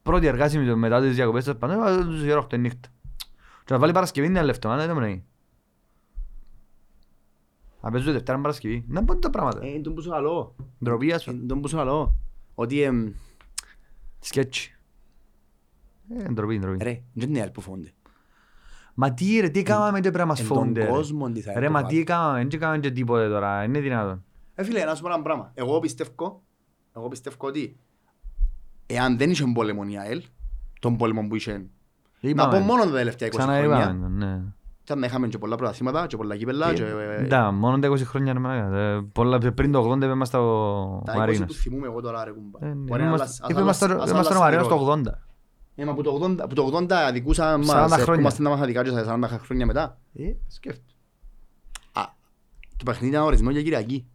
Speaker 2: Πρώτη εργάσιμη το- μετά τις διακοπές τέλος πάντων, έβαλα τους γύρω 8 η νύχτα. Και να βάλει Παρασκευή είναι λεπτό, αλλά δεν μου να γίνει. Να παίζουν Δευτέρα Παρασκευή. Να πάνε τα πράγματα.
Speaker 1: Ε, τον που σου αλώ.
Speaker 2: Ντροπή, ας πούμε.
Speaker 1: Ε, Τον που σου αλώ. Ότι εμ,
Speaker 2: Σκέτσι. Ε, ντροπή, ντροπή.
Speaker 1: ρε, δεν είναι άλλοι που φοβούνται.
Speaker 2: Μα τι ρε, τι κάναμε και πρέπει να μας
Speaker 1: Εν τον
Speaker 2: φόνται.
Speaker 1: κόσμο τι θα
Speaker 2: Ρε,
Speaker 1: είναι
Speaker 2: μα
Speaker 1: το
Speaker 2: τι κάναμε, δεν κάναμε και τίποτε τώρα, είναι δυνατόν.
Speaker 1: Ε, φίλε, να σου πω ένα πράγμα. Εγώ πιστεύω, εγώ πιστεύω ότι εάν δεν είχε πόλεμο η ΑΕΛ, τον πόλεμο που είχε, να
Speaker 2: Είπαμε.
Speaker 1: πω μόνο τα τελευταία 20 χρόνια,
Speaker 2: Ξαναείπαμε, ναι.
Speaker 1: ήταν να είχαμε και πολλά πρωταθλήματα και πολλά κύπελα και ε,
Speaker 2: Ναι, μόνο τα 20 χρόνια ρε μαλάκα. Ε, πολλά- Πριν το 80 είπαμε στο
Speaker 1: τα 20 που
Speaker 2: Μαρίνος.
Speaker 1: θυμούμαι εγώ τώρα ρε κουμπά.
Speaker 2: Ε, ναι,
Speaker 1: Μπορεί να
Speaker 2: είμαστε-
Speaker 1: αλλάξει- ας
Speaker 2: είπε, είμαστε-
Speaker 1: αλλάξει- ας
Speaker 2: Είμαστε ο
Speaker 1: αλλάξει
Speaker 2: Μαρίνος
Speaker 1: την
Speaker 2: το 80.
Speaker 1: Ε, μα που το 80, που το 80 αδικούσα
Speaker 2: 40
Speaker 1: μας,
Speaker 2: χρόνια.
Speaker 1: ερχόμαστε να μαθαδικά και στα 40 χρόνια μετά.
Speaker 2: Ε, σκέφτομαι.
Speaker 1: Α, το παιχνίδι ήταν ορισμένο για Κυριακή.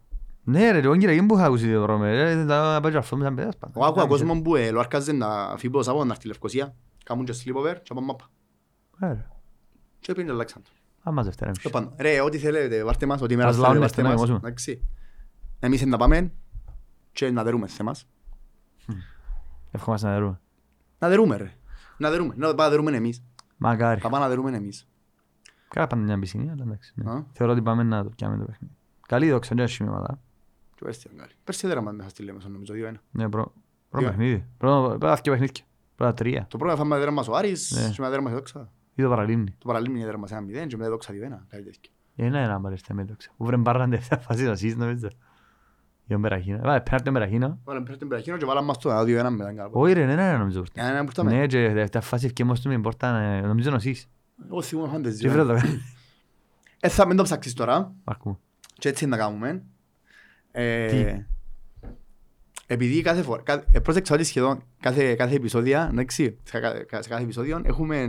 Speaker 2: Ναι ρε, εγώ κύριε, που είχα ακούσει το δρόμο, ρε, δεν τα πάω και αυτό με τα παιδιά σπα.
Speaker 1: Εγώ άκουα κόσμο που ε, λοάρκαζε να φύγει από το Σάββατο να έρθει η Λευκοσία, κάνουν και sleepover και πάμε μάπα.
Speaker 2: Ε, ρε,
Speaker 1: Και πήγαινε το Αλέξανδρο.
Speaker 2: άμα Δευτέρα εμείς.
Speaker 1: Το πάνω. Ρε, ό,τι θέλετε, βάρτε μας, ό,τι μέρα
Speaker 2: Ας
Speaker 1: θέλετε,
Speaker 2: λάβουμε
Speaker 1: βάρτε
Speaker 2: στενά,
Speaker 1: μας.
Speaker 2: εμάς.
Speaker 1: Εντάξει. Εμείς να πάμε και να δερούμε σε εμάς.
Speaker 2: Ευχόμαστε να δερούμε.
Speaker 1: Να δερούμε ρε. Να δερούμε. Να πάμε να δερούμε εμείς.
Speaker 2: Μακάρι.
Speaker 1: Θα πάμε να δερούμε εμείς.
Speaker 2: Καλά πάντα μια πισινή, αλλά εντάξει. ναι.
Speaker 1: Α.
Speaker 2: Θεωρώ ότι πάμε να το πιάμε το παιχνίδι. Καλή δόξα, δεν έχει σημειώματα.
Speaker 1: Και πέρσι ήταν καλή. Πέρσι δέραμε μέσα στη Λέμεσο, νομίζω, 2-1.
Speaker 2: Ναι, πρω- πρώτο
Speaker 1: Για.
Speaker 2: παιχνίδι. Πρώτο- πρώτα δύο παιχνίδια. Πρώτα τρία.
Speaker 1: Το πρώτο φάμε δέραμε μας ο Άρης
Speaker 2: Ναι.
Speaker 1: και μετά δέραμε η Δόξα.
Speaker 2: Ή το παραλίμνη.
Speaker 1: Το παραλίμνη δέραμε σε ένα 0 και μετά η Δόξα 2-1, κάτι τέτοιο.
Speaker 2: Ένα ένα παρέστα με δόξα. Που βρε μπάραν τελευταία φάση να σύσεις, νομίζω. Για Μπεραχίνα. Βάλε πέναρτη Μπεραχίνα.
Speaker 1: Βάλαμε πρώτα την Περαχίνο και βάλαμε μας το δύο ένα μετά κάπου.
Speaker 2: Όχι ρε, ένα ένα νομίζω. ήρθε.
Speaker 1: Ένα που ήρθαμε.
Speaker 2: Ναι, και τελευταία φάση ευκαίμω στην πόρτα, ε, νομίζω νοσείς.
Speaker 1: Εγώ θυμούμαι
Speaker 2: Τι
Speaker 1: φανταζία.
Speaker 2: βρε το κάνει.
Speaker 1: Ε, θα μην το ψάξεις τώρα.
Speaker 2: Ακού.
Speaker 1: Και έτσι να κάνουμε. Ε,
Speaker 2: Τι?
Speaker 1: Επειδή κάθε φορά, κάθε, ε, πρόσεξα ότι σχεδόν κάθε, κάθε επεισόδια, εντάξει, σε, κα- κα- σε κάθε επεισόδιο έχουμε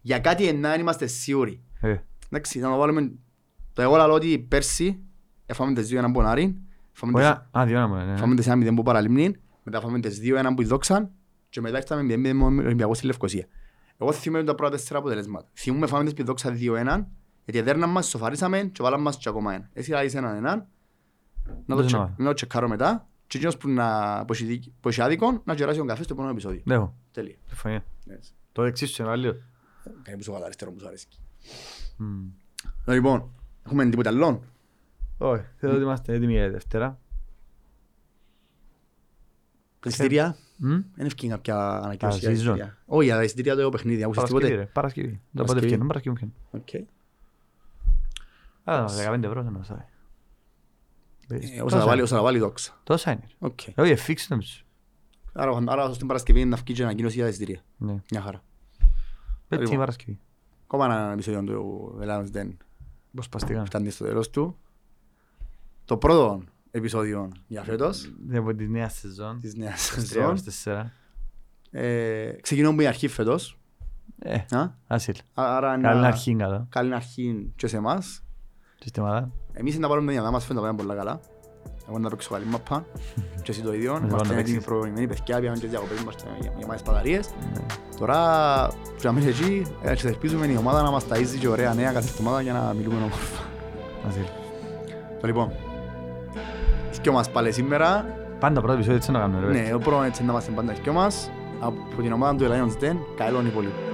Speaker 1: για κάτι εννά είμαστε σίγουροι.
Speaker 2: Ε,
Speaker 1: Εντάξει, να το βάλουμε, το εγώ λαλώ ότι πέρσι έφαμε τις δύο έναν πονάρι, έφαμε
Speaker 2: όχι,
Speaker 1: τις-
Speaker 2: α, α, δύο να μου λένε, ναι.
Speaker 1: έφαμε τις ένα μηδέν που παραλυμνήν, μετά φάμε τις δύο έναν που δόξαν και μετά ήρθαμε μηδέν μηδέν με τον Ολυμπιακό στη Λευκοσία. Εγώ θυμούμαι τα πρώτα τέσσερα αποτελέσματα. Θυμούμαι φάμε τις πηδόξα δύο έναν, γιατί δέρνα μας, σοφαρίσαμε και βάλαμε μας και ακόμα ένα. Εσύ λάβεις έναν έναν, να το τσε-
Speaker 2: Δεν ξέρω.
Speaker 1: να το τσεκάρω μετά και εκείνος που να- που έχει δίκ- που έχει άδικο να κεράσει τον καφέ στο επόμενο επεισόδιο.
Speaker 2: Λέω,
Speaker 1: Τέλεια.
Speaker 2: συμφωνία.
Speaker 1: Έτσι.
Speaker 2: Το εξής σου, ένα άλλο.
Speaker 1: Κάνει που σου γαλαριστερό, που σου αρέσκει.
Speaker 2: Μμμ.
Speaker 1: Λοιπόν, έχουμε τίποτα άλλο.
Speaker 2: Όχι, θέλω ότι είμαστε έτοιμοι για τη Δευτέρα.
Speaker 1: Εισιτήρια.
Speaker 2: Μμ.
Speaker 1: Δεν ευκήγε κάποια ανακοίνωση.
Speaker 2: Ε. Τα
Speaker 1: για
Speaker 2: season.
Speaker 1: εισιτήρια. Όχι, για τα εισιτήρια το παιχνίδι. Ακούσες
Speaker 2: Παρασκευή, Ε,
Speaker 1: τίποτε.
Speaker 2: ρε, Παρασκευή. Το πότε
Speaker 1: Παρασκευή.
Speaker 2: βγαίνουν, Παρασκευή βγαίνουν.
Speaker 1: Οκ. Ε,
Speaker 2: Α, 15 ευρώ δεν μας άρεσε.
Speaker 1: Ε, Όσα να βάλει, όσα να βάλει, δόξα.
Speaker 2: Τόσα είναι.
Speaker 1: Οκ.
Speaker 2: Όχι, εφίξε νομίζω.
Speaker 1: Άρα, άρα στην Παρασκευή να βγει και ανακοίνωση για τα εισιτήρια.
Speaker 2: Ναι.
Speaker 1: Μια χαρά.
Speaker 2: Πέτυχε η
Speaker 1: Λοιπόν.
Speaker 2: Ε, Παρασκευή.
Speaker 1: Ακόμα ένα επεισόδιο του Ελλάδος δεν
Speaker 2: Προσπαστικά.
Speaker 1: φτάνει στο τέλος του. Το πρώτο επεισόδιο για φέτος
Speaker 2: Ναι, Από τη νέα σεζόν.
Speaker 1: της νέας
Speaker 2: Τρία
Speaker 1: σεζόν.
Speaker 2: ώρες τέσσερα.
Speaker 1: Ε, Ξεκινούμε με η αρχή φέτος.
Speaker 2: Ε,
Speaker 1: Α,
Speaker 2: άσυλ.
Speaker 1: Άρα
Speaker 2: Καλή
Speaker 1: να-
Speaker 2: αρχή είναι καλά.
Speaker 1: καλή αρχή και σε εμάς.
Speaker 2: Συστήματα.
Speaker 1: Εμείς είναι να πάρουμε μια μας φαίνεται να πάμε πολλά καλά. Εγώ να παίξω καλή μάπα και εσύ το ίδιο.
Speaker 2: να
Speaker 1: Είμαστε
Speaker 2: παίξεις.
Speaker 1: έτοιμοι προηγούμενοι παιδιά, πήγαμε και διακοπές μας για- για μάες παταρίες.
Speaker 2: Ναι,
Speaker 1: Τώρα, που να μείνει εκεί, ε, και ελπίζουμε η ομάδα να μας ταΐζει και ωραία νέα κάθε εβδομάδα για να μιλούμε όμορφα.
Speaker 2: Άσυλ.
Speaker 1: Το λοιπόν, δυο μας πάλι σήμερα.
Speaker 2: Πάντα πρώτο επεισόδιο έτσι να κάνουμε. ρε,
Speaker 1: Ναι, ο πρώτος έτσι να είμαστε πάντα δυο μας. Από την ομάδα του Lions Den, καλό είναι πολύ.